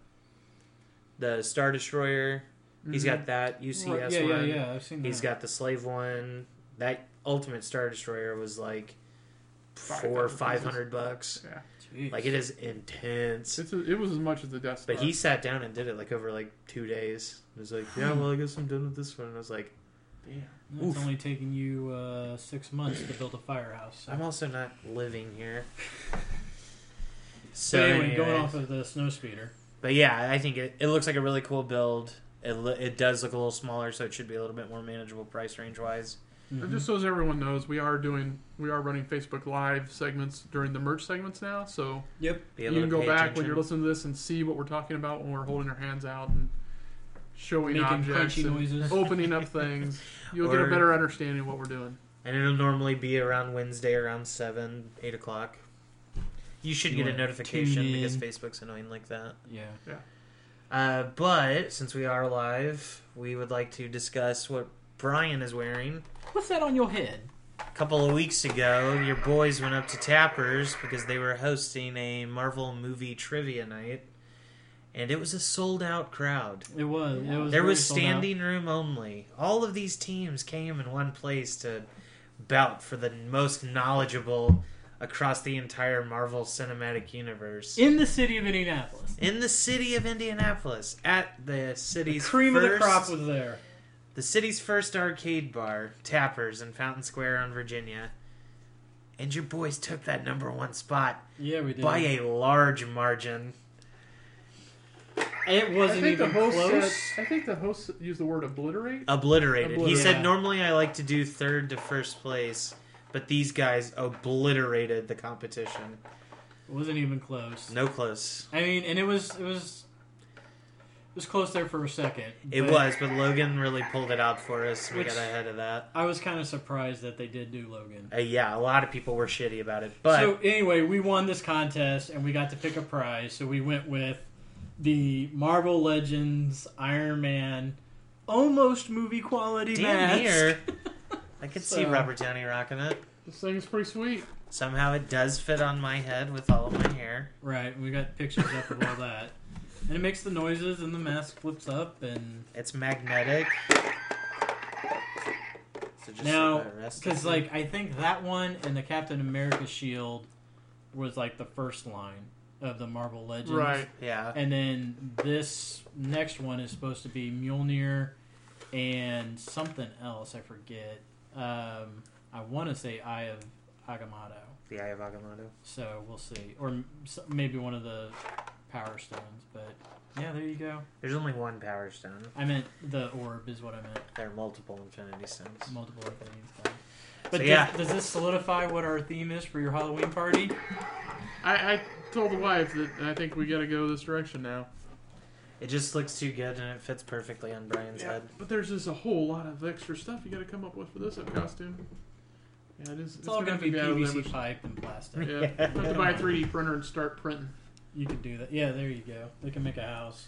[SPEAKER 3] the Star Destroyer. He's got that UCS
[SPEAKER 4] Right, yeah,
[SPEAKER 3] one.
[SPEAKER 4] yeah, yeah. I've seen
[SPEAKER 3] He's
[SPEAKER 4] that.
[SPEAKER 3] got the slave one. That ultimate star destroyer was like
[SPEAKER 2] Five
[SPEAKER 3] four or
[SPEAKER 2] thousand
[SPEAKER 3] five hundred bucks.
[SPEAKER 2] Yeah,
[SPEAKER 4] Jeez.
[SPEAKER 3] Like it is intense.
[SPEAKER 2] Mm-hmm. it's a, it was as much as the Death Star.
[SPEAKER 3] But he sat down and did it like over like two days. He was like, "Yeah, well, I guess I'm done with this one." And I was like,
[SPEAKER 2] Damn.
[SPEAKER 4] It's
[SPEAKER 3] Oof.
[SPEAKER 4] only taking you uh, six months to build a firehouse.
[SPEAKER 3] "I'm
[SPEAKER 4] So,
[SPEAKER 3] also not living here." So
[SPEAKER 4] But anyway, going
[SPEAKER 3] anyways.
[SPEAKER 4] off of the snow speeder.
[SPEAKER 3] But yeah, I think it, it looks like a really cool build. It lo- it does look a little smaller, so it should be a little bit more manageable price range wise.
[SPEAKER 2] And
[SPEAKER 4] Mm-hmm.
[SPEAKER 2] just so as everyone knows, we are doing we are running Facebook Live segments during the merch segments now. So
[SPEAKER 4] Yep.
[SPEAKER 3] Be
[SPEAKER 2] you
[SPEAKER 3] able to
[SPEAKER 2] can go
[SPEAKER 3] pay
[SPEAKER 2] back
[SPEAKER 3] attention.
[SPEAKER 2] when you're listening to this and see what we're talking about when we're holding our hands out and showing
[SPEAKER 4] Making
[SPEAKER 2] objects,
[SPEAKER 4] crunchy
[SPEAKER 2] and
[SPEAKER 4] noises.
[SPEAKER 2] opening up things. You'll get
[SPEAKER 3] Or-
[SPEAKER 2] a better understanding of what we're doing.
[SPEAKER 3] and it'll normally be around Wednesday, around seven, eight o'clock. You should
[SPEAKER 4] You
[SPEAKER 3] get a
[SPEAKER 4] wanna
[SPEAKER 3] notification
[SPEAKER 4] tune
[SPEAKER 3] because
[SPEAKER 4] in.
[SPEAKER 3] Facebook's annoying like that.
[SPEAKER 4] Yeah.
[SPEAKER 3] Uh, but since we are live, we would like to discuss what Brian is wearing.
[SPEAKER 4] What's that on your head?
[SPEAKER 3] A couple of weeks ago, your boys went up to Tappers because they were hosting a Marvel movie trivia night, and it was a sold-out crowd.
[SPEAKER 4] It was. It was.
[SPEAKER 3] There
[SPEAKER 4] very
[SPEAKER 3] was
[SPEAKER 4] sold out.
[SPEAKER 3] standing room only. All of these teams came in one place to bout for the most knowledgeable across the entire Marvel Cinematic Universe.
[SPEAKER 4] in the city of Indianapolis.
[SPEAKER 3] in the city of Indianapolis, at the city's
[SPEAKER 4] Cream
[SPEAKER 3] first,
[SPEAKER 4] of the crop was there.
[SPEAKER 3] the city's first arcade bar, Tappers, in Fountain Square on Virginia. And your boys took that number one spot
[SPEAKER 4] Yeah, we did.
[SPEAKER 3] by a large margin.
[SPEAKER 4] It wasn't even close.
[SPEAKER 2] I think the host used the word obliterate.
[SPEAKER 3] Obliterated. He said,
[SPEAKER 4] Obliterated.
[SPEAKER 3] normally I like to do third to first place, but these guys obliterated the competition.
[SPEAKER 4] It wasn't even close.
[SPEAKER 3] No close.
[SPEAKER 4] I mean, and it was. It was. It was close there for a second.
[SPEAKER 3] It
[SPEAKER 4] but
[SPEAKER 3] was, but Logan really pulled it out for us. We
[SPEAKER 4] Which-
[SPEAKER 3] got ahead of that.
[SPEAKER 4] I was kind of surprised that they did do Logan.
[SPEAKER 3] Uh, yeah, a lot of people were shitty about it, but
[SPEAKER 4] so anyway, we won this contest and we got to pick a prize. So we went with the Marvel Legends Iron Man almost movie quality
[SPEAKER 3] damn
[SPEAKER 4] mask.
[SPEAKER 3] near. I could see
[SPEAKER 4] So-
[SPEAKER 3] Robert Downey rocking it.
[SPEAKER 2] This thing's pretty sweet.
[SPEAKER 3] Somehow it does fit on my head with all of my hair.
[SPEAKER 4] Right, we got pictures up of all that. And it makes the noises and the mask flips up and
[SPEAKER 3] It's magnetic. So just
[SPEAKER 4] Now,
[SPEAKER 3] let that rest.
[SPEAKER 4] cuz like I think that one and the Captain America shield was like the first line of the Marvel Legends.
[SPEAKER 2] Right.
[SPEAKER 3] yeah,
[SPEAKER 4] And then this next one is supposed to be Mjolnir and something else, I forget. Um, I want to say Eye of Agamotto.
[SPEAKER 3] the Eye of Agamotto.
[SPEAKER 4] So we'll see. Or m- s- maybe one of the Power Stones. But yeah, there you go.
[SPEAKER 3] There's only one Power Stone.
[SPEAKER 4] I meant the orb, is what I meant.
[SPEAKER 3] There are multiple Infinity Stones.
[SPEAKER 4] Multiple things. But does,
[SPEAKER 3] yeah.
[SPEAKER 4] does this solidify what our theme is for your Halloween party?
[SPEAKER 2] I, I told the wife that I think we got to go this direction now.
[SPEAKER 3] It just looks too good and it fits perfectly on Brian's head.
[SPEAKER 2] but there's just a whole lot of extra stuff you got to come up with for this costume. Yeah, it is. It's,
[SPEAKER 4] It's, all
[SPEAKER 2] gonna
[SPEAKER 4] going to be
[SPEAKER 2] out of
[SPEAKER 4] PVC
[SPEAKER 2] limits.
[SPEAKER 4] pipe and plastic.
[SPEAKER 2] Yeah, have to buy a 3D printer and start printing
[SPEAKER 4] You could do that. Yeah, there you go. They can make a house.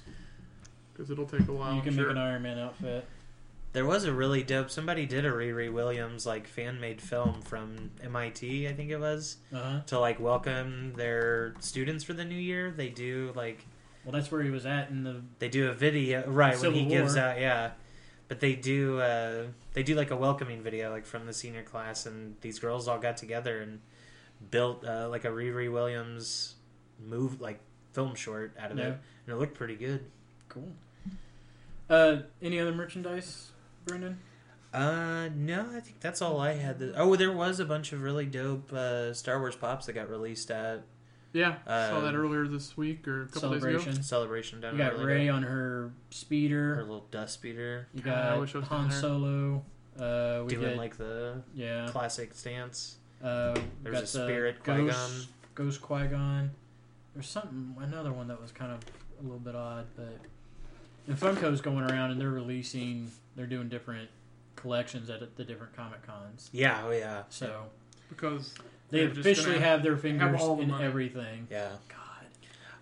[SPEAKER 2] because it'll take a while.
[SPEAKER 4] you
[SPEAKER 2] I'm
[SPEAKER 4] can
[SPEAKER 2] sure.
[SPEAKER 4] make an Iron Man outfit.
[SPEAKER 3] There was a really dope. Somebody did a Riri Williams like fan made film from MIT, I think it was,
[SPEAKER 4] Uh huh.
[SPEAKER 2] Uh-huh.
[SPEAKER 3] to like welcome their students for the new year. They do like
[SPEAKER 4] Well, that's where he was at in the
[SPEAKER 3] they do a video right when
[SPEAKER 4] Civil
[SPEAKER 3] he gives
[SPEAKER 4] War.
[SPEAKER 3] out yeah, but they do uh, they do like a welcoming video like from the senior class and these girls all got together and built uh, like a Riri Williams move like film short out of
[SPEAKER 4] Yeah.
[SPEAKER 3] it and it looked pretty good.
[SPEAKER 4] cool. Uh, any other merchandise, Brendan?
[SPEAKER 3] Uh, no, I think that's all I had. That, oh, there was a bunch of really dope uh, Star Wars pops that got released at
[SPEAKER 2] Yeah, saw
[SPEAKER 3] Um,
[SPEAKER 2] that earlier this week or a couple days ago.
[SPEAKER 4] Celebration.
[SPEAKER 3] Celebration down
[SPEAKER 4] You
[SPEAKER 3] at
[SPEAKER 4] got
[SPEAKER 3] really
[SPEAKER 4] Ray
[SPEAKER 3] dope.
[SPEAKER 4] on her
[SPEAKER 3] her
[SPEAKER 4] speeder.
[SPEAKER 3] little dust beater
[SPEAKER 4] You
[SPEAKER 2] God, I
[SPEAKER 4] got
[SPEAKER 2] wish I was down
[SPEAKER 4] Han
[SPEAKER 2] there.
[SPEAKER 4] Solo. Uh, we
[SPEAKER 3] doing
[SPEAKER 4] did,
[SPEAKER 3] like the
[SPEAKER 4] yeah.
[SPEAKER 3] classic stance.
[SPEAKER 4] Uh,
[SPEAKER 3] There was
[SPEAKER 4] got
[SPEAKER 3] a spirit
[SPEAKER 4] the
[SPEAKER 3] Qui Gon.
[SPEAKER 4] Ghost, Ghost Qui Gon. There's something another one that was kind of a little bit odd, but and Funko's going around and they're releasing. They're doing different collections at the different comic cons.
[SPEAKER 3] Yeah, oh yeah,
[SPEAKER 4] So
[SPEAKER 2] Because
[SPEAKER 4] they
[SPEAKER 2] They're just gonna
[SPEAKER 4] officially have their fingers
[SPEAKER 2] all the
[SPEAKER 4] in
[SPEAKER 2] money.
[SPEAKER 4] everything.
[SPEAKER 3] yeah.
[SPEAKER 4] God,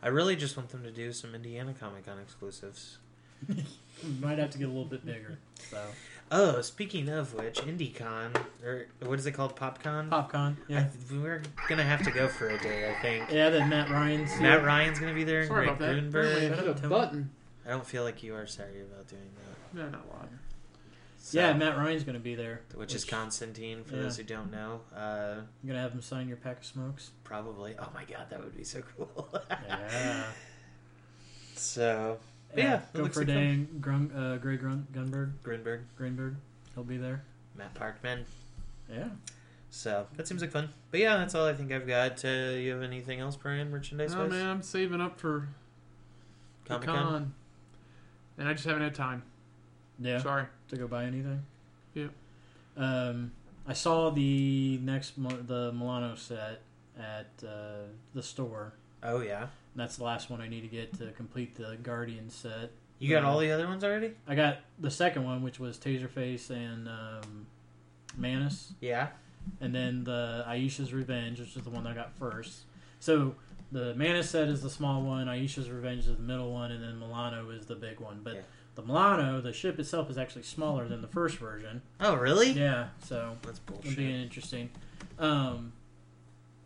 [SPEAKER 3] I really just want them to do some Indiana Comic Con exclusives.
[SPEAKER 4] we might have to get a little bit bigger. So
[SPEAKER 3] Oh, speaking of which, IndieCon or what is it called, PopCon?
[SPEAKER 4] PopCon, yeah,
[SPEAKER 3] I- we're gonna have to go for a day, I think.
[SPEAKER 4] yeah. That Matt Ryan's
[SPEAKER 3] Matt Ryan's gonna be there.
[SPEAKER 2] sorry
[SPEAKER 3] Greg
[SPEAKER 2] about that. Apparently I
[SPEAKER 3] Grunberg.
[SPEAKER 2] hit a
[SPEAKER 4] Tim.
[SPEAKER 2] button.
[SPEAKER 3] I don't feel like you are sorry about doing that.
[SPEAKER 2] No, not a lot.
[SPEAKER 3] So-
[SPEAKER 4] Yeah, Matt Ryan's gonna be there.
[SPEAKER 3] which is Constantine for
[SPEAKER 4] yeah.
[SPEAKER 3] those who don't know. Uh,
[SPEAKER 4] You're gonna have him sign your pack of smokes.
[SPEAKER 3] probably. Oh my god, that would be so cool.
[SPEAKER 4] Yeah.
[SPEAKER 3] so But yeah, it
[SPEAKER 4] go
[SPEAKER 3] looks
[SPEAKER 4] for a
[SPEAKER 3] like
[SPEAKER 4] day. Grun, uh, Gray Grun, Gunberg,
[SPEAKER 3] Grunberg,
[SPEAKER 4] Greenberg, he'll be there.
[SPEAKER 3] Matt Parkman.
[SPEAKER 4] Yeah.
[SPEAKER 3] So that seems like fun. But yeah, that's all I think I've got. Uh, you have anything else, Brian? Merchandise
[SPEAKER 2] Oh
[SPEAKER 3] wise?
[SPEAKER 2] man, I'm saving up for the
[SPEAKER 3] Comic Con.
[SPEAKER 2] con, and I just haven't had time.
[SPEAKER 4] Yeah.
[SPEAKER 2] Sorry.
[SPEAKER 4] To go buy anything.
[SPEAKER 2] Yeah.
[SPEAKER 4] Um, I saw the next Mil- the Milano set at uh, the store.
[SPEAKER 3] Oh yeah.
[SPEAKER 4] And that's the last one I need to get to complete the Guardian set.
[SPEAKER 3] You got
[SPEAKER 4] Yeah.
[SPEAKER 3] all the other ones already?
[SPEAKER 4] I got the second one, which was Taserface and um, Manus.
[SPEAKER 3] Yeah.
[SPEAKER 4] and then the Aisha's Revenge, which is the one that I got first. So the Mana set is the small one, Aisha's Revenge is the middle one, and then Milano is the big one. But
[SPEAKER 3] Yeah.
[SPEAKER 4] the Milano, the ship itself is actually smaller than the first version.
[SPEAKER 3] Oh really?
[SPEAKER 4] Yeah, so
[SPEAKER 3] That's
[SPEAKER 4] it'll be
[SPEAKER 3] bullshit.
[SPEAKER 4] interesting. Um,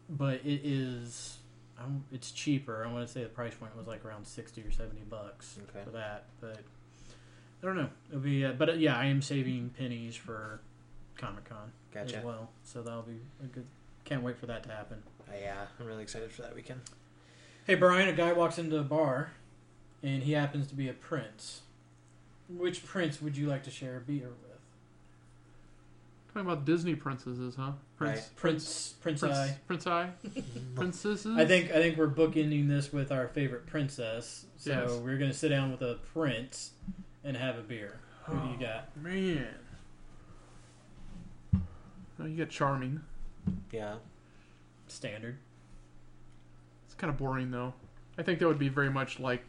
[SPEAKER 4] but it is, I'm, it's cheaper. I want to say the price point was like around sixty or seventy bucks
[SPEAKER 3] Okay.
[SPEAKER 4] for that, but. I don't know. It'll be, uh, but uh, yeah, I am saving pennies for Comic Con
[SPEAKER 3] Gotcha.
[SPEAKER 4] as well. So that'll be a good. Can't wait for that to happen.
[SPEAKER 3] Oh, yeah, I'm really excited for that weekend.
[SPEAKER 4] Hey Brian, a guy walks into a bar, and he happens to be a prince. Which prince would you like to share a beer with?
[SPEAKER 2] Talking about Disney princesses, huh? Prince,
[SPEAKER 4] Prince, Prince,
[SPEAKER 2] Prince,
[SPEAKER 4] I.
[SPEAKER 2] Prince I, princesses.
[SPEAKER 4] I think I think we're bookending this with our favorite princess. So
[SPEAKER 2] Yes.
[SPEAKER 4] we're gonna sit down with a prince and have a beer. Who do you got?
[SPEAKER 2] Man. Oh, you got charming.
[SPEAKER 3] Yeah.
[SPEAKER 4] Standard.
[SPEAKER 2] It's kind of boring though. I think that would be very much like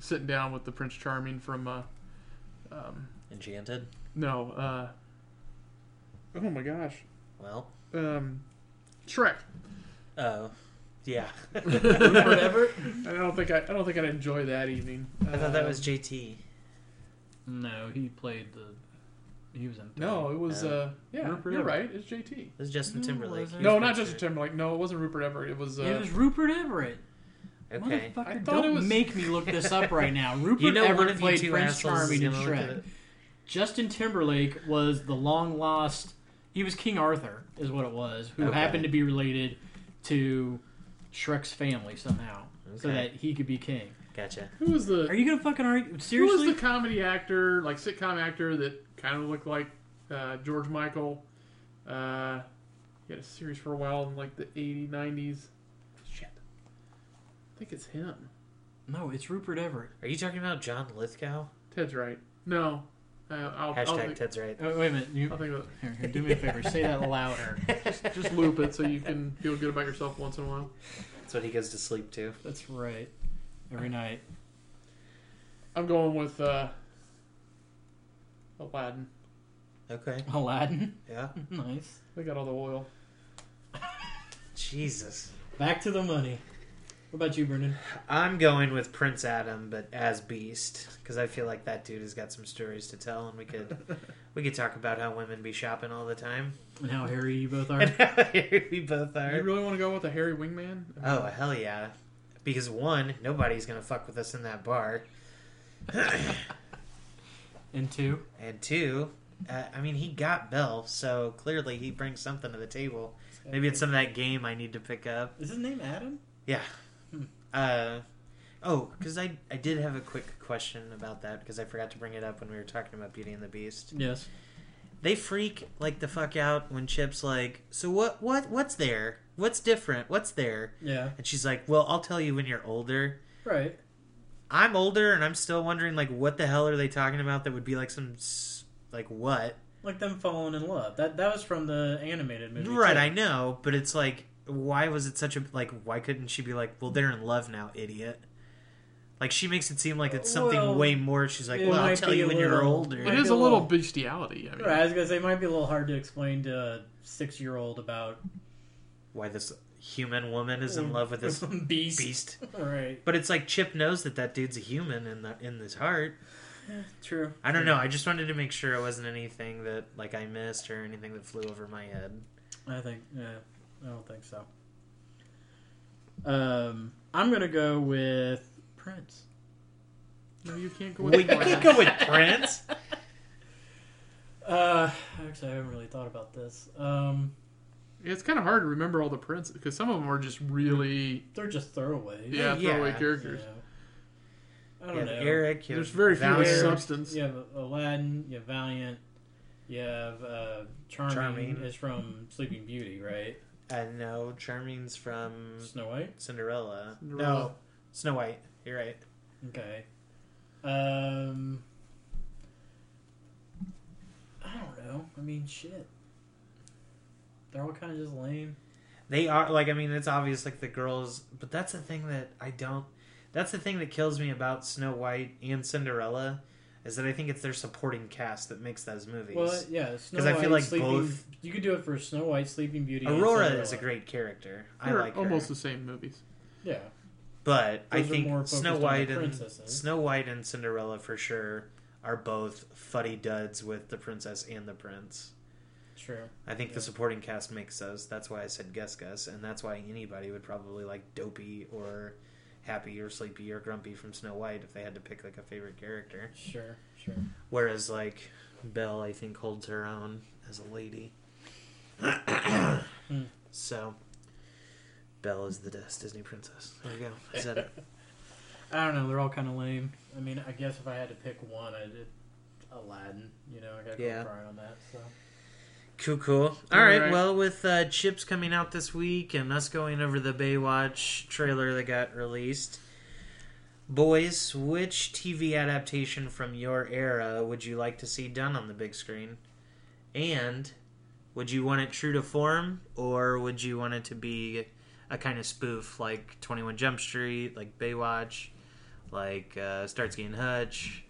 [SPEAKER 2] sitting down with the Prince Charming from uh, um,
[SPEAKER 3] Enchanted.
[SPEAKER 2] no, uh, oh my gosh,
[SPEAKER 3] Well.
[SPEAKER 2] um, Shrek.
[SPEAKER 3] Oh. Yeah.
[SPEAKER 4] Everett Everett?
[SPEAKER 2] I don't think I, I don't think I'd enjoy that evening. Um,
[SPEAKER 3] I thought that was JT.
[SPEAKER 4] No, he played the. He was in.
[SPEAKER 2] no, it was
[SPEAKER 3] Uh,
[SPEAKER 2] uh, yeah,
[SPEAKER 4] Rupert
[SPEAKER 2] you're right.
[SPEAKER 4] Everett.
[SPEAKER 2] It's JT.
[SPEAKER 3] This is Justin
[SPEAKER 4] No,
[SPEAKER 3] Timberlake.
[SPEAKER 4] was it?
[SPEAKER 2] No, not Justin Timberlake. No, it wasn't Rupert Everett. It was. Uh,
[SPEAKER 4] it was Rupert Everett.
[SPEAKER 3] Okay.
[SPEAKER 2] I
[SPEAKER 4] Motherfucker,
[SPEAKER 2] thought
[SPEAKER 4] don't
[SPEAKER 2] it was-
[SPEAKER 4] make me look this up right now. Rupert
[SPEAKER 3] You know one
[SPEAKER 4] Everett
[SPEAKER 3] of you
[SPEAKER 4] played
[SPEAKER 3] two
[SPEAKER 4] Prince
[SPEAKER 3] assholes is
[SPEAKER 4] Charming in
[SPEAKER 3] gonna look at
[SPEAKER 4] Shrek.
[SPEAKER 3] it.
[SPEAKER 4] Justin Timberlake was the long lost. He was King Arthur, is what it was, who
[SPEAKER 3] Okay.
[SPEAKER 4] happened to be related to Shrek's family somehow, so
[SPEAKER 3] Okay.
[SPEAKER 4] that he could be king.
[SPEAKER 3] Gotcha.
[SPEAKER 2] who was the
[SPEAKER 4] Are you gonna fucking argue?
[SPEAKER 2] who
[SPEAKER 4] Seriously?
[SPEAKER 2] was the comedy actor, like sitcom actor that kind of looked like uh, George Michael? Uh, he had a series for a while in like the 80s, 90s. Shit. I think it's him.
[SPEAKER 4] No, it's Rupert Everett.
[SPEAKER 3] Are you talking about John Lithgow?
[SPEAKER 2] Ted's right. No. Uh, I'll, I'll,
[SPEAKER 3] Hashtag
[SPEAKER 2] think,
[SPEAKER 3] Ted's right.
[SPEAKER 4] Oh, wait a minute. You,
[SPEAKER 2] I'll think of
[SPEAKER 4] here, here, do me a favor. Say that louder.
[SPEAKER 2] it. Just loop it so you can feel good about yourself once in a while.
[SPEAKER 3] That's what he goes to sleep to.
[SPEAKER 4] That's right. Every night.
[SPEAKER 2] I'm going with uh, Aladdin.
[SPEAKER 3] Okay.
[SPEAKER 4] Aladdin.
[SPEAKER 3] Yeah.
[SPEAKER 4] nice.
[SPEAKER 2] They got all the oil.
[SPEAKER 3] Jesus.
[SPEAKER 4] Back to the money. What about you, Brendan?
[SPEAKER 3] I'm going with Prince Adam, but as Beast, because I feel like that dude has got some stories to tell, and we could we could talk about how women be shopping all the time,
[SPEAKER 4] And how hairy you both are.
[SPEAKER 3] and how hairy we both
[SPEAKER 2] You
[SPEAKER 3] are.
[SPEAKER 2] really want to go with a hairy wingman?
[SPEAKER 3] Oh hell yeah! Because one, nobody's gonna fuck with us in that bar,
[SPEAKER 4] And two.
[SPEAKER 3] and two, uh, I mean he got Bell, so clearly he brings something to the table. Maybe it's some of that game I need to pick up.
[SPEAKER 4] Is his name Adam?
[SPEAKER 3] Hmm. Uh, Oh, because I I did have a quick question about that because I forgot to bring it up when we were talking about Beauty and the Beast.
[SPEAKER 5] Yes.
[SPEAKER 3] They freak like the fuck out when Chip's like, so what what what's there? What's different? What's there?
[SPEAKER 4] Yeah.
[SPEAKER 3] And she's like, well, I'll tell you when you're older.
[SPEAKER 4] Right.
[SPEAKER 3] I'm older, and I'm still wondering like what the hell are they talking about that would be like some s- like what?
[SPEAKER 4] Like them falling in love. That that was from the animated movie.
[SPEAKER 3] right,
[SPEAKER 4] too.
[SPEAKER 3] I know, but it's like, why was it such a like? Why couldn't she be like, well, they're in love now, idiot? Like she makes it seem like it's something
[SPEAKER 4] Well,
[SPEAKER 3] way more. She's like,
[SPEAKER 4] it
[SPEAKER 3] well, I'll
[SPEAKER 4] might
[SPEAKER 3] tell
[SPEAKER 4] be
[SPEAKER 3] you
[SPEAKER 4] a
[SPEAKER 3] when you're
[SPEAKER 4] little-
[SPEAKER 3] older.
[SPEAKER 2] It
[SPEAKER 4] Might
[SPEAKER 2] is
[SPEAKER 4] be
[SPEAKER 2] a
[SPEAKER 4] a
[SPEAKER 2] little
[SPEAKER 4] little-
[SPEAKER 2] bestiality. I mean,
[SPEAKER 4] Right, I was gonna say it might be a little hard to explain to a six year old about
[SPEAKER 3] why this human woman is in love with this
[SPEAKER 4] Mm. beast.
[SPEAKER 3] beast.
[SPEAKER 4] Right.
[SPEAKER 3] But it's like Chip knows that that dude's a human in the in his heart.
[SPEAKER 4] True.
[SPEAKER 3] I don't know. I just wanted to make sure it wasn't anything that like I missed or anything that flew over my head.
[SPEAKER 4] I think yeah. I don't think so.
[SPEAKER 5] Um, I'm gonna go with Prince.
[SPEAKER 2] no, you can't go
[SPEAKER 3] Wait,
[SPEAKER 2] with
[SPEAKER 3] you
[SPEAKER 2] that.
[SPEAKER 3] can't go with Prince.
[SPEAKER 5] Uh, actually, I haven't really thought about this. Um,
[SPEAKER 2] It's kind of hard to remember all the prints because some of them are just really
[SPEAKER 5] they're just throwaways.
[SPEAKER 2] yeah,
[SPEAKER 3] Yeah.
[SPEAKER 2] throwaway
[SPEAKER 5] You
[SPEAKER 2] characters.
[SPEAKER 5] know. I
[SPEAKER 3] You
[SPEAKER 5] don't
[SPEAKER 3] have
[SPEAKER 5] know.
[SPEAKER 3] Eric. You
[SPEAKER 2] There's
[SPEAKER 3] have
[SPEAKER 2] very few with
[SPEAKER 3] Valiant.
[SPEAKER 2] substance.
[SPEAKER 5] You have Aladdin. You have Valiant. You have uh, Charming,
[SPEAKER 3] Charming.
[SPEAKER 5] is from Sleeping Beauty, right?
[SPEAKER 3] I know Charming's from
[SPEAKER 5] Snow White.
[SPEAKER 3] Cinderella. No,
[SPEAKER 2] Cinderella.
[SPEAKER 3] Snow White. You're right.
[SPEAKER 5] Okay. Um, I don't know. I mean, shit. They're all kind of just lame.
[SPEAKER 3] They are like I mean it's obvious like the girls, but that's the thing that I don't. That's the thing that kills me about Snow White and Cinderella, is that I think it's their supporting cast that makes those movies.
[SPEAKER 5] Well, yeah, Snow
[SPEAKER 3] 'Cause I
[SPEAKER 5] White.
[SPEAKER 3] feel like
[SPEAKER 5] Sleeping,
[SPEAKER 3] both-
[SPEAKER 5] You could do it for Snow White, Sleeping Beauty. and
[SPEAKER 3] Aurora
[SPEAKER 5] Cinderella.
[SPEAKER 3] is a great character. I
[SPEAKER 2] They're
[SPEAKER 3] like her.
[SPEAKER 2] almost the same movies.
[SPEAKER 5] Yeah,
[SPEAKER 3] but I
[SPEAKER 5] Those are more
[SPEAKER 3] think
[SPEAKER 5] focused
[SPEAKER 3] Snow
[SPEAKER 5] on the
[SPEAKER 3] White and
[SPEAKER 5] princesses.
[SPEAKER 3] Snow White and Cinderella for sure are both fuddy duds with the princess and the prince.
[SPEAKER 5] true.
[SPEAKER 3] I think
[SPEAKER 5] Yeah.
[SPEAKER 3] the supporting cast makes those. That's why I said Gus Gus, and that's why anybody would probably like Dopey or Happy or Sleepy or Grumpy from Snow White if they had to pick like a favorite character.
[SPEAKER 5] Sure, sure.
[SPEAKER 3] Whereas like Belle, I think holds her own as a lady. so Belle is the best Disney princess. There you go. I said it.
[SPEAKER 5] I don't know. They're all kind of lame.
[SPEAKER 4] I mean, I guess if I had to pick one, I'd Aladdin. You know, I gotta
[SPEAKER 3] Yeah.
[SPEAKER 4] go cry on that. So
[SPEAKER 3] Cool, cool. All
[SPEAKER 2] All
[SPEAKER 3] right,
[SPEAKER 2] right.
[SPEAKER 3] Well, with uh, Chips coming out this week and us going over the Baywatch trailer that got released, boys, which TV adaptation from your era would you like to see done on the big screen? And would you want it true to form, or would you want it to be a kind of spoof like Twenty One Jump Street, like Baywatch, like uh, Starsky and Hutch?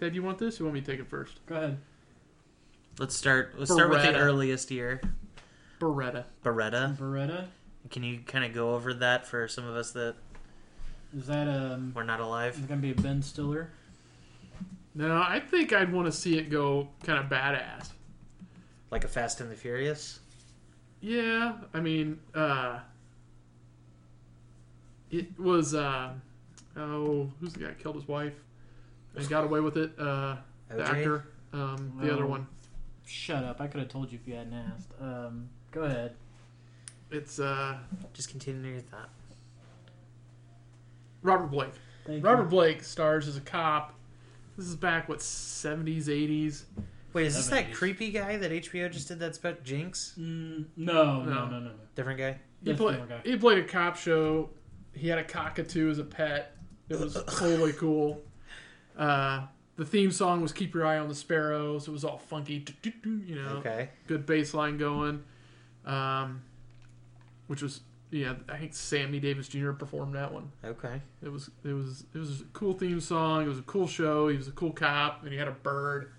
[SPEAKER 2] Ted, you want this? You want me to take it first?
[SPEAKER 5] Go ahead.
[SPEAKER 3] Let's start. Let's start with the
[SPEAKER 2] Beretta.
[SPEAKER 3] earliest year,
[SPEAKER 2] Beretta.
[SPEAKER 3] Beretta.
[SPEAKER 5] Beretta.
[SPEAKER 3] Can you kind of go over that for some of us that
[SPEAKER 5] Is that um?
[SPEAKER 3] were not
[SPEAKER 5] Is
[SPEAKER 3] alive?
[SPEAKER 5] it gonna be a Ben Stiller?
[SPEAKER 2] No, I think I'd want to see it go kind of badass.
[SPEAKER 3] Like a Fast and the Furious?
[SPEAKER 2] Yeah, I mean, uh, it was uh, oh, who's the guy that killed his wife and got away with it? Uh, the
[SPEAKER 3] OJ?
[SPEAKER 2] actor, um, the other
[SPEAKER 5] Oh.
[SPEAKER 2] one.
[SPEAKER 5] Shut up! I could have told you if you hadn't asked. Um, go ahead.
[SPEAKER 2] It's uh,
[SPEAKER 3] Just continue your thought.
[SPEAKER 2] Robert Blake.
[SPEAKER 5] Thank
[SPEAKER 2] Robert Blake stars as a cop. This is back what seventies, eighties.
[SPEAKER 3] Wait, is this that
[SPEAKER 5] 70s.
[SPEAKER 3] creepy guy that HBO just did that spec Jinx?
[SPEAKER 5] You. Mm, no,
[SPEAKER 2] No.
[SPEAKER 5] no, no, no, no.
[SPEAKER 3] Different guy?
[SPEAKER 2] He
[SPEAKER 5] That's
[SPEAKER 2] played
[SPEAKER 5] the other guy.
[SPEAKER 2] he played a cop show. He had a cockatoo as a pet. It was totally cool. Uh, the theme song was "Keep Your Eye on the Sparrows." It was all funky, you know.
[SPEAKER 3] Okay.
[SPEAKER 2] good bass line going, um, which was yeah. I think Sammy Davis Jr. performed that one.
[SPEAKER 3] Okay.
[SPEAKER 2] It was it was it was a cool theme song. It was a cool show. He was a cool cop, and he had a bird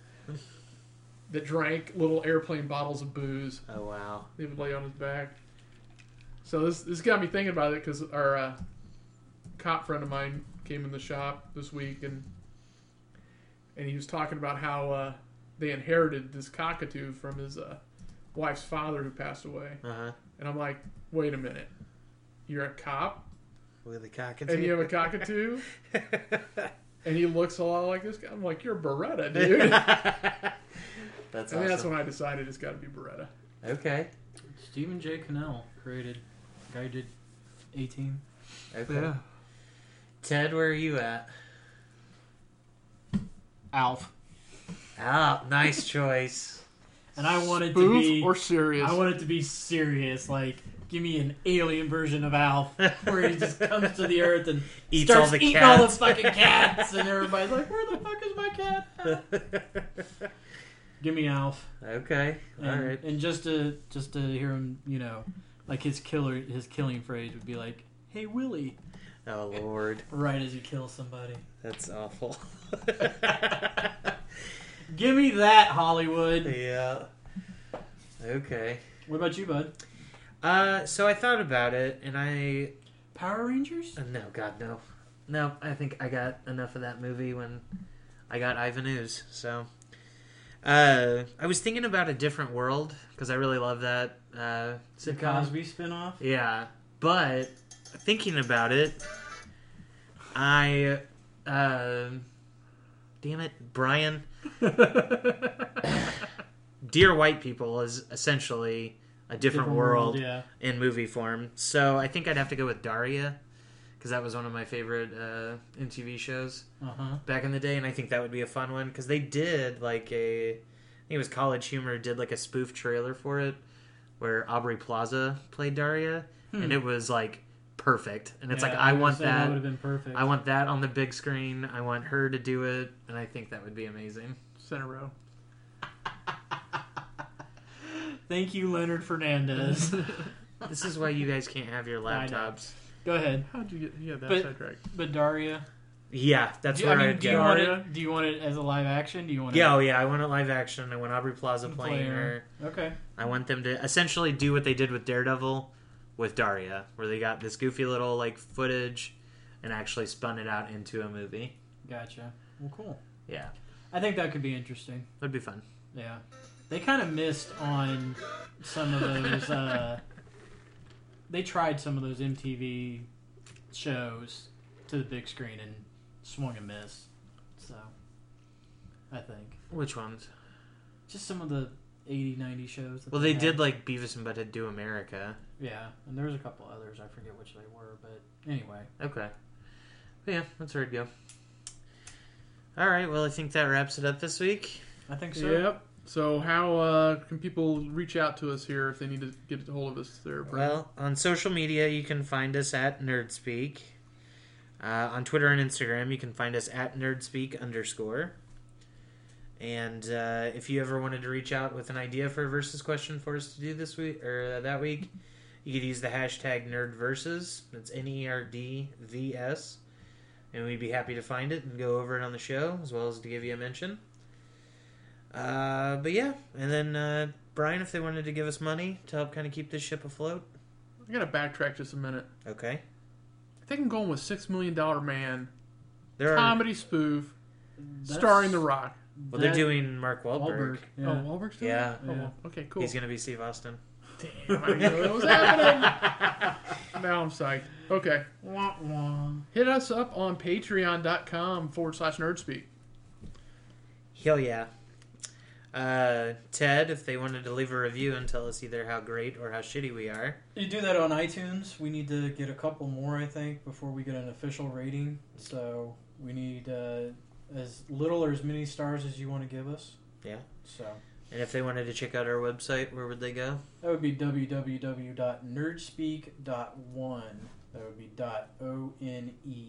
[SPEAKER 2] that drank little airplane bottles of booze.
[SPEAKER 3] Oh, wow.
[SPEAKER 2] They would lay on his back. So this this got me thinking about it because our uh, cop friend of mine came in the shop this week and and he was talking about how uh, they inherited this cockatoo from his uh, wife's father who passed away.
[SPEAKER 3] Uh huh.
[SPEAKER 2] And I'm like, wait a minute, you're a cop
[SPEAKER 3] With a cockatoo.
[SPEAKER 2] and you have a cockatoo, and he looks a lot like this guy. I'm like, you're Beretta, dude. and
[SPEAKER 3] that's
[SPEAKER 2] that's
[SPEAKER 3] awesome.
[SPEAKER 2] when I decided it's got to be Beretta.
[SPEAKER 3] Okay.
[SPEAKER 5] Stephen J. Cannell created. Guy who did. 18.
[SPEAKER 3] Okay. Ted, where are you at?
[SPEAKER 5] Alf.
[SPEAKER 3] Ah, nice choice.
[SPEAKER 5] And I wanted to
[SPEAKER 2] Spoof
[SPEAKER 5] be.
[SPEAKER 2] or serious?
[SPEAKER 5] I wanted to be serious. Like, give me an alien version of Alf, where he just comes to the earth and
[SPEAKER 3] Eats
[SPEAKER 5] starts
[SPEAKER 3] all the
[SPEAKER 5] eating
[SPEAKER 3] cats.
[SPEAKER 5] all the fucking cats, and everybody's like, "Where the fuck is my cat?" give me Alf.
[SPEAKER 3] okay, all
[SPEAKER 5] And,
[SPEAKER 3] right.
[SPEAKER 5] and just to just to hear him, you know, like his killer, his killing phrase would be like, "Hey Willie,"
[SPEAKER 3] Oh lord,
[SPEAKER 5] right as he kills somebody.
[SPEAKER 3] that's awful.
[SPEAKER 5] Give me that Hollywood.
[SPEAKER 3] yeah. Okay.
[SPEAKER 5] What about you, bud?
[SPEAKER 3] Uh, so I thought about it, and I
[SPEAKER 5] Power Rangers?
[SPEAKER 3] Uh, No, God, no. No, I think I got enough of that movie when I got Ivan Ooze. So, uh, I was thinking about a different world because I really love that uh,
[SPEAKER 5] The
[SPEAKER 3] sitcom.
[SPEAKER 5] Cosby spinoff?
[SPEAKER 3] Yeah, but thinking about it, I, uh, damn it, Brian, Dear White People is essentially a different, world
[SPEAKER 5] yeah.
[SPEAKER 3] in movie form. So I think I'd have to go with Daria because that was one of my favorite uh, MTV shows
[SPEAKER 5] Uh huh.
[SPEAKER 3] back in the day, and I think that would be a fun one because they did like a, I think it was College Humor did like a spoof trailer for it where Aubrey Plaza played Daria,
[SPEAKER 5] Hmm.
[SPEAKER 3] and it was like perfect. And it's like I want
[SPEAKER 5] That
[SPEAKER 3] that.
[SPEAKER 5] would have been perfect.
[SPEAKER 3] I want that on the big screen. I want her to do it, and I think that would be amazing.
[SPEAKER 2] Center row.
[SPEAKER 5] Thank you, Leonard Fernandez.
[SPEAKER 3] This is why you guys can't have your
[SPEAKER 5] I know.
[SPEAKER 3] laptops.
[SPEAKER 5] Go ahead.
[SPEAKER 2] How'd you get yeah that
[SPEAKER 5] But-
[SPEAKER 2] sidetracked?
[SPEAKER 5] But Daria,
[SPEAKER 3] Yeah, that's
[SPEAKER 5] do, I
[SPEAKER 3] where I
[SPEAKER 5] mean,
[SPEAKER 3] would
[SPEAKER 5] do
[SPEAKER 3] go.
[SPEAKER 5] you want
[SPEAKER 2] Daria?
[SPEAKER 5] it? Do you want it as a live action? Do you want?
[SPEAKER 3] Yeah, oh yeah, I want a live action. I want Aubrey Plaza
[SPEAKER 5] Player.
[SPEAKER 3] playing her.
[SPEAKER 5] It? Okay.
[SPEAKER 3] I want them to essentially do what they did with Daredevil with Daria, where they got this goofy little like footage and actually spun it out into a movie.
[SPEAKER 5] Gotcha. Well, cool.
[SPEAKER 3] Yeah,
[SPEAKER 5] I think that could be interesting.
[SPEAKER 3] that'd be fun.
[SPEAKER 5] Yeah. They kind of missed on some of those. Uh, they tried some of those MTV shows to the big screen and swung and missed. So, I think.
[SPEAKER 3] Which ones?
[SPEAKER 5] Just some of the 80, 90 shows. That
[SPEAKER 3] Well, they
[SPEAKER 5] had.
[SPEAKER 3] did like Beavis and Butthead do America.
[SPEAKER 5] Yeah. And there was a couple others. I forget which they were. But anyway.
[SPEAKER 3] Okay, but yeah, that's where it'd go. All right, well, I think that wraps it up this week.
[SPEAKER 5] I think so.
[SPEAKER 2] Yep. So how uh, can people reach out to us here if they need to get a hold of us? There, Brent?
[SPEAKER 3] Well, on social media, you can find us at NerdSpeak. Uh, on Twitter and Instagram, you can find us at NerdSpeak underscore. And uh, if you ever wanted to reach out with an idea for a versus question for us to do this week or uh, that week, you could use the hashtag NerdVersus. That's N E R D V S. And we'd be happy to find it and go over it on the show, as well as to give you a mention. Uh, but yeah, and then uh, Brian, if they wanted to give us money to help kind of keep this ship afloat,
[SPEAKER 2] I gotta backtrack just a minute.
[SPEAKER 3] Okay.
[SPEAKER 2] I think I'm going with Six Million Dollar Man,
[SPEAKER 3] There are.
[SPEAKER 2] comedy spoof,
[SPEAKER 5] That's-
[SPEAKER 2] starring The Rock.
[SPEAKER 3] Well, they're
[SPEAKER 5] that-
[SPEAKER 3] doing Mark Wahlberg.
[SPEAKER 5] Wahlberg. Yeah.
[SPEAKER 2] Oh, Wahlberg's doing
[SPEAKER 3] Yeah.
[SPEAKER 2] it? Oh,
[SPEAKER 5] Yeah.
[SPEAKER 2] okay, cool.
[SPEAKER 3] He's gonna be Steve Austin.
[SPEAKER 2] Damn, I knew it was happening. now I'm psyched. Okay.
[SPEAKER 5] Wah, wah.
[SPEAKER 2] Hit us up on patreon.com forward slash nerdspeak.
[SPEAKER 3] Hell yeah. Uh, Ted, if they wanted to leave a review and tell us either how great or how shitty we are,
[SPEAKER 4] You do that on iTunes. We need to get a couple more, I think, before we get an official rating. So we need uh, as little or as many stars as you want to give us.
[SPEAKER 3] Yeah.
[SPEAKER 4] So
[SPEAKER 3] and if they wanted to check out our website, where would they go?
[SPEAKER 4] that would be www.nerdspeak.one. That would be dot O N E.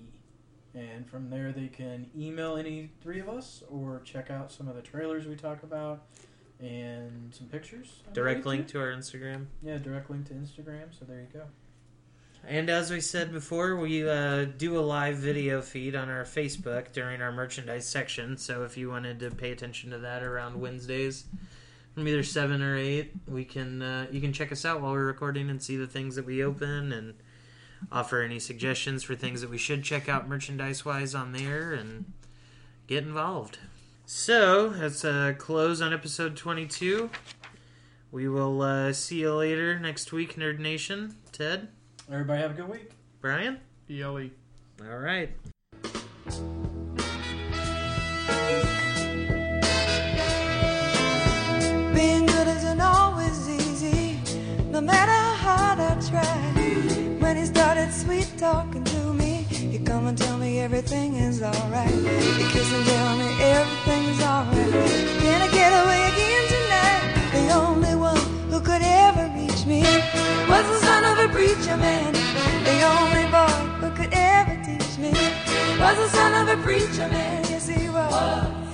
[SPEAKER 4] And from there, they can email any three of us or check out some of the trailers we talk about and some pictures. I
[SPEAKER 3] Direct
[SPEAKER 4] believe,
[SPEAKER 3] link
[SPEAKER 4] too.
[SPEAKER 3] to our Instagram.
[SPEAKER 4] Yeah, direct link to Instagram. So there you go.
[SPEAKER 3] And as we said before, we uh, do a live video feed on our Facebook during our merchandise section. So if you wanted to pay attention to that around Wednesdays, from either seven or eight, we can uh, you can check us out while we're recording and see the things that we open and offer any suggestions for things that we should check out merchandise wise on there and get involved. So that's a close on episode twenty two. We will uh, see you later next week, Nerd Nation. Ted,
[SPEAKER 4] Everybody have a good week.
[SPEAKER 3] Brian.
[SPEAKER 2] BLE.
[SPEAKER 3] All right.
[SPEAKER 1] Being good isn't always easy, no matter how hard I try. When he started sweet talking to me, he come Come and tell me everything is alright. You kiss and tell me everything's alright. Can I get away again tonight? The only one who could ever reach me was the son of a preacher man. The only boy who could ever teach me was the son of a preacher man. Yes, he was.